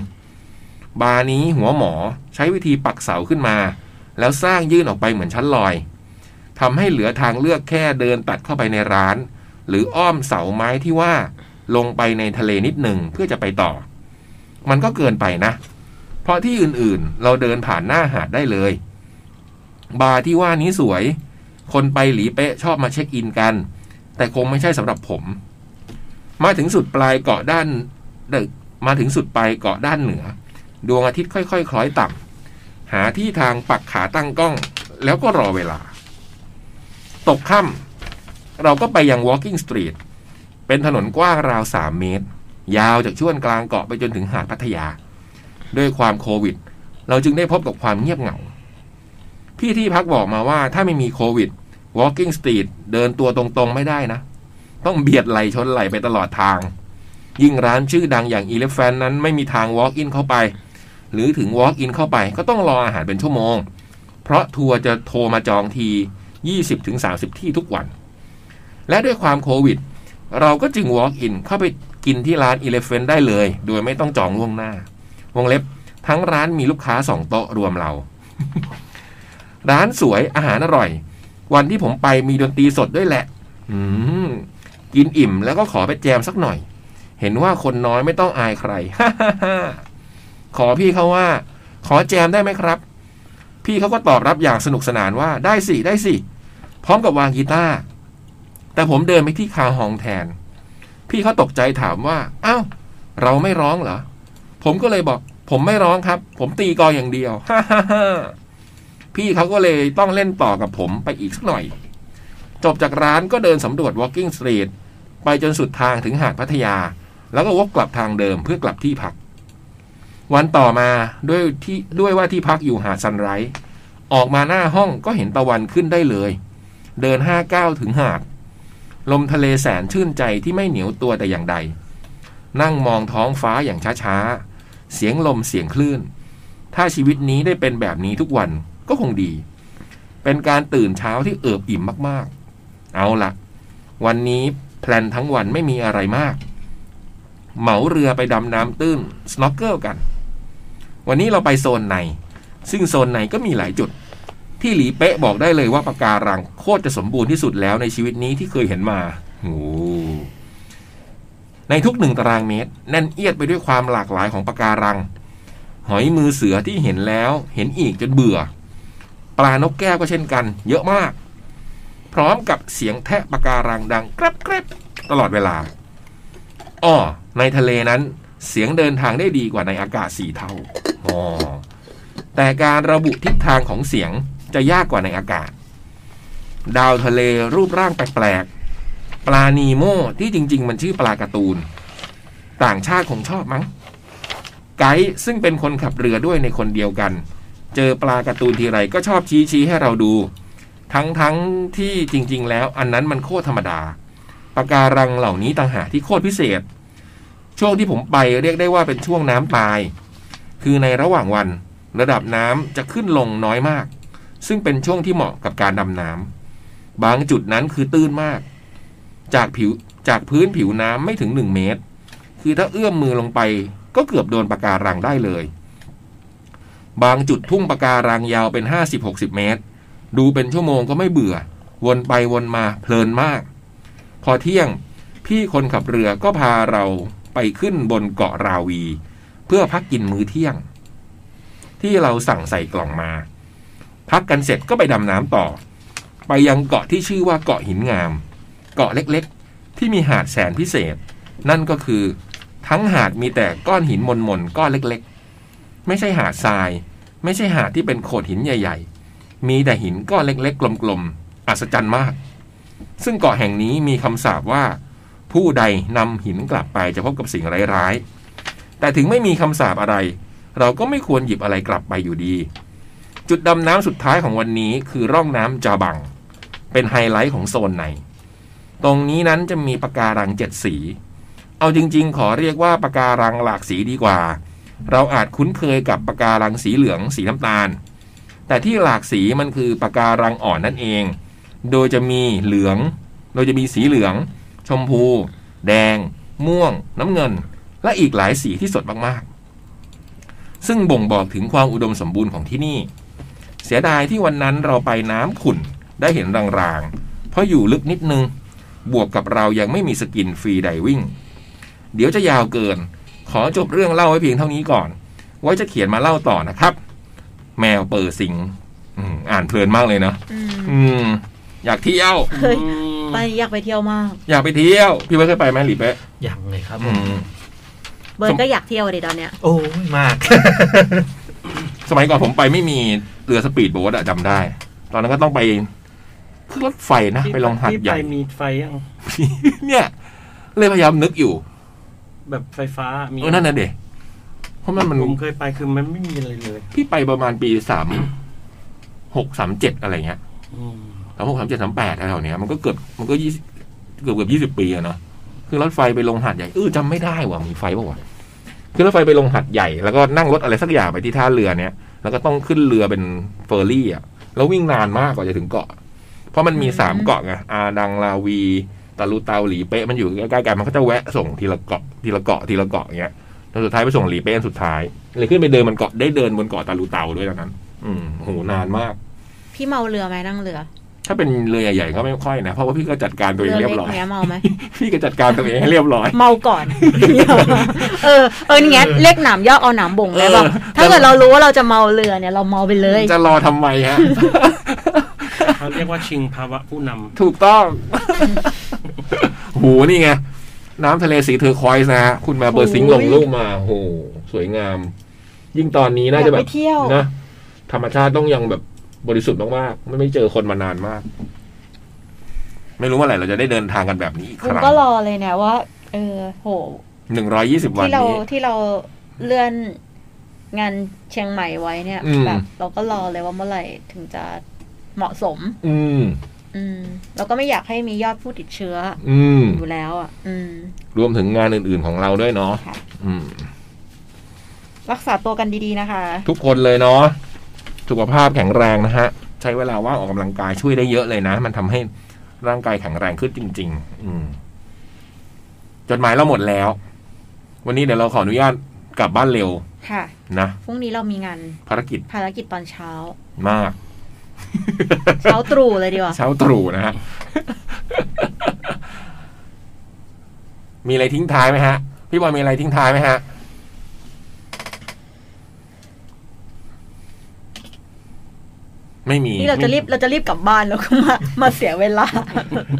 บาร์นี้หัวหมอใช้วิธีปักเสาขึ้นมา แล้วสร้างยื่นออกไปเหมือนชั้นลอยทำให้เหลือทางเลือกแค่เดินตัดเข้าไปในร้าน หรืออ้อมเสาไม้ที่ว่าลงไปในทะเลนิดหนึ่งเพื่อจะไปต่อ มันก็เกินไปนะ เพราะที่อื่นๆ เราเดินผ่านหน้าหาดได้เลย บาร์ที่ว่านี้สวย คนไปหลีเป๊ะชอบมาเช็คอินกัน แต่คงไม่ใช่สำหรับผม มาถึงสุดปลายเกาะด้านเดกมาถึงสุดปลายเกาะด้านเหนือ ดวงอาทิตย์ค่อยๆ คล้อยต่ำหาที่ทางปักขาตั้งกล้อง แล้วก็รอเวลา ตกค่ำเราก็ไปยัง Walking Street เป็นถนนกว้างราว 3 เมตร ยาวจากช่วงกลางเกาะไปจนถึงหาดพัทยา ด้วยความโควิด เราจึงได้พบกับความเงียบเหงา พี่ที่พักบอกมาว่าถ้าไม่มีโควิด Walking Street เดินตัวตรงๆไม่ได้นะ ต้องเบียดไหลชนไหลไปตลอดทาง ยิ่งร้านชื่อดังอย่าง Elephant นั้นไม่มีทาง Walk in เข้าไป หรือถึง Walk in เข้าไปก็ต้องรออาหารเป็นชั่วโมง เพราะทัวร์จะโทรมาจองที 20-30 ที่ทุกวัน และด้วยความโควิด เราก็จึง walk in เข้าไปกินที่ร้าน Elephant ได้เลย โดยไม่ต้องจองล่วงหน้า วงเล็บ ทั้งร้านมีลูกค้าสองโต๊ะรวมเรา ร้านสวยอาหารอร่อย วันที่ผมไปมีดนตรีสดด้วยแหละ อืม กินอิ่มแล้วก็ขอไปแจมสักหน่อย เห็นว่าคนน้อยไม่ต้องอายใคร ขอพี่เขาว่า ขอแจมได้ไหมครับ พี่เขาก็ตอบรับอย่างสนุกสนานว่าได้สิได้สิ พร้อมกับวางกีตาร์แต่ผมเดินไปที่คาฮองแทน พี่เขาตกใจถามว่า อ้าว เราไม่ร้องเหรอ ผมก็เลยบอก ผมไม่ร้องครับ ผมตีกลองอย่างเดียว พี่เขาก็เลยต้องเล่นต่อกับผมไปอีกสักหน่อย จบจากร้านก็เดินสำรวจ Walking Street ไปจนสุดทางถึงหาดพัทยา แล้วก็วกกลับทางเดิมเพื่อกลับที่พัก วันต่อมาด้วยที่ด้วยว่าที่พักอยู่หาดซันไรส์ออกมาหน้าห้องก็เห็นตะวันขึ้นได้เลย เดินห้าก้าวถึงหาด ลมทะเลแสนชื่นใจที่ไม่เหนียวตัวแต่อย่างใด นั่งมองท้องฟ้าอย่างช้าๆ เสียงลมเสียงคลื่น ถ้าชีวิตนี้ได้เป็นแบบนี้ทุกวันก็คงดี เป็นการตื่นเช้าที่เอิบอิ่มมากๆ เอาละวันนี้แพลนทั้งวันไม่มีอะไรมาก เหมาเรือไปดำน้ำตื้นสโนว์เกิลกัน วันนี้เราไปโซนใน ซึ่งโซนในก็มีหลายจุด ที่หลีเป๊ะบอกได้เลยว่าปะการังโคตรจะสมบูรณ์ที่สุดแล้วในชีวิตนี้ที่เคยเห็นมาโอ้โหในทุกหนึ่งตารางเมตร แน่นเอียดไปด้วยความหลากหลายของปะการัง หอยมือเสือที่เห็นแล้ว เห็นอีกจนเบื่อ ปลานกแก้วก็เช่นกัน เยอะมาก พร้อมกับเสียงแทะปะการังดังกรับกรับตลอดเวลาอ้อในทะเลนั้นเสียงเดินทางได้ดีกว่าในอากาศสี่เท่าอ๋อ แต่การระบุทิศทางของเสียงจะยากกว่าในอากาศ ดาวทะเลรูปร่างแปลกๆ ปลานีโมที่จริง ๆ มันชื่อปลาการ์ตูน ต่างชาติคงชอบมั้ง ไกด์ซึ่งเป็นคนขับเรือด้วยในคนเดียวกัน เจอปลาการ์ตูนทีไรก็ชอบชี้ชี้ให้เราดู ทั้งๆที่จริง ๆ แล้วอันนั้นมันโคตรธรรมดาปะการังเหล่านี้ต่างหากที่โคตรพิเศษ ช่วงที่ผมไปเรียกได้ว่าเป็นช่วงน้ำตาย คือในระหว่างวันระดับน้ำจะขึ้นลงน้อยมาก ซึ่งเป็นช่วงที่เหมาะกับการดำน้ำบางจุดนั้นคือตื้นมาก จากผิวจากพื้นผิวน้ำไม่ถึง 1 เมตร คือถ้าเอื้อมมือลงไป ก็เกือบโดนปะการังได้เลย บางจุดทุ่งปะการังยาวเป็น 50-60 เมตร ดูเป็นชั่วโมงก็ไม่เบื่อ วนไปวนมาเพลินมาก พอเที่ยงพี่คนขับเรือก็พาเราไปขึ้นบนเกาะราวี เพื่อพักกินมื้อเที่ยง ที่เราสั่งใส่กล่องมา พักกันเสร็จก็ไปดำน้ำต่อ ไปยังเกาะที่ชื่อว่าเกาะหินงาม เกาะเล็กๆ ที่มีหาดแสนพิเศษ นั่นก็คือ ทั้งหาดมีแต่ก้อนหินมนมนๆก้อนเล็กๆ ไม่ใช่หาดทราย ไม่ใช่หาดที่เป็นโขดหินใหญ่ ๆ มีแต่หินก้อนเล็กๆ กลมๆ อัศจรรย์มาก ซึ่งเกาะแห่งนี้มีคำสาปว่า ผู้ใดนำหินกลับไปจะพบกับสิ่งร้ายๆ แต่ถึงไม่มีคำสาปอะไร เราก็ไม่ควรหยิบอะไรกลับไปอยู่ดี จุดดำน้ำสุดท้ายของวันนี้คือร่องน้ำจาบัง เป็นไฮไลท์ของโซนใน ตรงนี้นั้นจะมีปะการังเจ็ดสี เอาจริงๆ ขอเรียกว่าปะการังหลากสีดีกว่า เราอาจคุ้นเคยกับปะการังสีเหลืองสีน้ำตาล แต่ที่หลากสีมันคือปะการังอ่อนนั่นเอง โดยจะมีเหลือง โดยจะมีสีเหลือง ชมพู แดง ม่วง น้ำเงิน และอีกหลายสีที่สดมากๆ ซึ่งบ่งบอกถึงความอุดมสมบูรณ์ของที่นี่ เสียดายที่วันนั้นเราไปน้ำขุ่นได้เห็นรางๆ เพราะอยู่ลึกนิดนึง บวกกับเรายังไม่มีสกินฟรีไดวิ่ง เดี๋ยวจะยาวเกิน ขอจบเรื่องเล่าไว้เพียงเท่านี้ก่อน ไว้จะเขียนมาเล่าต่อนะครับ แมวเปอร์สิงอืมอ่านเพลินมากเลยเนาะ
อืม
อืม อยากเที่ยว
เคยไปอยากไปเที่ยวมาก
อยากไปเที่ยว พี่เบิร์ดเคยไปไหมหลีเป๊ะ
ยังเลยครับ
อืม
เบิร์
ส
น
ม
ก็อยากเที่ยวดิตอนเนี้ย
โอ้ยมาก
สมัยก่อนผมไปไม่มีเรือสปีดโบ๊ทอะจำได้ ตอนนั้นก็ต้องไปขึ้นรถไฟนะไปลงหัด
ที่
ใหญ่
ไปมีไฟยัง
เนี่ยเลยพยายามนึกอยู่
แบบไฟฟ้ามี
เออนั่นน่ะเด็เพราะมันมัน
ผมเคยไปคือมันไม่มีอะไรเลย
พี่ไปประมาณปีสามหกสามเจ็ดอะไรเงี้ย
อืม
สามหกสามเจ็ดสามแปดแถวๆเนี้ยมันก็เกือบมันก็ยี่เกือบเกือบยี่สิบปีอะเนาะคือรถไฟไปลงหัดใหญ่เออจำไม่ได้ว่ะมีไฟป่าวะคือรถไฟไปลงหัดใหญ่แล้วก็นั่งรถอะไรสักอย่างไปที่ท่าเรือเนี้ยแล้วก็ต้องขึ้นเรือเป็นเฟอร์รี่อ่ะแล้ววิ่งนานมากกว่าจะถึงเกาะ เพราะมันมีสามเกาะไงอาดังลาวีตะลุเตาหลีเป๊ะมันอยู่ใกล้ๆกันมันก็จะแวะส่งทีละเกาะทีละเกาะทีละเกาะอย่างเงี้ย แล้วสุดท้ายไปส่งหลีเป้อันสุดท้ายเลยขึ้นไปเดินบนเกาะได้เดินบนเกาะตาลูเตาด้วยตอนนั้น อืมโหนานมาก
พี่เมาเรือไหมนั่งเรือ
ถ้าเป็นเรือใหญ่ๆก็ไม่ค่อยนะเพราะว่าพี่ก็จัดการตัวเอง
เรือ
เรีย
เล็
บ
ก
ร้อย
เนี้ยเมา ไหม
พี่ก็จัดการตัวเองให้เรียบร้อย
เมาก่อน เออเอออย่างเงี้ยเรียกหนามย่อเอาหนามบ่งได้ป่ะ
เออ
ถ้าเกิดเรารู้ว่าเราจะเมาเรือเนี่ยเราเมาไปเลย
จะรอทำไม ฮะ
เขาเรียกว่าชิงภาวะผู้นำ
ถูกต้อง หูนี่ไง น้ำทะเลสีเทอร์ควอยส์นะฮะ คุณมาเบอร์ซิงค์ลงรูปมาโหสวยงาม ยิ่งตอนนี้น่าจะแบ
ไป
บ
เที่ยว
นะธรรมชาติต้องยังแบบบริสุทธิ์มากๆไม่ไม่เจอคนมานานมาก ไม่รู้เมื่อไหร่เราจะได้เดินทางกันแบบนี้อีกค
คุณ
รั้ง
ก็รอเลยเนี่ยว่า เออโห
หนึ่งร้อยยี่สิบวัน
ที่เรา
นี้
ที่เราเลื่อนงานเชียงใหม่ไว้เนี่ย
อืม
แบบ เราก็รอเลยว่าเมื่อไหร่ถึงจะเหมาะสม
อืม
อืมเราก็ไม่อยากให้มียอดผู้ติดเชื้อ
อืม
อยู่แล้วอ่ะ อืม
รวมถึงงานอื่นๆของเราด้วยเนาะ
ค่ะ
อืม
รักษาตัวกันดีๆนะคะ
ทุกคนเลยเนาะสุขภาพแข็งแรงนะฮะ ใช้เวลาว่างออกกำลังกายช่วยได้เยอะเลยนะ มันทำให้ร่างกายแข็งแรงขึ้นจริง ๆ อืมจดหมายเราหมดแล้ว วันนี้เดี๋ยวเราขออนุญาตกลับบ้านเร็ว
ค่ะ
นะ
พรุ่งนี้เรามีงาน
ภารกิจ
ภารกิจตอนเช้า
มาก
เช้าตรู่เลยดีกว่า
เช้าตรู่นะฮะ มีอะไรทิ้งท้ายไหมฮะ พี่บอลมีอะไรทิ้งท้ายไหมฮะ ไม่มี
นี่เราจะรีบเราจะรีบกลับบ้านแล้วก็ มามาเสียเวลา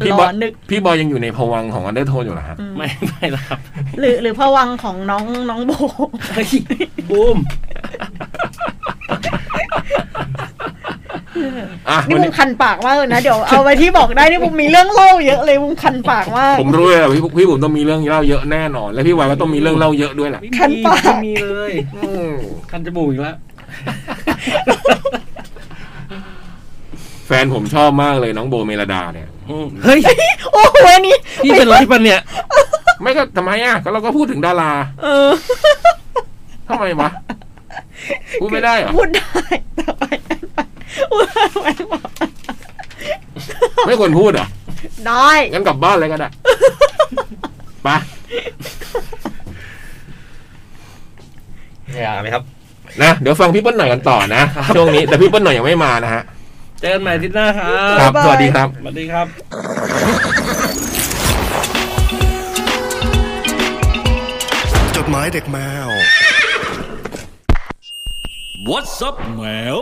พี่
ร้
บอ
อ
ล
นนึก
พี่บอยยังอยู่ในภวังค์ของอันเดอร์โทนอยู่เหรอฮะ
ไม่ไม่หรอก ครับ
หรือหรือพวังค์ของน้องน้อง โบ
เฮ้ยบูม
อ่ะ
นี่
วัน
มุ
นี้
มคันปากมากเลยนะ เดี๋ยวเอาไปที่บอกได้นี่มุมมีเรื่องเล่าเยอะเลยมุมคันปากมาก
ผมรู้เลยว่าพี่พี่ผมต้องมีเรื่องเล่าเยอะแน่นอน และพี่วายก็ต้องมีเรื่องเล่าเยอะด้วยแหละ
คันปาก
ไม่มีเลย
อืม
คันจมูกอีกแล้ว
แฟนผมชอบมากเลยน้องโบเมลดาเนี่ย
เฮ้ย
โอ้โหอันนี้
พี่เป็นไรปะเนี่ย
ไม่ก็ทำไมอ่ะก็เราก็พูดถึงดารา
เออ
ทำไมวะพูดไม่ ได้เหรอ
พูดได้แต่ไปพูดไม่ได้
ไม่ควรพูดเหรอ
ได้
งั้นกลับบ้านเลยก็ ได้ ไป
อยากไหมครับ
นะ เดี๋ยวฟังพี่เปิ้ลหน่อยกันต่อนะ ช่วงนี้ แต่พี่เปิ้ลหน่อยยังไม่มานะฮะ
เจอกันใหม่อาทิตย์หน้าครั
ครับ บ สวัสดีครับ
สวัสดีครับ
จดหมายเด็กแมว
What's up แมว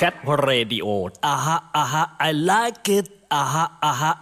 Cat Radio อ่ะฮะอ่ะฮะ I like it อ่ะฮะอ่ะฮะ